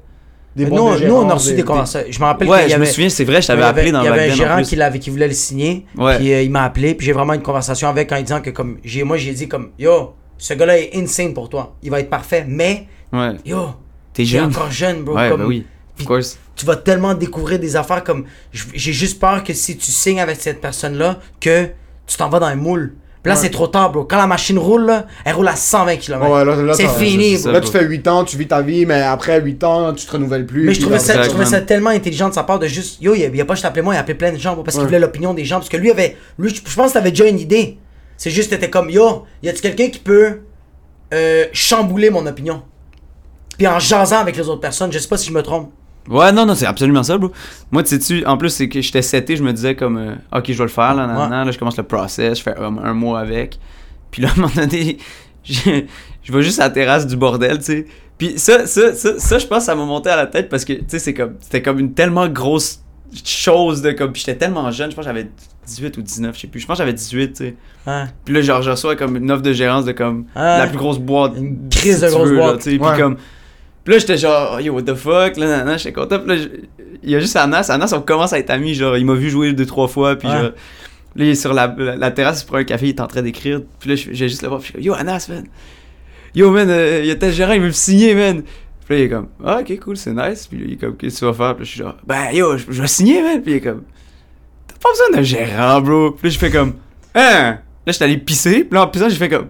Speaker 2: des
Speaker 3: Mais
Speaker 2: bons
Speaker 3: nous,
Speaker 2: gérants,
Speaker 3: nous, on a reçu des,
Speaker 2: des-
Speaker 3: conversations. Je me rappelle
Speaker 4: Ouais,
Speaker 3: qu'il y
Speaker 4: je
Speaker 3: avait...
Speaker 4: me souviens, c'est vrai, je
Speaker 3: Il
Speaker 4: t'avais
Speaker 3: y avait-
Speaker 4: appelé dans
Speaker 3: il y
Speaker 4: la
Speaker 3: avait un
Speaker 4: band en
Speaker 3: gérant
Speaker 4: plus.
Speaker 3: qui, l'avait, qui voulait le signer.
Speaker 4: Ouais.
Speaker 3: Puis euh, il m'a appelé. Puis j'ai vraiment une conversation avec en lui disant que, comme, j'ai, moi, j'ai dit, comme, yo, ce gars-là est insane pour toi. Il va être parfait. Mais,
Speaker 4: Ouais.
Speaker 3: yo,
Speaker 4: T'es
Speaker 3: t'es
Speaker 4: jeune.
Speaker 3: encore jeune, bro.
Speaker 4: Ouais,
Speaker 3: comme,
Speaker 4: ben oui. Of course.
Speaker 3: Tu vas tellement découvrir des affaires comme. je- J'ai juste peur que si tu signes avec cette personne-là, que tu t'en vas dans un moule. Puis là, c'est trop tard, bro. Quand la machine roule, là, elle roule à 120 km.
Speaker 2: Ouais, là, là,
Speaker 3: c'est
Speaker 2: t'as-
Speaker 3: fini,
Speaker 4: c'est
Speaker 3: bro.
Speaker 4: ça.
Speaker 2: Là, tu fais 8 ans, tu vis ta vie, mais après 8 ans, tu te renouvelles plus.
Speaker 3: Mais je
Speaker 2: puis
Speaker 3: trouvais,
Speaker 2: là,
Speaker 3: ça, je
Speaker 4: Exactement.
Speaker 3: trouvais ça tellement intelligent de sa part de juste. Yo, il a, il a pas juste appelé moi, il a appelé plein de gens bro, parce qu'il voulait l'opinion des gens. Parce que lui avait. Lui, je je pense que t'avais déjà une idée. C'est juste, t'étais comme Yo, y a-tu quelqu'un qui peut euh, chambouler mon opinion Puis en jasant avec les autres personnes, je sais pas si je me trompe.
Speaker 4: Ouais, non, non, c'est absolument ça, bro. Moi, tu sais-tu, en plus, c'est que j'étais seté, je me disais comme, euh, ok, je vais le faire, là, nan,
Speaker 3: Ouais.
Speaker 4: nan, là, je commence le process, je fais un, un mois avec. Puis là, à un moment donné, je, je vais juste à la terrasse du bordel, tu sais. Puis ça, ça, ça, ça, je pense, ça m'a monté à la tête parce que, tu sais, c'est comme, c'était comme une tellement grosse chose de comme, puis j'étais tellement jeune, je pense que j'avais 18 ou 19, je sais plus, je pense que j'avais 18, tu sais.
Speaker 3: Hein?
Speaker 4: Puis là, genre, je reçois comme une offre de gérance de comme
Speaker 3: Ah.
Speaker 4: la plus grosse boîte.
Speaker 3: Une crise
Speaker 4: si
Speaker 3: de
Speaker 4: tu
Speaker 3: grosse
Speaker 4: là,
Speaker 3: boîte.
Speaker 4: tu sais. Puis
Speaker 2: Ouais.
Speaker 4: comme. Puis là, j'étais genre, oh, yo, what the fuck, là, nan, nan, j'étais content. Puis là, je- il y a juste Anas. Anas, on commence à être amis. Genre, il m'a vu jouer deux, trois fois. Puis
Speaker 3: Ouais.
Speaker 4: genre, là, il est sur la, la, la terrasse, il prend un café, il est en train d'écrire. Puis là, je- j'ai juste le voir. Puis je suis comme, yo, Anas, man. Yo, man, euh, il y a tel gérant, il veut me signer, man. Puis là, il est comme, ah, ok, cool, c'est nice. Puis là, il est comme, qu'est-ce que tu vas faire? Puis là, je suis genre, ben, yo, je, je vais signer, man. Puis il est comme, t'as pas besoin d'un gérant, bro. Puis là, je fais comme, hein? Là, j'étais allé pisser. Puis là, en pissant, j'ai fait comme,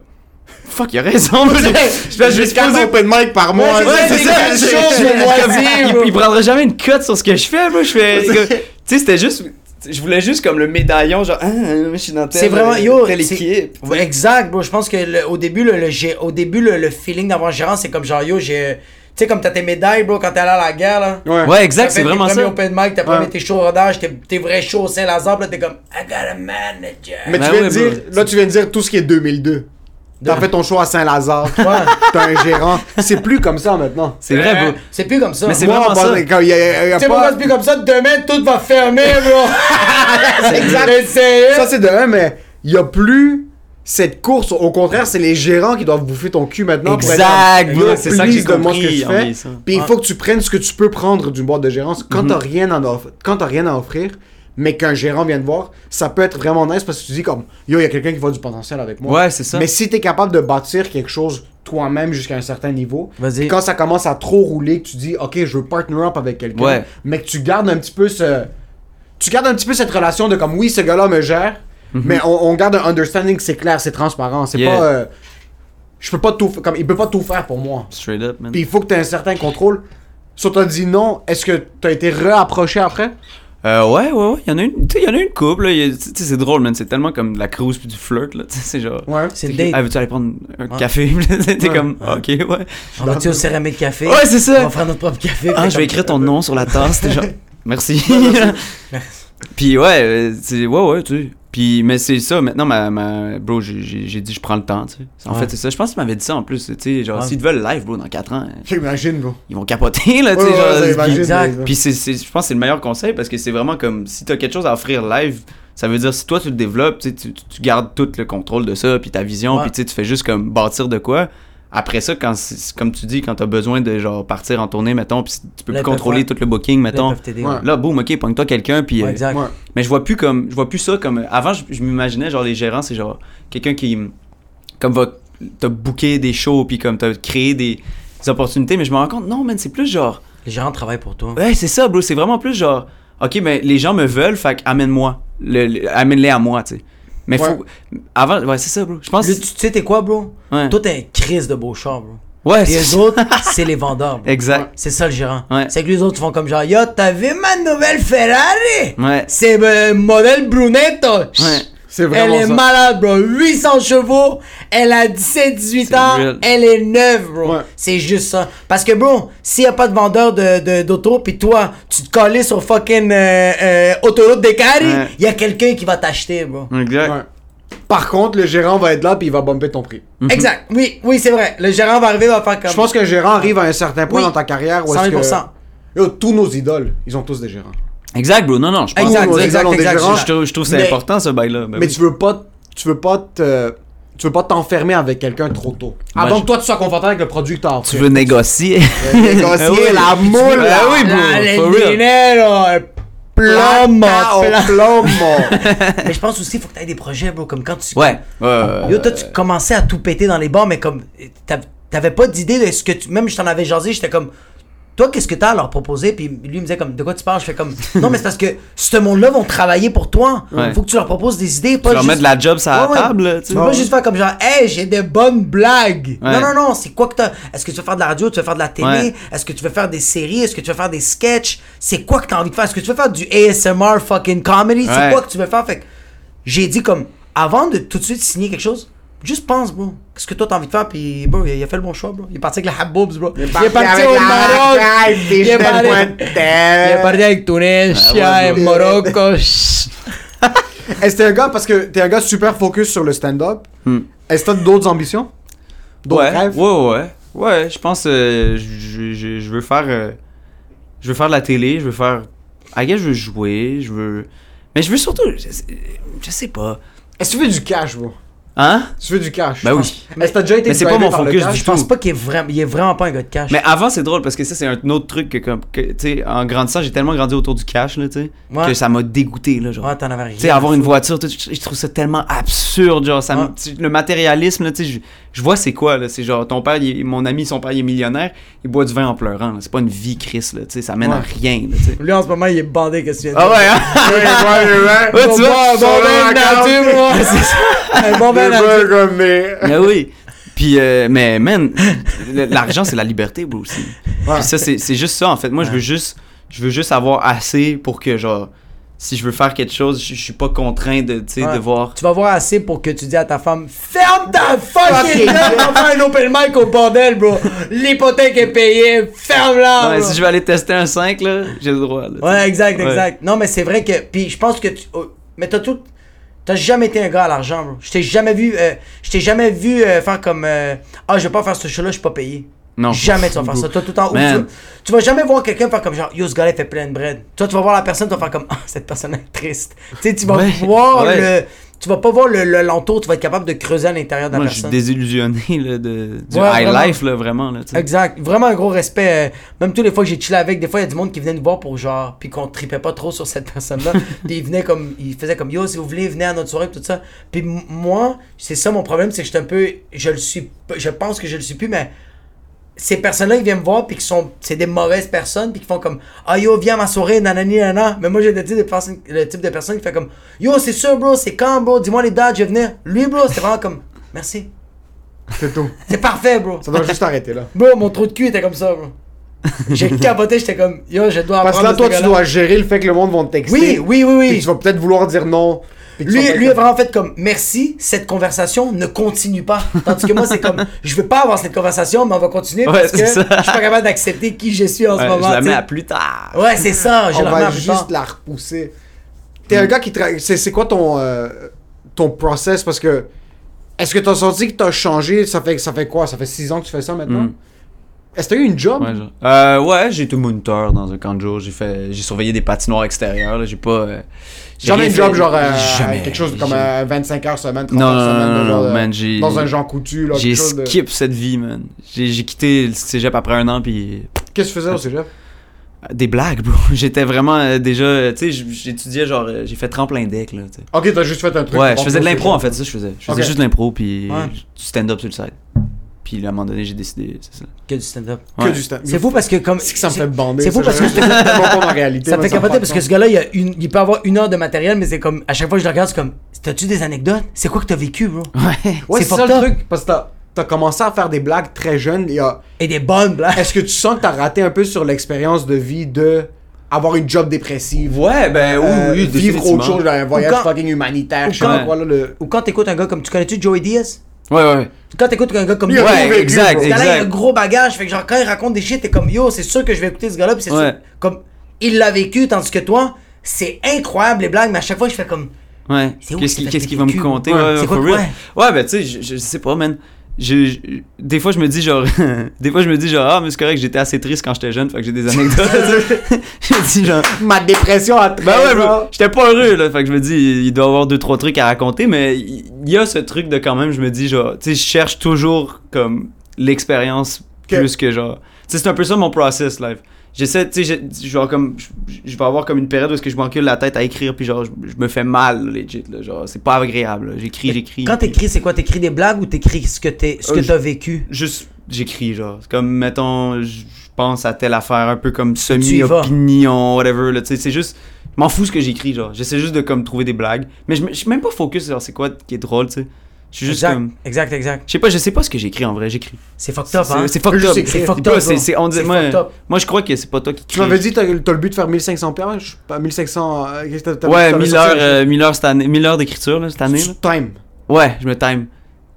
Speaker 4: fuck, il a raison. Moi, j'ai- je vais
Speaker 2: J'ai
Speaker 4: juste
Speaker 2: juste quatre
Speaker 4: poser.
Speaker 2: open mic par mois.
Speaker 3: Ouais,
Speaker 4: Ouais, c'est ça,
Speaker 2: c'est-
Speaker 4: c'est
Speaker 2: c'est-
Speaker 4: ça,
Speaker 2: c'est-
Speaker 4: je-
Speaker 2: c'est-
Speaker 4: comme-
Speaker 3: moitié,
Speaker 4: il-
Speaker 3: bro.
Speaker 4: Il prendra jamais une cote sur ce que je fais, moi. Je fais, que- tu sais, c'était juste, tu sais, je voulais juste comme le médaillon, genre, ah, je suis dans telle, euh,
Speaker 3: C'est vraiment yo.
Speaker 4: telle
Speaker 3: c'est-
Speaker 4: équipe.
Speaker 3: Ouais, exact, bro. Je pense que le- au début, le, le gé- au début, le, le feeling d'avoir un gérant, c'est comme genre yo, j'ai. Tu sais, comme t'as tes médailles, bro, quand t'es allé à la guerre, là.
Speaker 4: Ouais,
Speaker 3: T'as
Speaker 4: exact, c'est
Speaker 3: fait
Speaker 4: vraiment
Speaker 3: tes
Speaker 4: ça.
Speaker 3: premiers open mic, t'as
Speaker 2: Ouais.
Speaker 3: premier tes shows au rodage, tes, tes vrais shows au Saint-Lazare, pis là t'es comme I got a manager.
Speaker 2: Mais tu
Speaker 4: Ben
Speaker 2: viens de
Speaker 4: ouais,
Speaker 2: dire,
Speaker 4: bro. Ah.
Speaker 2: là, tu viens de dire tout ce qui est 2002. T'as fait ton choix à Saint-Lazare. T'as un gérant. C'est plus comme ça maintenant.
Speaker 4: C'est vrai, bro.
Speaker 3: C'est plus comme ça.
Speaker 4: Mais c'est
Speaker 3: Moi,
Speaker 2: Moi,
Speaker 4: vraiment
Speaker 2: on
Speaker 4: ça.
Speaker 2: pense- quand il y a- il y a
Speaker 3: Tu sais pourquoi
Speaker 2: pas-
Speaker 3: c'est plus comme ça? Demain, tout va fermer, bro. c'est exact. Mais sérieux?
Speaker 2: Ça, c'est de un, mais il y a plus cette course. Au contraire, c'est les gérants qui doivent bouffer ton cul maintenant. pour être
Speaker 4: Exact,
Speaker 2: comme,
Speaker 4: bro,
Speaker 2: Yo,
Speaker 4: c'est ça que
Speaker 2: please,
Speaker 4: j'ai
Speaker 2: donne-moi ce que
Speaker 4: compris,
Speaker 2: je fais.
Speaker 4: en Ah. ça.
Speaker 2: Puis il faut que tu prennes ce que tu peux prendre d'une boîte de gérance quand
Speaker 4: Mhm.
Speaker 2: t'as rien à offrir, quand t'as rien à offrir, mais qu'un gérant vienne voir, ça peut être vraiment nice parce que tu dis comme yo, il y a quelqu'un qui voit du potentiel avec moi.
Speaker 4: Ouais, c'est ça.
Speaker 2: Mais si t'es capable de bâtir quelque chose toi-même jusqu'à un certain niveau,
Speaker 3: Vas-y.
Speaker 2: puis quand ça commence à trop rouler, que tu dis ok, je veux partner up avec quelqu'un,
Speaker 4: Ouais.
Speaker 2: mais que tu gardes un petit peu ce, tu gardes un petit peu cette relation de comme oui, ce gars-là me gère,
Speaker 3: Mhm.
Speaker 2: mais on, on garde un understanding, c'est clair, c'est transparent, c'est
Speaker 4: Yeah.
Speaker 2: pas, euh, je peux pas tout, f- comme il peut pas tout faire pour moi.
Speaker 4: Straight up, man.
Speaker 2: Puis il faut que tu aies un certain contrôle. Si on t'a dit non, est-ce que t'as été réapproché après
Speaker 4: Euh, ouais, ouais, ouais. Il y en a une, tu sais, il y en a une couple, là. il y a- Tu sais, c'est drôle, man. C'est tellement comme de la cruise puis du flirt, là. Tu sais, c'est genre.
Speaker 2: Ouais.
Speaker 3: C'est une
Speaker 4: T'es- Ah,
Speaker 3: date.
Speaker 4: veux-tu aller prendre un
Speaker 3: Ouais.
Speaker 4: café? T'es comme, ok, ouais.
Speaker 3: On va-tu au cérémie de café?
Speaker 4: Ouais, c'est
Speaker 3: On va
Speaker 4: ça.
Speaker 3: faire notre propre café.
Speaker 4: Ah,
Speaker 3: puis
Speaker 4: je vais écrire ton nom sur la tasse, t'es genre. Merci.
Speaker 3: Merci.
Speaker 4: Puis ouais, euh, c'est ouais, ouais, tu sais. Puis, mais c'est ça, maintenant, ma, ma- bro, j'ai- j'ai j'ai dit, je prends le temps, tu sais. En
Speaker 3: Ouais.
Speaker 4: fait, c'est ça. Je pense qu'ils m'avaient dit ça en plus, tu sais. Genre,
Speaker 3: Ouais.
Speaker 4: s'ils te veulent live, bro, dans 4 ans, euh,
Speaker 2: J'imagine, bro.
Speaker 4: ils vont capoter, là, tu
Speaker 2: Ouais, ouais,
Speaker 4: sais. genre,
Speaker 2: ouais,
Speaker 4: puis-
Speaker 2: j'imagine,
Speaker 3: exact.
Speaker 2: mais-
Speaker 4: puis c'est, c'est- je pense que c'est le meilleur conseil parce que c'est vraiment comme si t'as quelque chose à offrir live, ça veut dire si toi tu le développes, tu, sais, tu, tu gardes tout le contrôle de ça, puis ta vision,
Speaker 3: Ouais.
Speaker 4: puis tu sais, tu fais juste comme bâtir de quoi. après ça, quand c'est- comme tu dis, quand t'as besoin de genre partir en tournée, mettons, puis tu peux
Speaker 3: Là, ils peuvent
Speaker 4: plus contrôler
Speaker 3: faire-
Speaker 4: tout le booking,
Speaker 3: Là, ils
Speaker 4: mettons.
Speaker 3: peuvent t'aider.
Speaker 2: Ouais.
Speaker 3: Ouais,
Speaker 4: Là, boum, ok, pogne-toi quelqu'un, puis. euh,
Speaker 3: exact.
Speaker 2: Ouais.
Speaker 4: mais je vois plus comme je vois plus ça comme avant je, je m'imaginais genre les gérants c'est genre quelqu'un qui comme va t'as booké des shows puis comme t'as créé des, des opportunités mais je me rends compte non man c'est plus genre
Speaker 3: Les gens travaillent pour toi.
Speaker 4: ouais c'est ça bro c'est vraiment plus genre ok mais les gens me veulent fait amène-moi le, le- amène-les à moi tu sais mais
Speaker 2: Ouais.
Speaker 4: faut avant ouais c'est ça bro je pense
Speaker 3: Là, tu tu sais, t'es quoi, bro?
Speaker 4: Ouais.
Speaker 3: Toi, t'es un crise de beau char, bro.
Speaker 4: ouais
Speaker 3: Et
Speaker 4: c'est
Speaker 3: les
Speaker 4: ça.
Speaker 3: autres, c'est les vendeurs, bro.
Speaker 4: exact
Speaker 3: C'est ça le gérant.
Speaker 4: Ouais.
Speaker 3: C'est que les autres font comme genre, yo, t'as vu ma nouvelle Ferrari?
Speaker 4: ouais
Speaker 3: C'est le modèle Brunetto.
Speaker 4: ouais
Speaker 2: C'est
Speaker 3: Elle
Speaker 2: vraiment
Speaker 3: est
Speaker 2: ça.
Speaker 3: malade, bro. 800 chevaux. Elle a 17-18 ans.
Speaker 4: real.
Speaker 3: Elle est neuve, bro.
Speaker 2: Ouais.
Speaker 3: C'est juste ça. Parce que, bro, s'il n'y a pas de vendeur d'auto, de, d'auto, puis toi, tu te collais sur fucking euh, euh, autoroute des Cari, il
Speaker 4: Ouais.
Speaker 3: y a quelqu'un qui va t'acheter, bro.
Speaker 4: exact
Speaker 2: Ouais. Par contre, le gérant va être là puis il va bumper ton prix.
Speaker 4: Mhm.
Speaker 3: Exact. Oui, oui, c'est vrai. Le gérant va arriver, va faire comme.
Speaker 2: Je pense qu'un gérant arrive à un certain point
Speaker 3: Oui.
Speaker 2: dans ta carrière où est-ce
Speaker 3: 100 000%.
Speaker 2: que... Yo, tous nos idoles, ils ont tous des gérants.
Speaker 4: exact bro non non je pense
Speaker 3: Exact,
Speaker 2: Tous nos
Speaker 3: exact,
Speaker 2: idoles ont des
Speaker 3: exact,
Speaker 2: gérants.
Speaker 4: je trouve, je trouve que c'est
Speaker 3: Mais-
Speaker 4: important ce Ben bail là
Speaker 2: Mais tu veux pas, tu veux pas te, tu veux pas t'enfermer avec quelqu'un trop tôt. Avant
Speaker 4: je-
Speaker 2: que toi tu sois confortable avec le produit que t'as
Speaker 4: tu
Speaker 2: offert.
Speaker 4: veux négocier
Speaker 2: négocier
Speaker 4: Ah oui.
Speaker 2: la moule.
Speaker 4: Ah oui, bro,
Speaker 3: La- le
Speaker 4: for real.
Speaker 3: dinero, el plomo,
Speaker 2: Plata au
Speaker 3: pla-
Speaker 2: plomo.
Speaker 3: Mais je pense aussi, faut que t'aies des projets, bro. Comme quand tu.
Speaker 4: ouais ouais
Speaker 3: Yo, toi, tu commençais à tout péter dans les bars, mais comme. t'av- T'avais pas d'idée de ce que tu. Même je t'en avais jasé, j'étais comme. Toi, qu'est-ce que t'as à leur proposer? Puis lui il me disait comme, de quoi tu parles? Je fais comme, non, mais c'est parce que ce monde-là vont travailler pour toi.
Speaker 4: Ouais.
Speaker 3: Faut que tu leur proposes des idées. Pas
Speaker 4: leur
Speaker 3: juste...
Speaker 4: mets de la job sur la
Speaker 3: Ouais, ouais.
Speaker 4: table, là, tu
Speaker 3: Tu
Speaker 4: sais.
Speaker 3: peux pas juste faire comme genre, hey, j'ai des bonnes blagues.
Speaker 4: Ouais.
Speaker 3: Non, non, non, c'est quoi que t'as. Est-ce que tu veux faire de la radio? Tu veux faire de la télé?
Speaker 4: Ouais.
Speaker 3: Est-ce que tu veux faire des séries? Est-ce que tu veux faire des sketchs? C'est quoi que t'as envie de faire? Est-ce que tu veux faire du ASMR fucking comedy? C'est
Speaker 4: Ouais.
Speaker 3: quoi que tu veux faire? Fait que j'ai dit comme, avant de tout de suite signer quelque chose, juste pense, bro. Qu'est-ce que toi t'as envie de faire? Puis, bro, il a fait le bon choix, bro. Il est parti avec la Haboubs, bro. Il est parti,
Speaker 2: avec
Speaker 3: au
Speaker 2: la
Speaker 3: Maroc.
Speaker 2: Haboubs,
Speaker 3: Il est
Speaker 2: Michel
Speaker 3: parti-
Speaker 2: Fuentes.
Speaker 3: il est parti avec Tunis,
Speaker 4: ouais, bro.
Speaker 3: Morocco.
Speaker 2: Est-ce que t'es Eh, un gars parce que t'es un gars super focus sur le stand-up? Est-ce que t'as d'autres ambitions? D'autres
Speaker 4: ouais,
Speaker 2: rêves?
Speaker 4: Ouais, ouais. Ouais, je pense euh, je, je- je veux faire euh, je veux faire de la télé, je veux faire I guess je veux jouer, je veux mais je veux surtout je sais, je sais pas.
Speaker 2: Est-ce que tu veux du cash, bro?
Speaker 4: Hein
Speaker 2: Tu veux du cash?
Speaker 4: Ben oui.
Speaker 2: Est-ce que t'as déjà été
Speaker 4: Mais c'est pas
Speaker 2: drivé
Speaker 4: mon
Speaker 2: par le
Speaker 4: focus
Speaker 2: cash?
Speaker 4: du
Speaker 3: Je pense pas qu'il est, vraiment- il est vraiment pas un gars de cash.
Speaker 4: Mais avant c'est drôle parce que ça c'est un autre truc que comme que, tu sais en grandissant, j'ai tellement grandi autour du cash là, tu sais,
Speaker 3: Ouais.
Speaker 4: que ça m'a dégoûté là genre.
Speaker 3: Ouais, t'en avais rien.
Speaker 4: Tu sais, avoir une voiture, tu sais, je trouve ça tellement absurde, genre, ça me-
Speaker 3: Ouais.
Speaker 4: tu- le matérialisme, là, tu sais, je, je vois c'est quoi, là, c'est genre, ton père, il est- mon ami, son père, il est millionnaire, il boit du vin en pleurant, là, c'est pas une vie, Chris, là, tu sais, ça mène à
Speaker 2: Ouais.
Speaker 4: rien, là, tu sais.
Speaker 3: Lui en ce moment il est bandé qu'est-ce que tu viens de
Speaker 4: Ah
Speaker 3: dire.
Speaker 4: ouais, hein?
Speaker 2: Ouais, ouais, ouais.
Speaker 4: Ouais, tu vois,
Speaker 2: Bon, bon, ben,
Speaker 3: nature,
Speaker 2: nature.
Speaker 3: moi. Un bon ben
Speaker 2: Des
Speaker 3: nature.
Speaker 2: burgomés.
Speaker 4: Ah oui. Puis, euh, mais man, le- l'argent, c'est la liberté, bro, aussi. Puis ça, c'est c'est juste ça, en fait. Moi, je veux juste je veux juste avoir assez pour que, genre, si je veux faire quelque chose, je, je suis pas contraint de, tu sais,
Speaker 3: Ouais.
Speaker 4: de voir...
Speaker 3: Tu vas voir assez pour que tu dis à ta femme Ferme ta fucking gueule, on va faire un open mic au bordel, bro. L'hypothèque est payée, ferme-la.
Speaker 4: Ouais,
Speaker 3: bro.
Speaker 4: si je vais aller tester un 5, là, j'ai le droit, là, tu sais.
Speaker 3: Ouais, exact,
Speaker 4: Ouais.
Speaker 3: exact. Non, mais c'est vrai que. Puis je pense que tu. oh, mais t'as tout. T'as jamais été un gars à l'argent, bro. Je t'ai jamais vu. euh, je t'ai jamais vu euh, faire comme. euh, ah, je vais pas faire ce show-là, je suis pas payé.
Speaker 4: Non.
Speaker 3: Jamais tu vas faire ça. Toi, tout le temps. ou tu,
Speaker 4: Man.
Speaker 3: vas- tu vas jamais voir quelqu'un faire comme genre, yo, ce gars-là, il fait plein de bread. Toi, tu vas voir la personne, tu vas faire comme, ah, cette personne est triste. Tu sais, tu vas
Speaker 4: Ouais,
Speaker 3: voir
Speaker 4: ouais.
Speaker 3: le. Tu vas pas voir le, le l'entour, tu vas être capable de creuser à l'intérieur de la
Speaker 4: Moi, je suis
Speaker 3: personne.
Speaker 4: désillusionné là, de, du
Speaker 3: Ouais,
Speaker 4: high
Speaker 3: vraiment.
Speaker 4: life, là, vraiment. Là, tu sais.
Speaker 3: Exact. Vraiment un gros respect. euh, Même tous les fois que j'ai chillé avec, des fois, il y a du monde qui venait nous voir pour genre, puis qu'on tripait pas trop sur cette personne-là. puis ils venaient comme, ils faisaient comme, yo, si vous voulez, venez à notre soirée, tout ça. Puis m- moi, c'est ça mon problème, c'est que j'étais un peu, je le suis, p- je pense que je le suis plus, mais ces personnes-là, ils viennent me voir, puis qui sont, c'est des mauvaises personnes, puis qui font comme, ah yo, viens à ma soirée, nanani, nanana. Mais moi, j'ai le type de personne, le type de personne qui fait comme, yo, c'est sûr, bro, c'est quand, bro, dis-moi les dates, je vais venir. Lui, bro, c'est vraiment comme, merci.
Speaker 2: C'est tout.
Speaker 3: C'est parfait, bro.
Speaker 2: Ça doit juste arrêter là.
Speaker 3: Bro, mon trou de cul était comme ça, bro. J'ai capoté, j'étais comme, yo, je dois apprendre.
Speaker 2: Parce que là,
Speaker 3: de ce
Speaker 2: toi, tu
Speaker 3: gars-là.
Speaker 2: dois gérer le fait que le monde va te texter.
Speaker 3: Oui, oui, oui,
Speaker 2: Puis
Speaker 3: oui.
Speaker 2: tu vas peut-être vouloir dire non. Puis que tu vas
Speaker 3: Lui,
Speaker 2: pas
Speaker 3: lui
Speaker 2: être-
Speaker 3: est vraiment fait comme, merci, cette conversation ne continue pas. Tandis que moi, c'est comme, je veux pas avoir cette conversation, mais on va continuer
Speaker 4: Ouais,
Speaker 3: parce que
Speaker 4: c'est
Speaker 3: je suis
Speaker 4: ça.
Speaker 3: pas capable d'accepter qui je suis en
Speaker 4: Ouais,
Speaker 3: ce moment.
Speaker 4: je la
Speaker 3: tu
Speaker 4: mets
Speaker 3: sais.
Speaker 4: à plus tard.
Speaker 3: Ouais, c'est ça, je
Speaker 2: On
Speaker 3: la mets
Speaker 2: va
Speaker 3: à plus tard.
Speaker 2: juste la repousser. T'es un
Speaker 4: Hmm.
Speaker 2: gars qui. tra- C'est c'est quoi ton. euh, ton process Parce que. Est-ce que t'as senti que t'as changé Ça fait, ça fait quoi Ça fait 6 ans que tu fais ça maintenant
Speaker 4: Mm.
Speaker 2: Est-ce que t'as eu une job?
Speaker 4: Ouais, genre- Euh, ouais, j'ai été moniteur dans un camp de jour. J'ai fait, j'ai surveillé des patinoires extérieures. là, J'ai pas. euh, j'ai
Speaker 2: Jamais
Speaker 4: rien
Speaker 2: une job,
Speaker 4: fait-
Speaker 2: genre euh,
Speaker 4: jamais.
Speaker 2: quelque chose comme
Speaker 4: J'ai-
Speaker 2: euh, 25 heures semaine, 30
Speaker 4: Non,
Speaker 2: heures
Speaker 4: non,
Speaker 2: semaine.
Speaker 4: non,
Speaker 2: de
Speaker 4: non,
Speaker 2: genre,
Speaker 4: man,
Speaker 2: euh,
Speaker 4: j'ai-
Speaker 2: dans un Jean Coutu, là,
Speaker 4: J'ai
Speaker 2: quelque chose de-
Speaker 4: skip cette vie, man. J'ai j'ai quitté le cégep après un an, puis euh,
Speaker 2: Qu'est-ce que tu faisais au cégep?
Speaker 4: Des blagues, bro. J'étais vraiment euh, déjà. euh, Tu sais, j- j'étudiais genre. euh, J'ai fait tremplin deck, là. tu sais.
Speaker 2: Ok, t'as juste fait un truc.
Speaker 4: Ouais,
Speaker 2: pour
Speaker 4: je faisais de
Speaker 2: au
Speaker 4: l'impro
Speaker 2: cégep.
Speaker 4: en fait, ça je faisais. Je faisais
Speaker 2: Ok.
Speaker 4: juste de l'impro, puis
Speaker 3: Ouais.
Speaker 4: du stand-up sur le site. Puis là, à un moment donné, j'ai décidé, c'est ça.
Speaker 3: Que du stand-up.
Speaker 2: Que
Speaker 4: Ouais.
Speaker 2: du stand.
Speaker 3: C'est fou parce que comme.
Speaker 2: C'est que ça me fait bander.
Speaker 3: C'est fou
Speaker 2: ça,
Speaker 3: parce
Speaker 2: je-
Speaker 3: que-
Speaker 2: je me rends compte en réalité.
Speaker 3: Ça me
Speaker 2: mais
Speaker 3: fait
Speaker 2: me
Speaker 3: capoter
Speaker 2: rend
Speaker 3: parce que
Speaker 2: compte.
Speaker 3: ce gars-là, il, a une- il peut avoir une heure de matériel, mais c'est comme. À chaque fois que je le regarde, c'est comme. T'as-tu des anecdotes C'est quoi que t'as vécu, bro
Speaker 4: Ouais.
Speaker 2: Ouais,
Speaker 3: c'est
Speaker 2: c'est ça
Speaker 3: fucked
Speaker 2: le
Speaker 3: up.
Speaker 2: truc. Parce que t'as- t'as commencé à faire des blagues très jeune. et, euh,
Speaker 3: Et des bonnes blagues.
Speaker 2: Est-ce que tu sens que t'as raté un peu sur l'expérience de vie de avoir une job dépressive?
Speaker 4: Ouais, ben
Speaker 2: euh,
Speaker 4: oui, oui,
Speaker 2: vivre
Speaker 4: définitivement.
Speaker 2: autre chose, genre un voyage
Speaker 3: quand-
Speaker 2: fucking humanitaire,
Speaker 3: ou
Speaker 2: je sais pas
Speaker 4: quand-
Speaker 2: quoi, là, le...
Speaker 3: Ou quand t'écoutes un gars comme. Tu connais-tu Joey Diaz
Speaker 4: Ouais, ouais, ouais.
Speaker 3: Quand t'écoutes un gars comme
Speaker 2: Il a
Speaker 3: Joey
Speaker 2: tout vécu,
Speaker 4: Ouais, exact,
Speaker 2: bro.
Speaker 3: Ce gars-là, il a un
Speaker 4: exact.
Speaker 3: gros bagage. Fait que genre, quand il raconte des shit, t'es comme yo, c'est sûr que je vais écouter ce gars-là. Puis c'est
Speaker 4: Ouais.
Speaker 3: sûr. Comme, il l'a vécu, tandis que toi, c'est incroyable les blagues, mais à chaque fois, je fais comme.
Speaker 4: Ouais.
Speaker 3: C'est où
Speaker 4: Qu'est-ce
Speaker 3: que
Speaker 4: qui-
Speaker 3: t'as
Speaker 4: qu'est-ce
Speaker 3: fait
Speaker 4: qu'il
Speaker 3: tes
Speaker 4: va me
Speaker 3: culs?
Speaker 4: compter?
Speaker 3: Ouais.
Speaker 4: Ouais,
Speaker 3: C'est
Speaker 4: ouais,
Speaker 3: quoi
Speaker 4: for
Speaker 3: que-
Speaker 4: real. Ouais, ben tu sais, je, je sais pas, man. Je- je- des fois, je me dis genre. des fois, je me dis genre, ah, mais c'est correct, j'étais assez triste quand j'étais jeune, fait que j'ai des anecdotes. je me dis genre.
Speaker 2: Ma dépression à 13
Speaker 4: Ben ouais,
Speaker 2: ans.
Speaker 4: bro, j'étais pas heureux, là. Fait que je me dis, il doit avoir deux, trois trucs à raconter, mais il il y a ce truc de quand même, je me dis, genre, tu sais, je cherche toujours, comme, l'expérience
Speaker 2: Que-
Speaker 4: plus que, genre. Tu sais, c'est un peu ça mon process, live. J'essaie, tu sais, je- genre, comme, je- je vais avoir comme une période où est-ce que je m'encule la tête à écrire, puis genre, je, je me fais mal, legit, là. Genre, c'est pas agréable, là. J'écris, j'écris.
Speaker 3: Quand t'écris, c'est quoi T'écris des blagues ou t'écris ce que t'es- ce que
Speaker 4: Euh, je-
Speaker 3: t'as vécu
Speaker 4: Juste, j'écris, genre. C'est comme, mettons, je je pense à telle affaire, un peu comme
Speaker 3: y vas.
Speaker 4: semi-opinion, whatever, là. Tu sais, c'est juste. Je m'en fous ce que j'écris, genre. J'essaie juste de comme trouver des blagues. Mais je me- je suis même pas focus sur c'est quoi qui est drôle, tu sais. Je suis juste
Speaker 3: exact,
Speaker 4: comme.
Speaker 3: exact, exact.
Speaker 4: Je sais pas, je sais pas ce que j'écris en vrai, j'écris.
Speaker 3: C'est fucked up,
Speaker 4: C'est
Speaker 3: hein.
Speaker 4: c'est fucked
Speaker 2: Juste
Speaker 4: up.
Speaker 2: écrire.
Speaker 3: C'est fucked
Speaker 4: Bro,
Speaker 3: up,
Speaker 4: c'est-
Speaker 3: bro.
Speaker 4: c'est- on dirait-
Speaker 3: C'est
Speaker 4: moi,
Speaker 3: fucked up.
Speaker 4: moi, je crois que c'est pas toi qui
Speaker 2: Tu m'avais
Speaker 4: crée.
Speaker 2: dit que t'as t'as le but de faire 1500 pages, pas 1500... euh, qu'est-ce que t'as- t'as-
Speaker 4: Ouais,
Speaker 2: t'avais
Speaker 4: 1000
Speaker 2: sorti,
Speaker 4: heures, euh, 1000 heures cette année- 1000 heures d'écriture, là, cette année, là.
Speaker 2: Tu time.
Speaker 4: Ouais, je me time.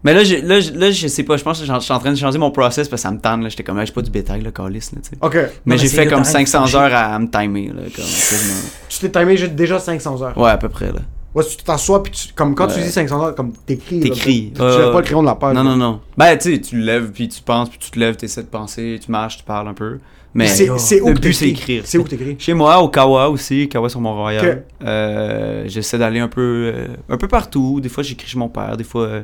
Speaker 4: Mais là, je, là, je- là, je sais pas, je pense que j'en- je suis en train de changer mon process parce que ça me tente, là. J'étais comme, Ah, j'ai pas du bétail, là, calice, là, tu sais.
Speaker 2: Ok.
Speaker 4: Mais
Speaker 3: Non,
Speaker 4: j'ai
Speaker 3: mais
Speaker 4: fait
Speaker 3: c'est-
Speaker 4: comme
Speaker 3: t'arrêtes de
Speaker 4: 500
Speaker 3: changer.
Speaker 4: heures à, à me timer, là, comme, quasiment.
Speaker 2: Tu t'es timé j'ai déjà 500 heures.
Speaker 4: Ouais, à peu près, là.
Speaker 2: Ouais, tu t'assois, puis tu- comme quand tu
Speaker 4: Ouais.
Speaker 2: dis 500 heures, comme t'écris. là,
Speaker 4: T'écris.
Speaker 2: Tu tu
Speaker 4: Ouais,
Speaker 2: lèves
Speaker 4: ouais.
Speaker 2: pas le crayon de la page.
Speaker 4: Non, non, non. Ben, tu sais, tu le lèves, puis tu penses, puis tu te lèves, t'essaies de penser, tu marches, tu parles un peu. Mais
Speaker 2: C'est c'est où
Speaker 4: le
Speaker 2: que
Speaker 4: but, c'est
Speaker 2: t'écris?
Speaker 4: écrire.
Speaker 2: C'est où que t'écris.
Speaker 4: Chez moi, au Kawa aussi, Kawa sur Mont-Royal, euh, j'essaie d'aller un peu, euh, un peu partout. Des fois, j'écris chez mon père, des fois, euh,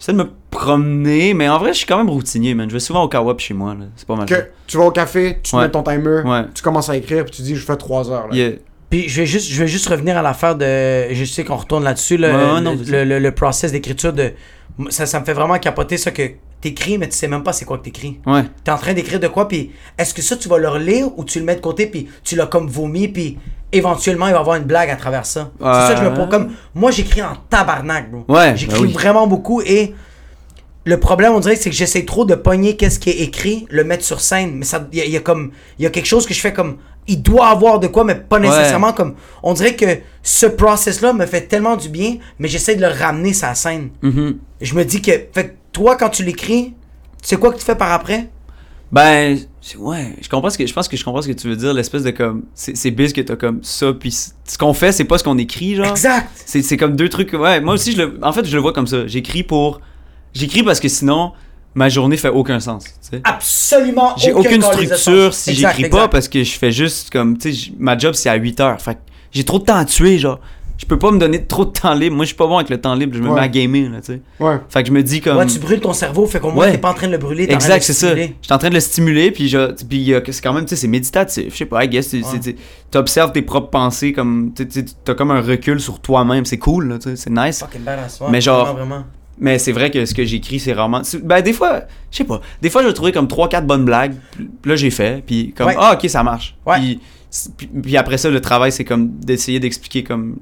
Speaker 4: j'essaie de me promener. Mais en vrai, je suis quand même routinier, man. Je vais souvent au Kawa, puis chez moi, là. C'est pas mal. ça.
Speaker 2: Que tu vas au café, tu te
Speaker 4: Ouais.
Speaker 2: mets ton timer,
Speaker 4: Ouais.
Speaker 2: tu commences à écrire, puis tu dis je fais 3 heures. là.
Speaker 4: Yeah.
Speaker 3: Puis je vais juste, je vais juste revenir à l'affaire de. Je sais qu'on retourne là-dessus, le,
Speaker 4: Ouais, ouais,
Speaker 3: le-
Speaker 4: non, vas-y.
Speaker 3: le, le- le process d'écriture de. Ça, ça me fait vraiment capoter ça que t'écris, mais tu sais même pas c'est quoi que t'écris.
Speaker 4: Ouais.
Speaker 3: T'es en train d'écrire de quoi, puis est-ce que ça tu vas le relire ou tu le mets de côté, puis tu l'as comme vomi, puis éventuellement il va y avoir une blague à travers ça. C'est ça que je me
Speaker 4: Ouais.
Speaker 3: pose comme. Moi j'écris en tabarnak, bro.
Speaker 4: Ouais,
Speaker 3: J'écris
Speaker 4: ben oui.
Speaker 3: vraiment beaucoup et. Le problème, on dirait, c'est que j'essaie trop de pogner qu'est-ce qui est écrit, le mettre sur scène. Mais ça, il y, a- il y a comme, il y a quelque chose que je fais comme, il doit avoir de quoi, mais pas nécessairement comme. On dirait que ce process-là me fait tellement du bien, mais j'essaie de le ramener sur la scène.
Speaker 4: Mm. Mm-hmm.
Speaker 3: Je me dis que, fait que toi, quand tu l'écris, tu sais quoi que tu fais par après
Speaker 4: Ben, c'est- ouais, je comprends ce que je pense que je comprends ce que tu veux dire, l'espèce de comme c'est c'est biz que t'as comme ça puis c- ce qu'on fait, c'est pas ce qu'on écrit genre.
Speaker 3: Exact.
Speaker 4: C'est c'est comme deux trucs ouais, moi aussi je le en fait, je le vois comme ça. J'écris pour j'écris parce que sinon ma journée fait aucun sens, tu sais.
Speaker 3: Absolument.
Speaker 4: J'ai
Speaker 3: Ah, aucun
Speaker 4: aucune
Speaker 3: corps des
Speaker 4: structure
Speaker 3: essences.
Speaker 4: si
Speaker 3: Exact,
Speaker 4: j'écris
Speaker 3: exact.
Speaker 4: pas parce que je fais juste comme tu sais j- ma job c'est à 8 heures. Fait que j'ai trop de temps à tuer genre. Je peux pas me donner trop de temps libre. Moi je suis pas bon avec le temps libre, je me
Speaker 2: Ouais.
Speaker 4: mets à gamer là, tu sais.
Speaker 2: Ouais.
Speaker 4: Fait que je me dis comme
Speaker 3: Ouais, tu brûles ton cerveau, fait qu'au moins
Speaker 4: Ouais.
Speaker 3: t'es pas en train de le brûler. t'es en train de
Speaker 4: Exact,
Speaker 3: le
Speaker 4: c'est ça.
Speaker 3: stimuler.
Speaker 4: J'étais en train de le stimuler, puis, je, puis il y a- c'est quand même, tu sais, c'est méditatif. Je sais pas, I guess, tu
Speaker 3: Ouais.
Speaker 4: observes tes propres pensées, comme, tu tu- t'as comme un recul sur toi-même, c'est cool, là, tu sais, c'est nice.
Speaker 3: Fucking badass. ouais,
Speaker 4: Mais genre-
Speaker 3: vraiment, vraiment.
Speaker 4: Mais c'est vrai que ce que j'écris, c'est rarement. c'est- Ben, des fois, je sais pas, des fois, je trouvais comme 3-4 bonnes blagues, puis là, j'ai fait, puis comme,
Speaker 3: Ouais.
Speaker 4: ah, ok, ça marche.
Speaker 3: Ouais.
Speaker 4: Puis, c'est- puis, puis après ça, le travail, c'est comme d'essayer d'expliquer, comme,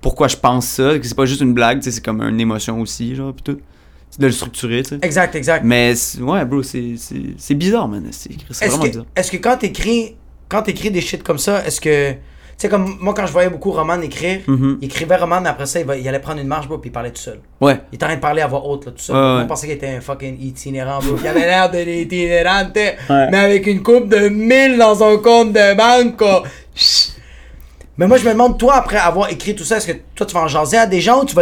Speaker 4: pourquoi je pense ça, que c'est pas juste une blague, tu sais, c'est comme une émotion aussi, genre, puis tout. C'est De le structurer, tu sais.
Speaker 3: Exact, exact.
Speaker 4: Mais c'est- ouais, bro, c'est- c'est c'est bizarre, man. C'est c'est
Speaker 3: Est-ce
Speaker 4: vraiment
Speaker 3: que,
Speaker 4: bizarre.
Speaker 3: est-ce que quand t'écris quand t'écris des shit comme ça, est-ce que tu sais comme moi quand je voyais beaucoup Roman écrire,
Speaker 4: Mhm.
Speaker 3: il écrivait Roman mais après ça il, va- il allait prendre une marche bro, puis il parlait tout seul.
Speaker 4: Ouais.
Speaker 3: Il était en train de parler à voix haute là, tout seul.
Speaker 4: Ouais, ouais.
Speaker 3: On pensait qu'il était un fucking itinérant bro. Il avait l'air de l'itinérante mais avec une coupe de 1000 dans son compte de banque. quoi. Mais moi je me demande toi après avoir écrit tout ça, est-ce que toi tu vas en jaser à des gens
Speaker 4: je-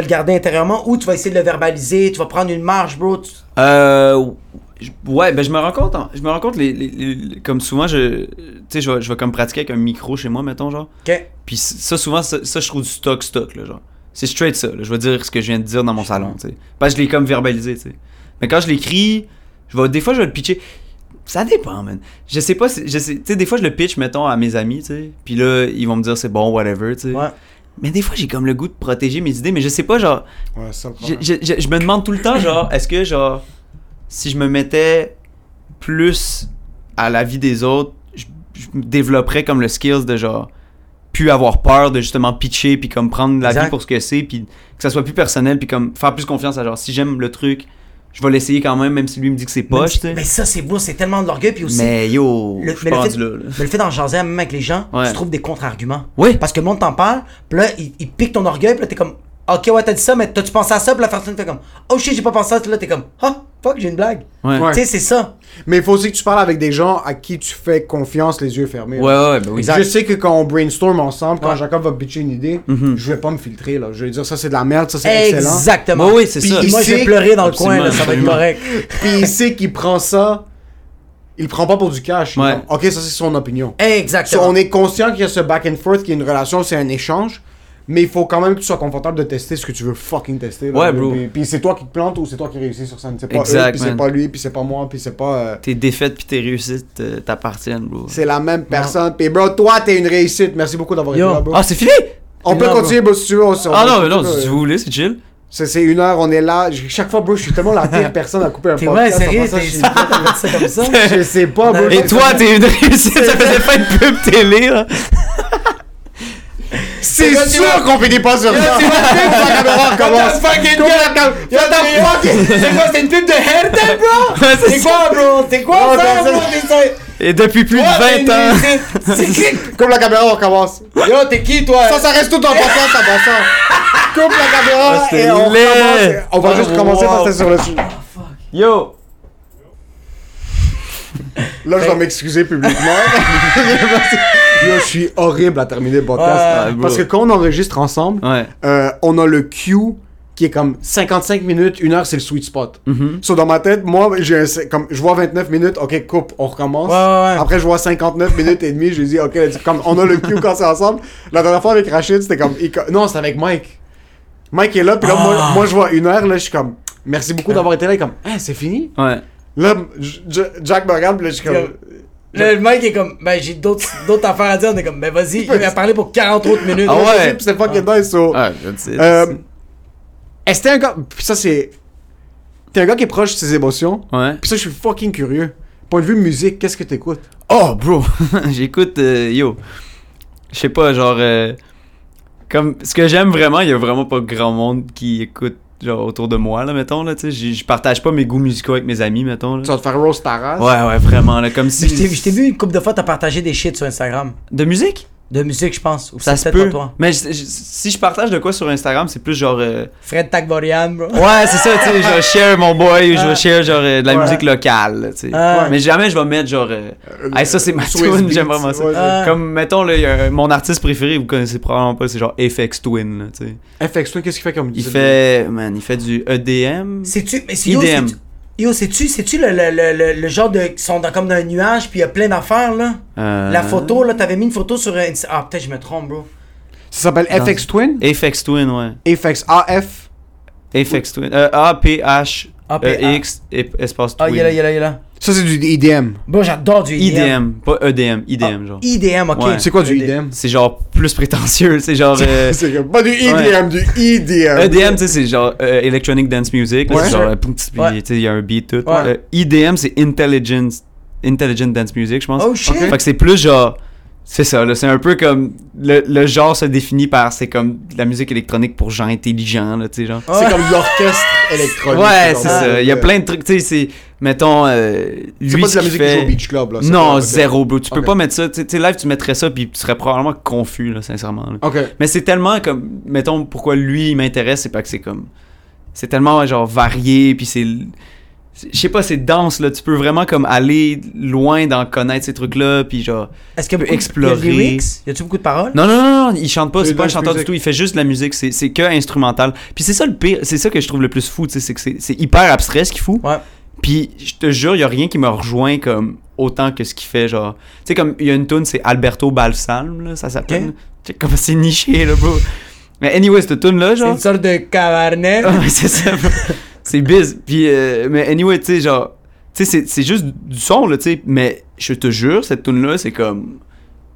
Speaker 4: Euh, ouais, ben je me rends compte, en- je me rends compte, les, les- les- comme souvent, je, tu sais, je vais, je vais comme pratiquer avec un micro chez moi, mettons, genre.
Speaker 3: Ok.
Speaker 4: Puis c- ça, souvent, ça, ça, je trouve du stock, stock, là, genre. C'est straight ça, là. je vais dire ce que je viens de dire dans mon salon, tu sais. Parce que je l'ai comme verbalisé, tu sais. Mais quand je l'écris, je vais, des fois, je vais le pitcher. Ça dépend, man. Je sais pas, si- je sais, tu sais, des fois, je le pitch, mettons, à mes amis, tu sais. Puis là, ils vont me dire c'est bon, whatever, tu sais.
Speaker 3: Ouais.
Speaker 4: Mais des fois, j'ai comme le goût de protéger mes idées, mais je sais pas, genre,
Speaker 2: Ouais, ça le
Speaker 4: je,
Speaker 2: problème.
Speaker 4: je, je- je me demande tout le temps, genre, est-ce que, genre, si je me mettais plus à la vie des autres, je, je me développerais comme le skills de, genre, plus avoir peur de justement pitcher, puis comme prendre la
Speaker 3: Exact.
Speaker 4: vie pour ce que c'est, puis que ça soit plus personnel, puis comme faire plus confiance à, genre, si j'aime le truc, je vais l'essayer quand même, même si lui me dit que c'est poche, tu sais.
Speaker 3: Mais ça, c'est beau, c'est tellement de l'orgueil. Puis aussi,
Speaker 4: Mais yo,
Speaker 3: le,
Speaker 4: je suis
Speaker 3: mais le
Speaker 4: pas
Speaker 3: fait,
Speaker 4: rendu là, là.
Speaker 3: mais le fait d'en jaser même avec les gens,
Speaker 4: Ouais.
Speaker 3: tu trouves des contre-arguments.
Speaker 4: Oui.
Speaker 3: Parce que le monde t'en parle, puis là, il, il pique ton orgueil, puis là, t'es comme, ok, ouais, t'as dit ça, mais t'as-tu pensé à ça? Puis la personne fait comme, oh shit, j'ai pas pensé à ça. Puis là, t'es comme, ah, fuck, j'ai une blague.
Speaker 4: Ouais.
Speaker 3: Tu sais, c'est ça.
Speaker 2: Mais il faut aussi que tu parles avec des gens à qui tu fais confiance les yeux fermés.
Speaker 4: Ouais,
Speaker 2: là.
Speaker 4: ouais, ben oui.
Speaker 2: Je sais que quand on brainstorm ensemble, quand
Speaker 3: Ouais.
Speaker 2: Jacob va pitcher une idée,
Speaker 4: Mhm.
Speaker 2: je vais pas me filtrer. là. Je vais dire ça c'est de la merde, ça c'est excellent.
Speaker 3: Exactement.
Speaker 4: Oui, oui, c'est ça.
Speaker 3: Puis moi, je vais
Speaker 2: Ici-
Speaker 3: pleurer dans le coin,
Speaker 4: Absolument,
Speaker 3: là, ça va être
Speaker 4: absolument.
Speaker 3: correct.
Speaker 2: Puis il sait qu'il prend ça, il prend pas pour du cash. Il
Speaker 4: Ouais.
Speaker 2: dit, ok, ça c'est son opinion. So,
Speaker 3: Exactement.
Speaker 2: on est conscient qu'il y a ce back and forth, qu'il y a une relation, c'est un échange. Mais il faut quand même que tu sois confortable de tester ce que tu veux fucking tester. là.
Speaker 4: Ouais, bro.
Speaker 2: Puis, puis c'est toi qui te plantes ou c'est toi qui réussis sur scène. C'est pas eux,
Speaker 4: Exact,
Speaker 2: puis
Speaker 4: man.
Speaker 2: c'est pas lui, puis c'est pas moi, puis c'est pas. euh,
Speaker 4: Tes défaites puis tes réussites euh, t'appartiennent, bro.
Speaker 2: C'est la même personne. Puis bro, toi, t'es une réussite. Merci beaucoup d'avoir été
Speaker 3: Yo.
Speaker 2: là, bro.
Speaker 4: Ah, c'est fini?
Speaker 2: on peut
Speaker 3: là, bro.
Speaker 2: continuer, bro, si tu veux. on s- on
Speaker 4: Ah
Speaker 2: va-
Speaker 4: non, mais non,
Speaker 2: euh,
Speaker 4: si vous voulez, c'est chill.
Speaker 2: C'est c'est une heure, on est là. J- Chaque fois, bro, je suis tellement la pire personne à couper un
Speaker 3: T'es
Speaker 2: podcast.
Speaker 3: ouais,
Speaker 2: en
Speaker 3: sérieux,
Speaker 2: passant,
Speaker 3: t'es
Speaker 2: je suis-
Speaker 3: t'as fait ça comme ça.
Speaker 2: Je sais pas, bro.
Speaker 4: Et toi, t'es une réussite, ça faisait pas une pub télé, là.
Speaker 2: C'est sûr qu'on finit pas sur ça. La caméra commence.
Speaker 3: C'est quoi, c'est une pub de Hertel, bro? Ah, C'est quoi, bro? C'est quoi,
Speaker 2: Oh,
Speaker 3: ça,
Speaker 2: non,
Speaker 3: bro?
Speaker 2: c'est-
Speaker 3: C'est-
Speaker 4: Et depuis plus de 20 ans.
Speaker 3: c'est- c'est- c'est-
Speaker 2: Coupe la caméra, on commence.
Speaker 3: Yo, t'es qui, toi?
Speaker 2: Ça, ça reste tout en passant, ça passe. Coupe la caméra
Speaker 4: Ah, c'est
Speaker 2: et on
Speaker 4: laid.
Speaker 2: recommence. On va juste
Speaker 4: Ah,
Speaker 2: commencer
Speaker 4: wow.
Speaker 2: parce que c'est sur le sujet.
Speaker 4: Yo!
Speaker 2: Là, je dois m'excuser publiquement. Yo, je suis horrible à terminer le podcast.
Speaker 4: Ouais.
Speaker 2: parce que quand on enregistre ensemble,
Speaker 4: Ouais.
Speaker 2: euh, on a le cue qui est comme 55 minutes, 1 heure, c'est le sweet spot. So, dans ma tête, moi, j'ai un- c'est comme, je vois 29 minutes, ok, coupe, on recommence.
Speaker 3: Ouais, ouais, ouais.
Speaker 2: Après, je vois 59 minutes et demie, je lui dis, ok, let's- comme, on a le cue quand c'est ensemble. La dernière fois avec Rachid, c'était comme, il co- non, c'est avec Mike. Mike est là, puis là, moi, moi, je vois une heure, là, je suis comme, merci beaucoup d'avoir été là, Il est comme, ah, c'est fini?
Speaker 4: Ouais.
Speaker 2: Là, J- J- Jack me regarde, puis là, je suis comme,
Speaker 3: Le mec est comme, ben j'ai d'autres d'autres affaires à dire. On est comme, ben vas-y, il va parler pour 40 autres minutes.
Speaker 4: Ah ouais?
Speaker 2: Puis c'est fucking nice,
Speaker 3: Oh.
Speaker 2: so-
Speaker 4: Ouais, Ah, je le sais.
Speaker 2: Euh, Est-ce que t'es un gars. Puis ça, c'est. T'es un gars qui est proche de ses émotions.
Speaker 4: Ouais.
Speaker 2: Puis ça, je suis fucking curieux. Point de vue musique, qu'est-ce que t'écoutes
Speaker 4: Oh, bro! J'écoute, euh, yo. Je sais pas, genre. euh, comme, ce que j'aime vraiment, il y a vraiment pas grand monde qui écoute, genre, autour de moi, là, mettons, là, tu sais. J'ai- Je partage pas mes goûts musicaux avec mes amis, mettons,
Speaker 2: Tu
Speaker 4: là.
Speaker 2: vas te faire roast ta race.
Speaker 4: Ouais, ouais, vraiment, là, comme
Speaker 3: Je t'ai- je t'ai
Speaker 4: si.
Speaker 3: vu une couple de fois, t'as partagé des shit sur Instagram.
Speaker 4: De musique?
Speaker 3: De musique, je pense. Ou
Speaker 4: Ça
Speaker 3: c'est
Speaker 4: se
Speaker 3: peut-être
Speaker 4: peut.
Speaker 3: pas toi.
Speaker 4: Mais je- je- si je partage de quoi sur Instagram, c'est plus genre. euh,
Speaker 3: Fred Tagborian, bro.
Speaker 4: Ouais, c'est ça, tu sais, je share mon boy, je share genre euh, de la
Speaker 2: Ouais.
Speaker 4: musique locale, là, tu sais.
Speaker 3: Ah.
Speaker 4: Mais jamais je vais mettre genre euh, Hey, ça c'est ma
Speaker 2: Swiss
Speaker 4: tune,
Speaker 2: Beats,
Speaker 4: j'aime vraiment ça.
Speaker 2: ouais,
Speaker 3: Ah.
Speaker 4: Comme mettons là, il y a un- mon artiste préféré, vous connaissez probablement pas, c'est genre FX Twin, là, tu sais.
Speaker 2: ouais. FX Twin, qu'est-ce qu'il fait comme
Speaker 4: Il
Speaker 2: musique
Speaker 4: fait man, il fait du E EDM.
Speaker 3: C'est-tu, mais c'est yo,
Speaker 4: IDM.
Speaker 3: c'est-tu- Yo, c'est-tu, c'est-tu le, le, le, le, le genre de. qui sont dans, comme dans un nuage, puis il y a plein d'affaires, là?
Speaker 4: Euh,
Speaker 3: La photo, là, t'avais mis une photo sur. Insta- Ah, peut-être je me trompe, bro.
Speaker 2: Ça s'appelle FX Twin
Speaker 4: FX Twin, ouais.
Speaker 2: FX AF.
Speaker 4: FX Twin. Euh, A P H
Speaker 3: A-P-A.
Speaker 4: E X e- espace Twin.
Speaker 3: Ah, il est là, il est là, il est là.
Speaker 2: Ça, c'est du E IDM.
Speaker 3: Bon, j'adore du IDM.
Speaker 4: IDM, pas E EDM,
Speaker 3: Ah,
Speaker 4: IDM genre.
Speaker 3: IDM, ok.
Speaker 4: Ouais. E
Speaker 2: C'est quoi du IDM
Speaker 4: C'est genre plus prétentieux, c'est genre euh,
Speaker 2: C'est comme pas du IDM,
Speaker 4: Ouais.
Speaker 2: du E IDM.
Speaker 4: EDM, tu sais, E c'est genre euh, Electronic Dance Music. là,
Speaker 2: Ouais.
Speaker 4: C'est genre, euh, poum, tss, puis,
Speaker 3: Ouais.
Speaker 4: tu sais, il y a un beat, tout.
Speaker 3: Ouais.
Speaker 4: Euh, EDM, c'est Intelligent, Intelligent Dance Music, je pense.
Speaker 3: Oh shit!
Speaker 4: Fait que c'est plus genre. C'est ça, là. C'est un peu comme. Le, le genre se définit par. C'est comme de la musique électronique pour gens intelligents, là, tu sais, genre.
Speaker 2: C'est comme l'orchestre électronique.
Speaker 4: Ouais,
Speaker 2: comme
Speaker 4: c'est ça. Il y a plein de trucs, tu sais, c'est. Mettons. euh, lui,
Speaker 2: C'est pas de
Speaker 4: ce
Speaker 2: la
Speaker 4: qu'il
Speaker 2: musique qui
Speaker 4: fait-
Speaker 2: joue au Beach Club, là. c'est
Speaker 4: Non,
Speaker 2: pas- ok.
Speaker 4: zéro, bro. Tu peux
Speaker 2: Ok.
Speaker 4: pas mettre ça. Tu sais, tu sais, live, tu mettrais ça, puis tu serais probablement confus, là, sincèrement. là.
Speaker 2: Ok.
Speaker 4: Mais c'est tellement comme, mettons, pourquoi lui il m'intéresse, c'est pas que c'est comme, c'est tellement genre varié, puis c'est, c'est- je sais pas, c'est dense là. Tu peux vraiment comme aller loin d'en connaître ces trucs là, puis genre.
Speaker 3: Est-ce qu'il y a
Speaker 4: peut
Speaker 3: beaucoup de-
Speaker 4: explorer.
Speaker 3: il y a des lyrics? Y a-tu beaucoup de paroles?
Speaker 4: Non non non non, il chante pas,
Speaker 2: C'est
Speaker 4: c'est pas un
Speaker 2: de la
Speaker 4: chanteur du
Speaker 2: musique.
Speaker 4: tout. Il fait juste de la musique, c'est, c'est que instrumental. Puis c'est ça le pire, c'est ça que je trouve le plus fou, tu sais, c'est que c'est, c'est hyper abstrait ce qu'il fout.
Speaker 3: Ouais.
Speaker 4: Puis je te jure, il y a rien qui me rejoint comme autant que ce qu'il fait genre. Tu sais comme il y a une tune c'est Alberto Balsam là, ça s'appelle.
Speaker 3: Ok.
Speaker 4: Tu sais comme c'est niché là, bro. Mais anyway, cette tune là
Speaker 3: C'est
Speaker 4: genre
Speaker 3: une sorte de cabernet.
Speaker 4: ah, ouais, c'est ça. c'est biz. Puis, euh, mais anyway, tu sais, genre, tu sais, c'est- c'est juste du son, là, tu sais. Mais je te jure, cette tune-là, c'est comme.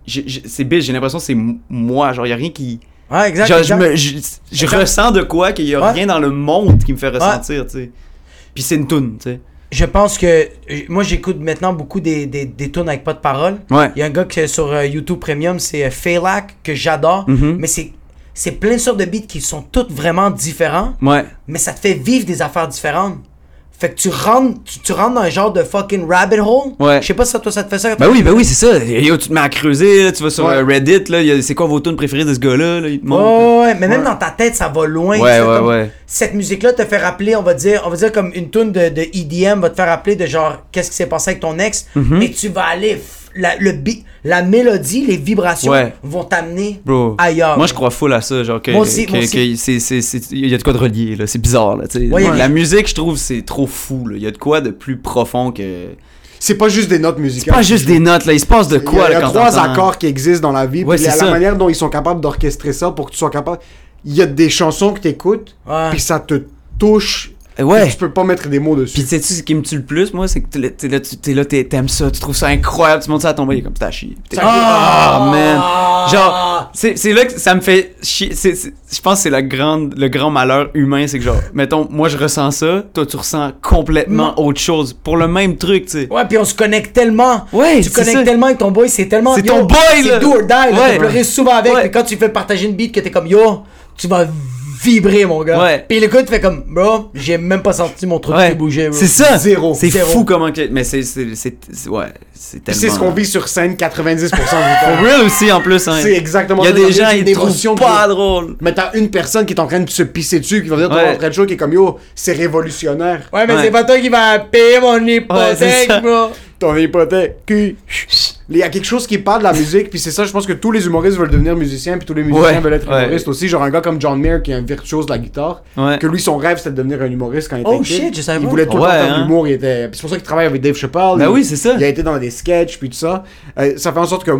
Speaker 4: j'ai- j'ai- C'est biz, j'ai l'impression que c'est m- moi. Genre, y a rien qui.
Speaker 3: Ouais, exact.
Speaker 4: genre,
Speaker 3: exact.
Speaker 4: je, me, je, je
Speaker 3: Exact.
Speaker 4: ressens de quoi qu'il y a
Speaker 3: Ouais.
Speaker 4: rien dans le monde qui me fait ressentir, tu sais. Puis c'est une tune, tu sais.
Speaker 3: Je pense que. euh, Moi, j'écoute maintenant beaucoup des, des, des tunes avec pas de parole.
Speaker 4: Ouais.
Speaker 3: Il y a un gars qui est sur euh, YouTube Premium, c'est euh, Felac, que j'adore.
Speaker 4: Mhm.
Speaker 3: Mais c'est. C'est plein de sortes de beats qui sont toutes vraiment différents,
Speaker 4: Ouais.
Speaker 3: mais ça te fait vivre des affaires différentes. Fait que tu rentres, tu, tu rentres dans un genre de fucking rabbit hole.
Speaker 4: Ouais.
Speaker 3: Je sais pas si ça, toi ça te fait ça.
Speaker 4: Ben oui, ben oui, c'est ça. Yo, tu te mets à creuser, là, tu vas sur
Speaker 2: Ouais.
Speaker 4: euh, Reddit, là, y a- c'est quoi vos tunes préférées de ce gars-là, là, il te
Speaker 3: Ouais,
Speaker 4: montre.
Speaker 3: ouais, ouais, mais même dans ta tête, ça va loin.
Speaker 4: Ouais,
Speaker 3: tu sais,
Speaker 4: ouais,
Speaker 3: comme-
Speaker 4: ouais.
Speaker 3: Cette musique-là te fait rappeler, on va dire, on va dire comme une tune de, de EDM va te faire rappeler de genre qu'est-ce qui s'est passé avec ton ex,
Speaker 4: Mhm.
Speaker 3: mais tu vas aller f- la, le bi- la mélodie, les vibrations
Speaker 4: Ouais.
Speaker 3: vont t'amener
Speaker 4: Bro,
Speaker 3: ailleurs.
Speaker 4: moi je crois full à ça, genre que,
Speaker 3: Ah, Moi aussi,
Speaker 4: que-
Speaker 3: moi aussi.
Speaker 4: que c'est- c'est- c'est- il y a de quoi de relié là, c'est bizarre là, tu sais.
Speaker 3: Ouais, il y a-
Speaker 4: La musique, je trouve c'est trop fou là, il y a de quoi de plus profond que
Speaker 2: C'est pas juste des notes musicales.
Speaker 4: pas juste des notes là, il se passe de
Speaker 2: il y
Speaker 4: quoi
Speaker 2: a, il y
Speaker 4: là
Speaker 2: a
Speaker 4: quand
Speaker 2: trois
Speaker 4: t'entends.
Speaker 2: accords qui existent dans la vie.
Speaker 4: Ouais,
Speaker 2: puis la,
Speaker 4: c'est
Speaker 2: la
Speaker 4: ça.
Speaker 2: manière dont ils sont capables d'orchestrer ça pour que tu sois capable. Il y a des chansons que t'écoutes,
Speaker 3: Ouais.
Speaker 2: puis ça te touche.
Speaker 4: Eh ouais.
Speaker 2: puis Tu peux pas mettre des mots dessus.
Speaker 4: Puis sais tu ce qui me tue le plus moi, c'est que t'es là- t'es là tu- t'es là t'es- t'aimes ça, tu trouves ça incroyable, tu montes ça à ton bail comme t'as chier. Puis t'es comme,
Speaker 3: Ah!
Speaker 4: Ah, man. Genre c'est c'est là que ça me fait chier, c'est- c'est- je pense que c'est la grande le grand malheur humain, c'est que genre mettons moi je ressens ça, toi tu ressens complètement autre chose pour le même truc, tu sais.
Speaker 3: Ouais, puis on se connecte tellement.
Speaker 4: Ouais,
Speaker 3: tu
Speaker 4: c'est ça.
Speaker 3: connectes tellement avec ton boy, c'est tellement.
Speaker 4: C'est
Speaker 3: yo,
Speaker 4: ton boy, là.
Speaker 3: C'est do or die, là.
Speaker 4: Ouais.
Speaker 3: T'as pleuré souvent avec.
Speaker 4: Ouais.
Speaker 3: Puis quand tu fais partager une beat que t'es comme yo, tu vas vibrer, mon gars.
Speaker 4: Ouais.
Speaker 3: Puis le gars, tu fais comme bro, j'ai même pas senti mon truc
Speaker 4: Ouais.
Speaker 3: qui bouger. bro.
Speaker 4: C'est ça.
Speaker 2: Zéro.
Speaker 4: C'est
Speaker 3: Zéro.
Speaker 4: fou comment que. Mais c'est. c'est- c'est- c'est- Ouais. C'est
Speaker 2: Puis
Speaker 4: tellement.
Speaker 2: c'est ce qu'on vit sur scène 90% du temps.
Speaker 4: For real aussi en plus. Hein.
Speaker 2: C'est exactement
Speaker 4: Il y a
Speaker 2: ça.
Speaker 4: des
Speaker 2: Il y a
Speaker 4: gens,
Speaker 2: une
Speaker 4: ils
Speaker 2: émotion
Speaker 4: trouvent pas
Speaker 2: qui-
Speaker 4: drôle.
Speaker 2: Mais t'as une personne qui est en train de se pisser dessus, qui va venir te
Speaker 4: Ouais.
Speaker 2: voir en train de show, qui est comme yo, c'est révolutionnaire.
Speaker 3: Ouais, mais
Speaker 4: Ouais.
Speaker 3: c'est pas toi qui va payer mon
Speaker 4: c'est
Speaker 3: hypothèque,
Speaker 4: ça.
Speaker 3: bro.
Speaker 2: Ton hypothèque. cul. Il y a quelque chose qui parle de la musique, puis c'est ça, je pense que tous les humoristes veulent devenir musiciens, puis tous les musiciens
Speaker 4: Ouais,
Speaker 2: veulent être
Speaker 4: ouais.
Speaker 2: humoristes aussi. Genre un gars comme John Mayer qui est un virtuose de la guitare,
Speaker 4: Ouais.
Speaker 2: que lui, son rêve c'était de devenir un humoriste quand il était
Speaker 3: Oh
Speaker 2: kid.
Speaker 3: shit, je savais
Speaker 2: Il
Speaker 3: pas.
Speaker 2: voulait tout le
Speaker 4: Ouais,
Speaker 2: temps faire de
Speaker 4: hein.
Speaker 2: l'humour, il était. puis c'est pour ça qu'il travaille avec Dave Chappelle.
Speaker 4: Ben
Speaker 2: Oh, il-
Speaker 4: oui, c'est ça.
Speaker 2: Il a été dans des sketchs, puis tout ça. Euh, ça fait en sorte que.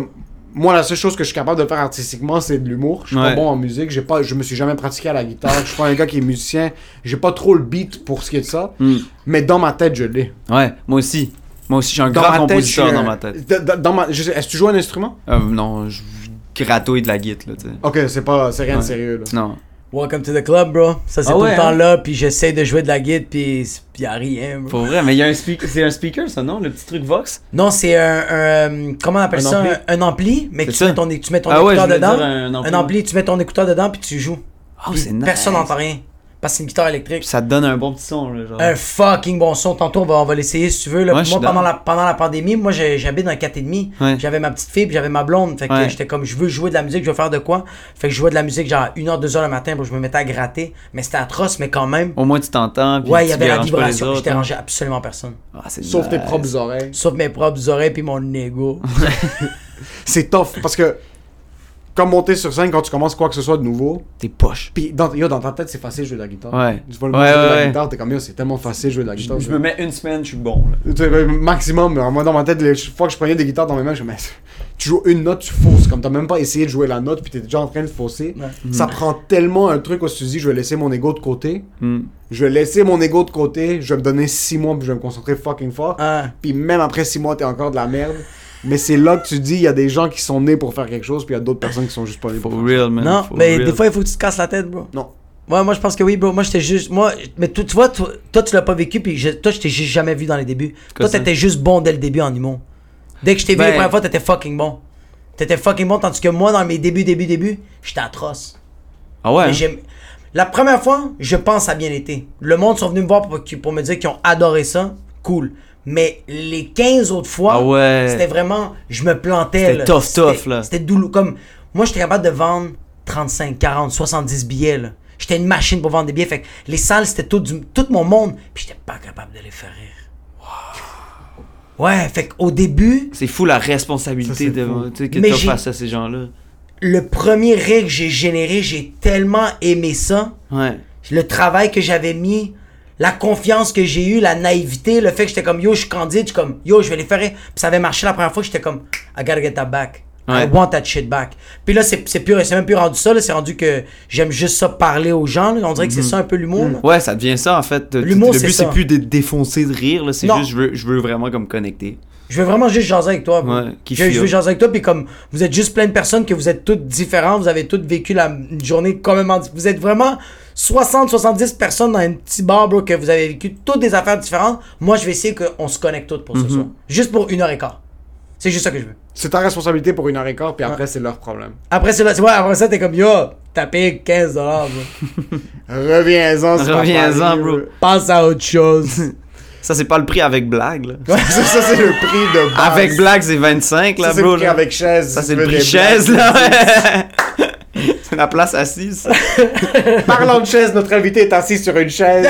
Speaker 2: Moi, la seule chose que je suis capable de faire artistiquement, c'est de l'humour. Je suis pas
Speaker 4: Ouais.
Speaker 2: bon en musique. J'ai pas, je me suis jamais pratiqué à la guitare. Je suis pas un gars qui est musicien. J'ai pas trop le beat pour ce qui est de ça.
Speaker 4: Hmm.
Speaker 2: Mais dans ma tête, je l'ai.
Speaker 4: Ouais. Moi aussi. Moi aussi, je suis un
Speaker 2: Dans
Speaker 4: grand
Speaker 2: ma tête, je suis
Speaker 4: compositeur
Speaker 2: un-
Speaker 4: dans ma tête.
Speaker 2: Da- da- dans ma- je sais- Est-ce que tu joues un instrument
Speaker 4: Euh, non, je je gratouille de la guitare, là, tu sais.
Speaker 2: Ok, c'est pas, c'est rien de
Speaker 4: Ouais.
Speaker 2: sérieux là.
Speaker 4: Non.
Speaker 3: Welcome to the club, bro. Ça, c'est
Speaker 4: Ah
Speaker 3: tout
Speaker 4: ouais,
Speaker 3: le temps
Speaker 4: hein?
Speaker 3: là. Puis j'essaie de jouer de la guide, puis il y a rien, bro.
Speaker 4: Pour vrai, mais il y a un speaker. C'est un speaker, ça, non Le petit truc Vox
Speaker 3: Non, c'est un, un, euh, comment on appelle
Speaker 2: Un
Speaker 3: ça
Speaker 2: ampli?
Speaker 3: Un, un ampli, mais que
Speaker 4: C'est
Speaker 3: tu
Speaker 4: ça.
Speaker 3: mets ton, é- tu mets ton
Speaker 4: Ah ouais,
Speaker 3: écouteur
Speaker 4: je voulais
Speaker 3: dedans.
Speaker 4: dire un ampli.
Speaker 3: tu mets ton écouteur dedans puis tu joues.
Speaker 4: Oh,
Speaker 3: Puis
Speaker 4: c'est nice.
Speaker 3: Personne n'entend rien parce que c'est une guitare électrique.
Speaker 4: Ça te donne un bon petit son, là, genre.
Speaker 3: Un fucking bon son. Tantôt, on va, on va l'essayer si tu veux. Là.
Speaker 4: Ouais, je
Speaker 3: moi,
Speaker 4: suis
Speaker 3: pendant
Speaker 4: down.
Speaker 3: la, pendant la pandémie, moi, j'ai- j'habite dans un 4,5.
Speaker 4: Ouais.
Speaker 3: J'avais ma petite fille, puis j'avais ma blonde. Fait que
Speaker 4: Ouais.
Speaker 3: j'étais comme, je veux jouer de la musique, je veux faire de quoi. Fait que je jouais de la musique genre 1h, 2h le matin, puis je me mettais à gratter. Mais c'était atroce, mais quand même.
Speaker 4: Au moins, tu t'entends. puis
Speaker 3: ouais, il y
Speaker 4: tu
Speaker 3: avait la
Speaker 4: déranges pas les
Speaker 3: vibration. Je
Speaker 4: autres, hein.
Speaker 3: dérangeais absolument personne.
Speaker 4: Ah, c'est
Speaker 2: Sauf tes
Speaker 4: nice.
Speaker 2: propres oreilles.
Speaker 3: Sauf mes propres oreilles puis mon ego.
Speaker 2: C'est tough parce que comme monter sur scène quand tu commences quoi que ce soit de nouveau,
Speaker 4: Tes poches.
Speaker 2: puis dans, yo, dans ta tête c'est facile de jouer de la guitare.
Speaker 4: Ouais.
Speaker 2: Tu vois le mot
Speaker 4: Ouais,
Speaker 2: jouer de la
Speaker 4: ouais,
Speaker 2: guitare, t'es comme yo, c'est tellement facile de jouer de la
Speaker 4: Je
Speaker 2: guitare.
Speaker 4: je me mets une semaine, je suis bon, là.
Speaker 2: Tu sais, ben, Maximum, moi dans ma tête, les fois que je prenais des guitares dans mes mains, je me disais, mais tu joues une note, tu fausses. Comme t'as même pas essayé de jouer la note, puis t'es déjà en train de fausser.
Speaker 3: Ouais.
Speaker 2: Ça prend tellement un truc où tu te dis, je vais laisser mon ego de côté.
Speaker 4: Hmm.
Speaker 2: Je vais laisser mon ego de côté, je vais me donner 6 mois, puis je vais me concentrer fucking fort.
Speaker 3: Hein.
Speaker 2: Puis même après 6 mois, t'es encore de la merde. Mais c'est là que tu dis, il y a des gens qui sont nés pour faire quelque chose, puis il y a d'autres personnes qui sont juste pas nées pour
Speaker 4: For
Speaker 2: faire
Speaker 4: real, man.
Speaker 3: Non,
Speaker 4: for
Speaker 3: mais
Speaker 4: real.
Speaker 3: des fois, il faut que tu te casses la tête, bro.
Speaker 2: Non.
Speaker 3: Ouais, moi, je pense que oui, bro. Moi, j'étais juste. Moi, mais tu, tu vois, toi, toi, tu l'as pas vécu, puis je- toi, je t'ai juste jamais vu dans les débuts. Toi,
Speaker 4: ça?
Speaker 3: t'étais juste bon dès le début en humour. Dès que je t'ai vu
Speaker 4: Ben-
Speaker 3: la première fois, t'étais fucking bon. T'étais fucking bon, tandis que moi, dans mes débuts, débuts, débuts, j'étais atroce.
Speaker 4: Ah ouais.
Speaker 3: Mais
Speaker 4: hein?
Speaker 3: j'aime- La première fois, je pense à bien été. Le monde sont venus me voir pour, pour me dire qu'ils ont adoré ça. Cool. Mais les 15 autres fois,
Speaker 4: Ah ouais.
Speaker 3: c'était vraiment. Je me plantais.
Speaker 4: C'était
Speaker 3: là.
Speaker 4: tough,
Speaker 3: C'était-
Speaker 4: tough, là.
Speaker 3: C'était douloureux. Comme, moi, j'étais capable de vendre 35, 40, 70 billets. là. J'étais une machine pour vendre des billets. Fait que les salles, c'était tout, du- tout mon monde. Puis j'étais pas capable de les faire rire. Ouais, fait qu'au début,
Speaker 4: C'est fou la responsabilité
Speaker 2: Ça, c'est
Speaker 4: devant,
Speaker 2: fou.
Speaker 4: tu sais, que
Speaker 3: Mais
Speaker 4: t'as
Speaker 3: j'ai-
Speaker 4: face à ces gens-là.
Speaker 3: le premier rire que j'ai généré, j'ai tellement aimé ça.
Speaker 4: Ouais.
Speaker 3: le travail que j'avais mis, la confiance que j'ai eue, la naïveté, le fait que j'étais comme yo, je suis candide, je suis comme yo, je vais les faire. rire. Puis ça avait marché la première fois, j'étais comme I gotta get that back. I
Speaker 4: Ouais.
Speaker 3: want that shit back. Puis là, c'est c'est plus- c'est même plus rendu ça, là, c'est rendu que j'aime juste ça parler aux gens. là. On dirait que c'est ça un peu l'humour. là.
Speaker 4: Ouais, ça devient ça en fait. De-
Speaker 3: L'humour,
Speaker 4: Le
Speaker 3: c'est
Speaker 4: but,
Speaker 3: ça.
Speaker 4: c'est plus de défoncer de rire, là, c'est
Speaker 3: Non.
Speaker 4: juste je veux, je veux vraiment comme connecter.
Speaker 3: Je veux vraiment juste jaser avec toi. bro.
Speaker 4: Ouais, qui hein.
Speaker 3: je, je
Speaker 4: feel.
Speaker 3: veux jaser avec toi, puis comme vous êtes juste plein de personnes, que vous êtes toutes différentes, vous avez toutes vécu la une journée complètement. di- Vous êtes vraiment 60-70 personnes dans un petit bar, bro, que vous avez vécu toutes des affaires différentes. Moi, je vais essayer qu'on se connecte toutes
Speaker 4: Mm-hmm.
Speaker 3: pour ce soir. Juste pour une heure et quart. C'est juste ça que je veux.
Speaker 2: C'est ta responsabilité pour une heure et quart, puis après, c'est leur problème.
Speaker 3: Après, c'est là, c'est- ouais, après ça, t'es comme yo, t'as payé 15$, bro.
Speaker 2: Reviens-en, c'est pas
Speaker 4: Reviens-en,
Speaker 2: pareil,
Speaker 4: bro.
Speaker 2: là.
Speaker 3: Passe à autre chose.
Speaker 4: Ça, c'est pas le prix avec blague, là.
Speaker 2: Ça, ça, c'est le prix de base.
Speaker 4: Avec blague, c'est 25, là,
Speaker 2: Ah, ça, c'est
Speaker 4: bro.
Speaker 2: le prix
Speaker 4: là.
Speaker 2: avec chaise.
Speaker 4: Ça,
Speaker 2: si
Speaker 4: c'est
Speaker 2: tu
Speaker 4: le
Speaker 2: veux
Speaker 4: prix
Speaker 2: des
Speaker 4: chaise,
Speaker 2: blagues.
Speaker 4: là, ouais. C'est la place assise, ça.
Speaker 2: Parlant de chaise, notre invité est assis sur une chaise.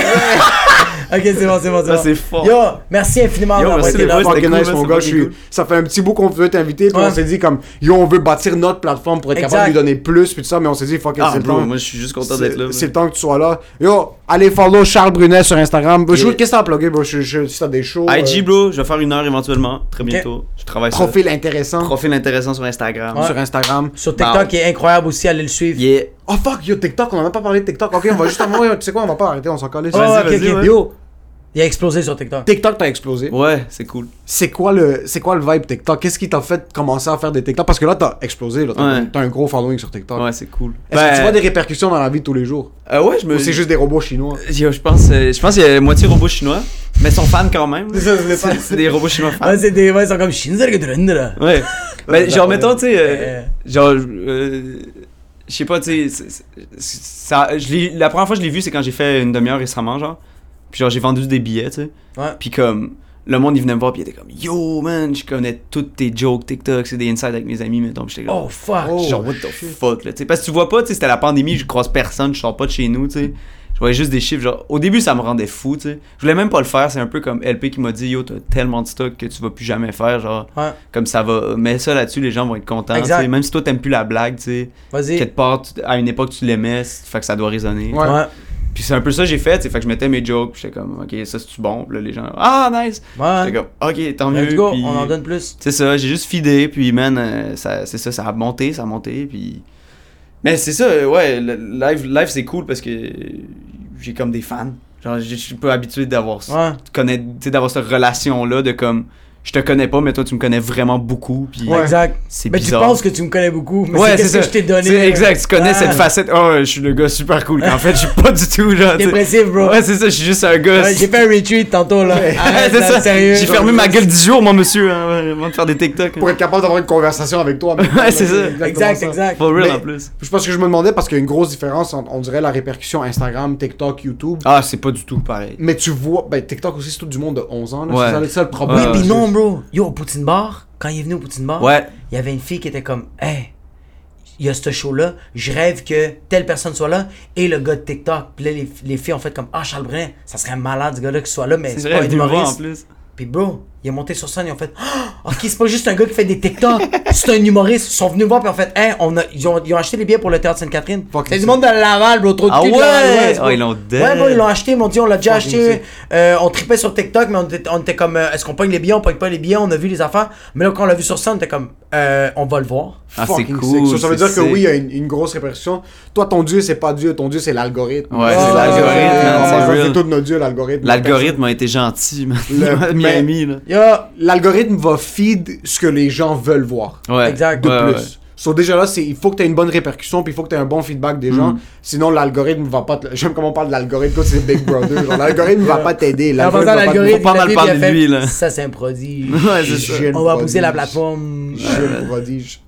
Speaker 3: ok, c'est bon, c'est bon, c'est bon.
Speaker 4: Ça, Ah, c'est fort.
Speaker 3: Yo, merci infiniment
Speaker 4: Yo,
Speaker 3: d'avoir
Speaker 4: merci
Speaker 3: été
Speaker 4: les
Speaker 3: là.
Speaker 4: boys.
Speaker 2: Fucking
Speaker 4: c'était cool,
Speaker 2: nice,
Speaker 4: man,
Speaker 2: mon
Speaker 4: c'est
Speaker 2: gars. Je
Speaker 4: fucking
Speaker 2: suis...
Speaker 4: cool.
Speaker 2: Ça fait un petit bout qu'on veut t'inviter, puis
Speaker 3: Ouais.
Speaker 2: on s'est dit comme, yo, on veut bâtir notre plateforme pour être capable de lui
Speaker 3: Exact.
Speaker 2: donner plus, puis tout ça, mais on s'est dit, fucking,
Speaker 4: Ah,
Speaker 2: c'est le
Speaker 4: bro,
Speaker 2: temps.
Speaker 4: moi, je suis juste content
Speaker 2: C'est
Speaker 4: d'être là.
Speaker 2: c'est le temps que tu sois là. Yo, allez follow Charles Brunet sur Instagram. Je-
Speaker 4: Yeah.
Speaker 2: Qu'est-ce que t'as plugué, bro? Je- je- Si t'as des shows. euh,
Speaker 4: IG, bro, je vais faire une heure éventuellement, très bientôt. Je travaille sur
Speaker 2: Profil intéressant
Speaker 4: profil intéressant sur Instagram.
Speaker 2: sur Instagram.
Speaker 3: Sur TikTok, il est incroyable aussi, allez le suivre.
Speaker 4: Bah, Yeah.
Speaker 2: Oh fuck, yo, TikTok, on en a pas parlé de TikTok. Ok, on va juste avant. Tu sais quoi, on va pas arrêter, on s'en calisse.
Speaker 3: Oh,
Speaker 4: Vas-y,
Speaker 3: ok,
Speaker 4: vas-y,
Speaker 3: ok.
Speaker 4: ouais.
Speaker 3: Yo, il a explosé sur TikTok.
Speaker 2: TikTok t'as explosé.
Speaker 4: Ouais, c'est cool.
Speaker 2: C'est quoi le c'est quoi le vibe TikTok Qu'est-ce qui t'a fait commencer à faire des TikTok Parce que là t'as explosé, là, t'as
Speaker 4: Ouais.
Speaker 2: t'as un gros following sur TikTok.
Speaker 4: Ouais, c'est cool.
Speaker 2: Est-ce que
Speaker 4: Ben,
Speaker 2: tu vois des répercussions dans la vie de tous les jours
Speaker 4: euh, ouais, je me.
Speaker 2: Ou c'est juste des robots chinois
Speaker 4: Yo, je pense, euh, je pense qu'il y a moitié robots chinois, mais ils sont fans quand même. C'est c'est des robots chinois fans.
Speaker 3: Ouais, c'est des ouais, ils sont comme Shinzer que tu là.
Speaker 4: Ouais.
Speaker 2: Ouais,
Speaker 4: Ben, genre,
Speaker 2: ouais.
Speaker 4: mettons, tu sais, euh,
Speaker 3: Ouais.
Speaker 4: genre, euh, je sais pas, tu sais, c'est- c'est- ça, je l'ai- la première fois que je l'ai vu, c'est quand j'ai fait une demi-heure récemment, genre. Puis genre, j'ai vendu des billets, tu sais.
Speaker 3: Ouais.
Speaker 4: Puis comme, le monde, il venait me voir, puis il était comme, yo, man, je connais toutes tes jokes TikTok, c'est des insides avec mes amis, mettons. Puis j'étais comme,
Speaker 3: Oh fuck.
Speaker 2: Oh.
Speaker 4: genre, what the fuck, là, tu sais. Parce que tu vois pas, tu sais, c'était la pandémie, je croise personne, je sors pas de chez nous, tu sais. Je voyais juste des chiffres, genre, au début, ça me rendait fou, tu sais. Je voulais même pas le faire, c'est un peu comme LP qui m'a dit, yo, t'as tellement de stock que tu vas plus jamais faire, genre
Speaker 3: Ouais,
Speaker 4: comme ça va mais ça là-dessus les gens vont être contents
Speaker 3: Exact.
Speaker 4: tu sais. même si toi t'aimes plus la blague tu sais
Speaker 3: vas-y.
Speaker 4: quelque part tu- à une époque tu l'aimais c'est- fait que ça doit résonner
Speaker 2: Ouais.
Speaker 3: Ouais.
Speaker 4: puis c'est un peu ça que j'ai fait tu sais. fait que je mettais mes jokes puis j'étais comme ok ça c'est bon Puis là les gens ah nice
Speaker 3: Ouais.
Speaker 4: j'étais comme ok tant mieux
Speaker 3: Let's go,
Speaker 4: Puis
Speaker 3: on en donne plus.
Speaker 4: c'est ça j'ai juste fidé puis man euh, ça c'est ça ça a monté ça a monté puis mais c'est ça euh, ouais le live live c'est cool parce que j'ai comme des fans genre je je suis pas habitué d'avoir ça
Speaker 3: Ouais.
Speaker 4: te connais- tu sais, d'avoir cette relation-là de comme, je te connais pas, mais toi, tu me connais vraiment beaucoup. Puis
Speaker 2: Ouais.
Speaker 3: Exact.
Speaker 4: c'est
Speaker 3: Mais
Speaker 4: bizarre.
Speaker 3: tu penses que tu me connais beaucoup, mais
Speaker 4: Ouais,
Speaker 3: c'est ce que je t'ai donné.
Speaker 4: C'est exact, tu connais
Speaker 3: Ah.
Speaker 4: cette facette. Oh, je suis le gars super cool. En fait, je suis pas du tout, genre. tu sais.
Speaker 3: Dépressif, bro.
Speaker 4: Ouais, c'est ça, je suis juste un gars.
Speaker 3: Ouais, J'ai fait un retweet tantôt, là.
Speaker 2: Ouais.
Speaker 3: Arrête,
Speaker 4: c'est
Speaker 3: là,
Speaker 4: ça.
Speaker 3: Sérieux.
Speaker 4: J'ai fermé ma gueule 10 jours, mon monsieur, hein, ouais, avant de faire des TikTok. hein.
Speaker 2: Pour être capable d'avoir une conversation avec toi. mais-
Speaker 4: Ouais, c'est ça.
Speaker 2: exactement
Speaker 3: Exact,
Speaker 2: ça.
Speaker 3: exact.
Speaker 4: For real hein.
Speaker 2: Mais-
Speaker 4: en plus.
Speaker 2: Je pense que je me demandais parce qu'il y a une grosse différence entre on dirait la répercussion Instagram, TikTok, YouTube.
Speaker 4: Ah, c'est pas du tout pareil.
Speaker 2: Mais tu vois, ben TikTok aussi c'est tout du monde de 11 ans là.
Speaker 4: Ouais.
Speaker 2: C'est ça, le- c'est ça le problème.
Speaker 3: Oui,
Speaker 4: Ah,
Speaker 3: pis
Speaker 4: c'est-
Speaker 3: non, bro. Yo, au Poutine Bar, quand il est venu au Poutine Bar,
Speaker 4: Ouais.
Speaker 3: il y avait une fille qui était comme, hey, il y a ce show-là, je rêve que telle personne soit là, et le gars de TikTok. Puis là, les, les filles ont fait comme, ah, Charles Brunet, ça serait malade, ce gars-là, qui soit là, mais
Speaker 4: C'est
Speaker 3: c'est pas
Speaker 4: vrai,
Speaker 3: un
Speaker 4: venu me voir en
Speaker 3: humoriste.
Speaker 4: plus.
Speaker 3: Puis bro, il est monté sur scène, ils ont fait Ah, Ok, c'est pas juste un gars qui fait des TikTok, c'est un humoriste. Ils sont venus voir, puis en fait, hey, on a, ils, ont, ils ont acheté les billets pour le théâtre Sainte-Catherine.
Speaker 2: Fucking
Speaker 3: C'est du
Speaker 2: sick.
Speaker 3: monde de Laval, bro, trop de
Speaker 4: Ah
Speaker 3: cul de
Speaker 4: ouais!
Speaker 3: Laval,
Speaker 4: Ah,
Speaker 3: bro.
Speaker 4: ils l'ont
Speaker 3: Ouais, bro, ils l'ont acheté, ils m'ont dit On l'a déjà
Speaker 2: Fucking
Speaker 3: acheté.
Speaker 2: sick.
Speaker 3: Euh, on tripait sur TikTok, mais on était, on était comme euh, Est-ce qu'on pogne les billets On pogne pas les billets, on a vu les affaires. Mais là, quand on l'a vu sur scène, on était comme Euh, On va le voir.
Speaker 4: Ah, c'est
Speaker 2: Fucking
Speaker 4: cool,
Speaker 2: sick. Ça, ça veut
Speaker 4: c'est
Speaker 2: dire que
Speaker 4: sick.
Speaker 2: oui, il y a une, une grosse répercussion. Toi, ton dieu, c'est pas Dieu, ton dieu, c'est l'algorithme. Ah,
Speaker 4: Ouais,
Speaker 3: c'est l'algorithme, man,
Speaker 2: on
Speaker 3: c'est
Speaker 2: va
Speaker 4: real.
Speaker 2: faire tout de nos dieux, l'algorithme.
Speaker 4: L'algorithme a été gentil, man.
Speaker 2: Le-
Speaker 4: Miami, là.
Speaker 3: Yo,
Speaker 2: L'algorithme va feed ce que les gens veulent voir.
Speaker 4: Ouais.
Speaker 3: Exact.
Speaker 2: De
Speaker 4: Ouais, ouais.
Speaker 2: plus. So, déjà là, c'est- il faut que tu aies une bonne répercussion, puis il faut que tu aies un bon feedback des
Speaker 4: Mm.
Speaker 2: gens. Sinon, l'algorithme va pas te. J'aime comment on parle de l'algorithme, toi, c'est Big Brother. genre, l'algorithme va pas t'aider.
Speaker 3: en passant,
Speaker 2: va pas te-
Speaker 3: l'algorithme,
Speaker 4: pas
Speaker 3: il a
Speaker 4: mal
Speaker 3: dit,
Speaker 4: parler
Speaker 3: puis il a fait,
Speaker 4: de lui, là.
Speaker 3: Ça, c'est un prodige.
Speaker 4: Ouais, c'est ça.
Speaker 2: Jeune
Speaker 3: on va
Speaker 2: prodige.
Speaker 3: pousser la plateforme.
Speaker 4: Euh.
Speaker 2: Jeune prodige.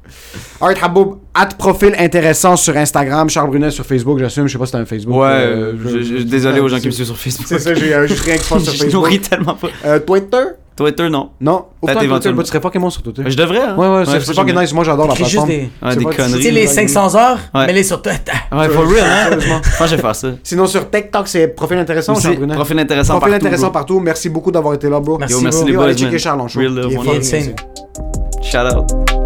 Speaker 2: Alright, Haboub, at profil intéressant sur Instagram, Charles Brunet sur Facebook, j'assume, je sais pas si t'as un Facebook.
Speaker 4: Ouais,
Speaker 2: euh,
Speaker 4: euh,
Speaker 2: je-
Speaker 4: je- je-
Speaker 2: je-
Speaker 4: désolé aux gens qui me
Speaker 2: c'est-
Speaker 4: suivent sur Facebook.
Speaker 2: C'est ça, j'ai euh, juste rien qui se passe sur
Speaker 4: Je nourris
Speaker 2: Facebook.
Speaker 4: tellement pas.
Speaker 2: Euh, Twitter
Speaker 4: Twitter, non.
Speaker 2: Non. Pourtant, Twitter, bah,
Speaker 4: éventuellement.
Speaker 2: Tu serais fucking bon sur Twitter.
Speaker 4: Je devrais, hein?
Speaker 2: Ouais, ouais, c'est-
Speaker 4: je
Speaker 2: c'est
Speaker 4: sais
Speaker 2: fucking
Speaker 4: jamais.
Speaker 2: nice. Moi, j'adore la
Speaker 3: Écris juste
Speaker 2: plateforme.
Speaker 3: des-
Speaker 4: Ouais,
Speaker 2: C'est
Speaker 4: des
Speaker 2: pas-
Speaker 4: conneries.
Speaker 3: Tu sais, les 500 heures, mais les sur Twitter.
Speaker 4: Ouais, for real, hein? Je pense que je vais faire ça.
Speaker 2: Sinon, sur TikTok, c'est profil intéressant,
Speaker 4: Aussi,
Speaker 2: Charles Brunet.
Speaker 4: profil intéressant
Speaker 2: hein. Profil
Speaker 4: partout,
Speaker 2: intéressant
Speaker 4: bro.
Speaker 2: partout. Merci beaucoup d'avoir été là, bro.
Speaker 3: Merci,
Speaker 4: Yo, merci
Speaker 3: bro.
Speaker 4: les
Speaker 2: Yo,
Speaker 4: boys,
Speaker 2: allez checker
Speaker 4: man.
Speaker 2: Charles en show.
Speaker 4: Real love,
Speaker 2: Il est
Speaker 4: one
Speaker 2: fucking
Speaker 4: love.
Speaker 3: insane.
Speaker 2: insane.
Speaker 4: Shout out.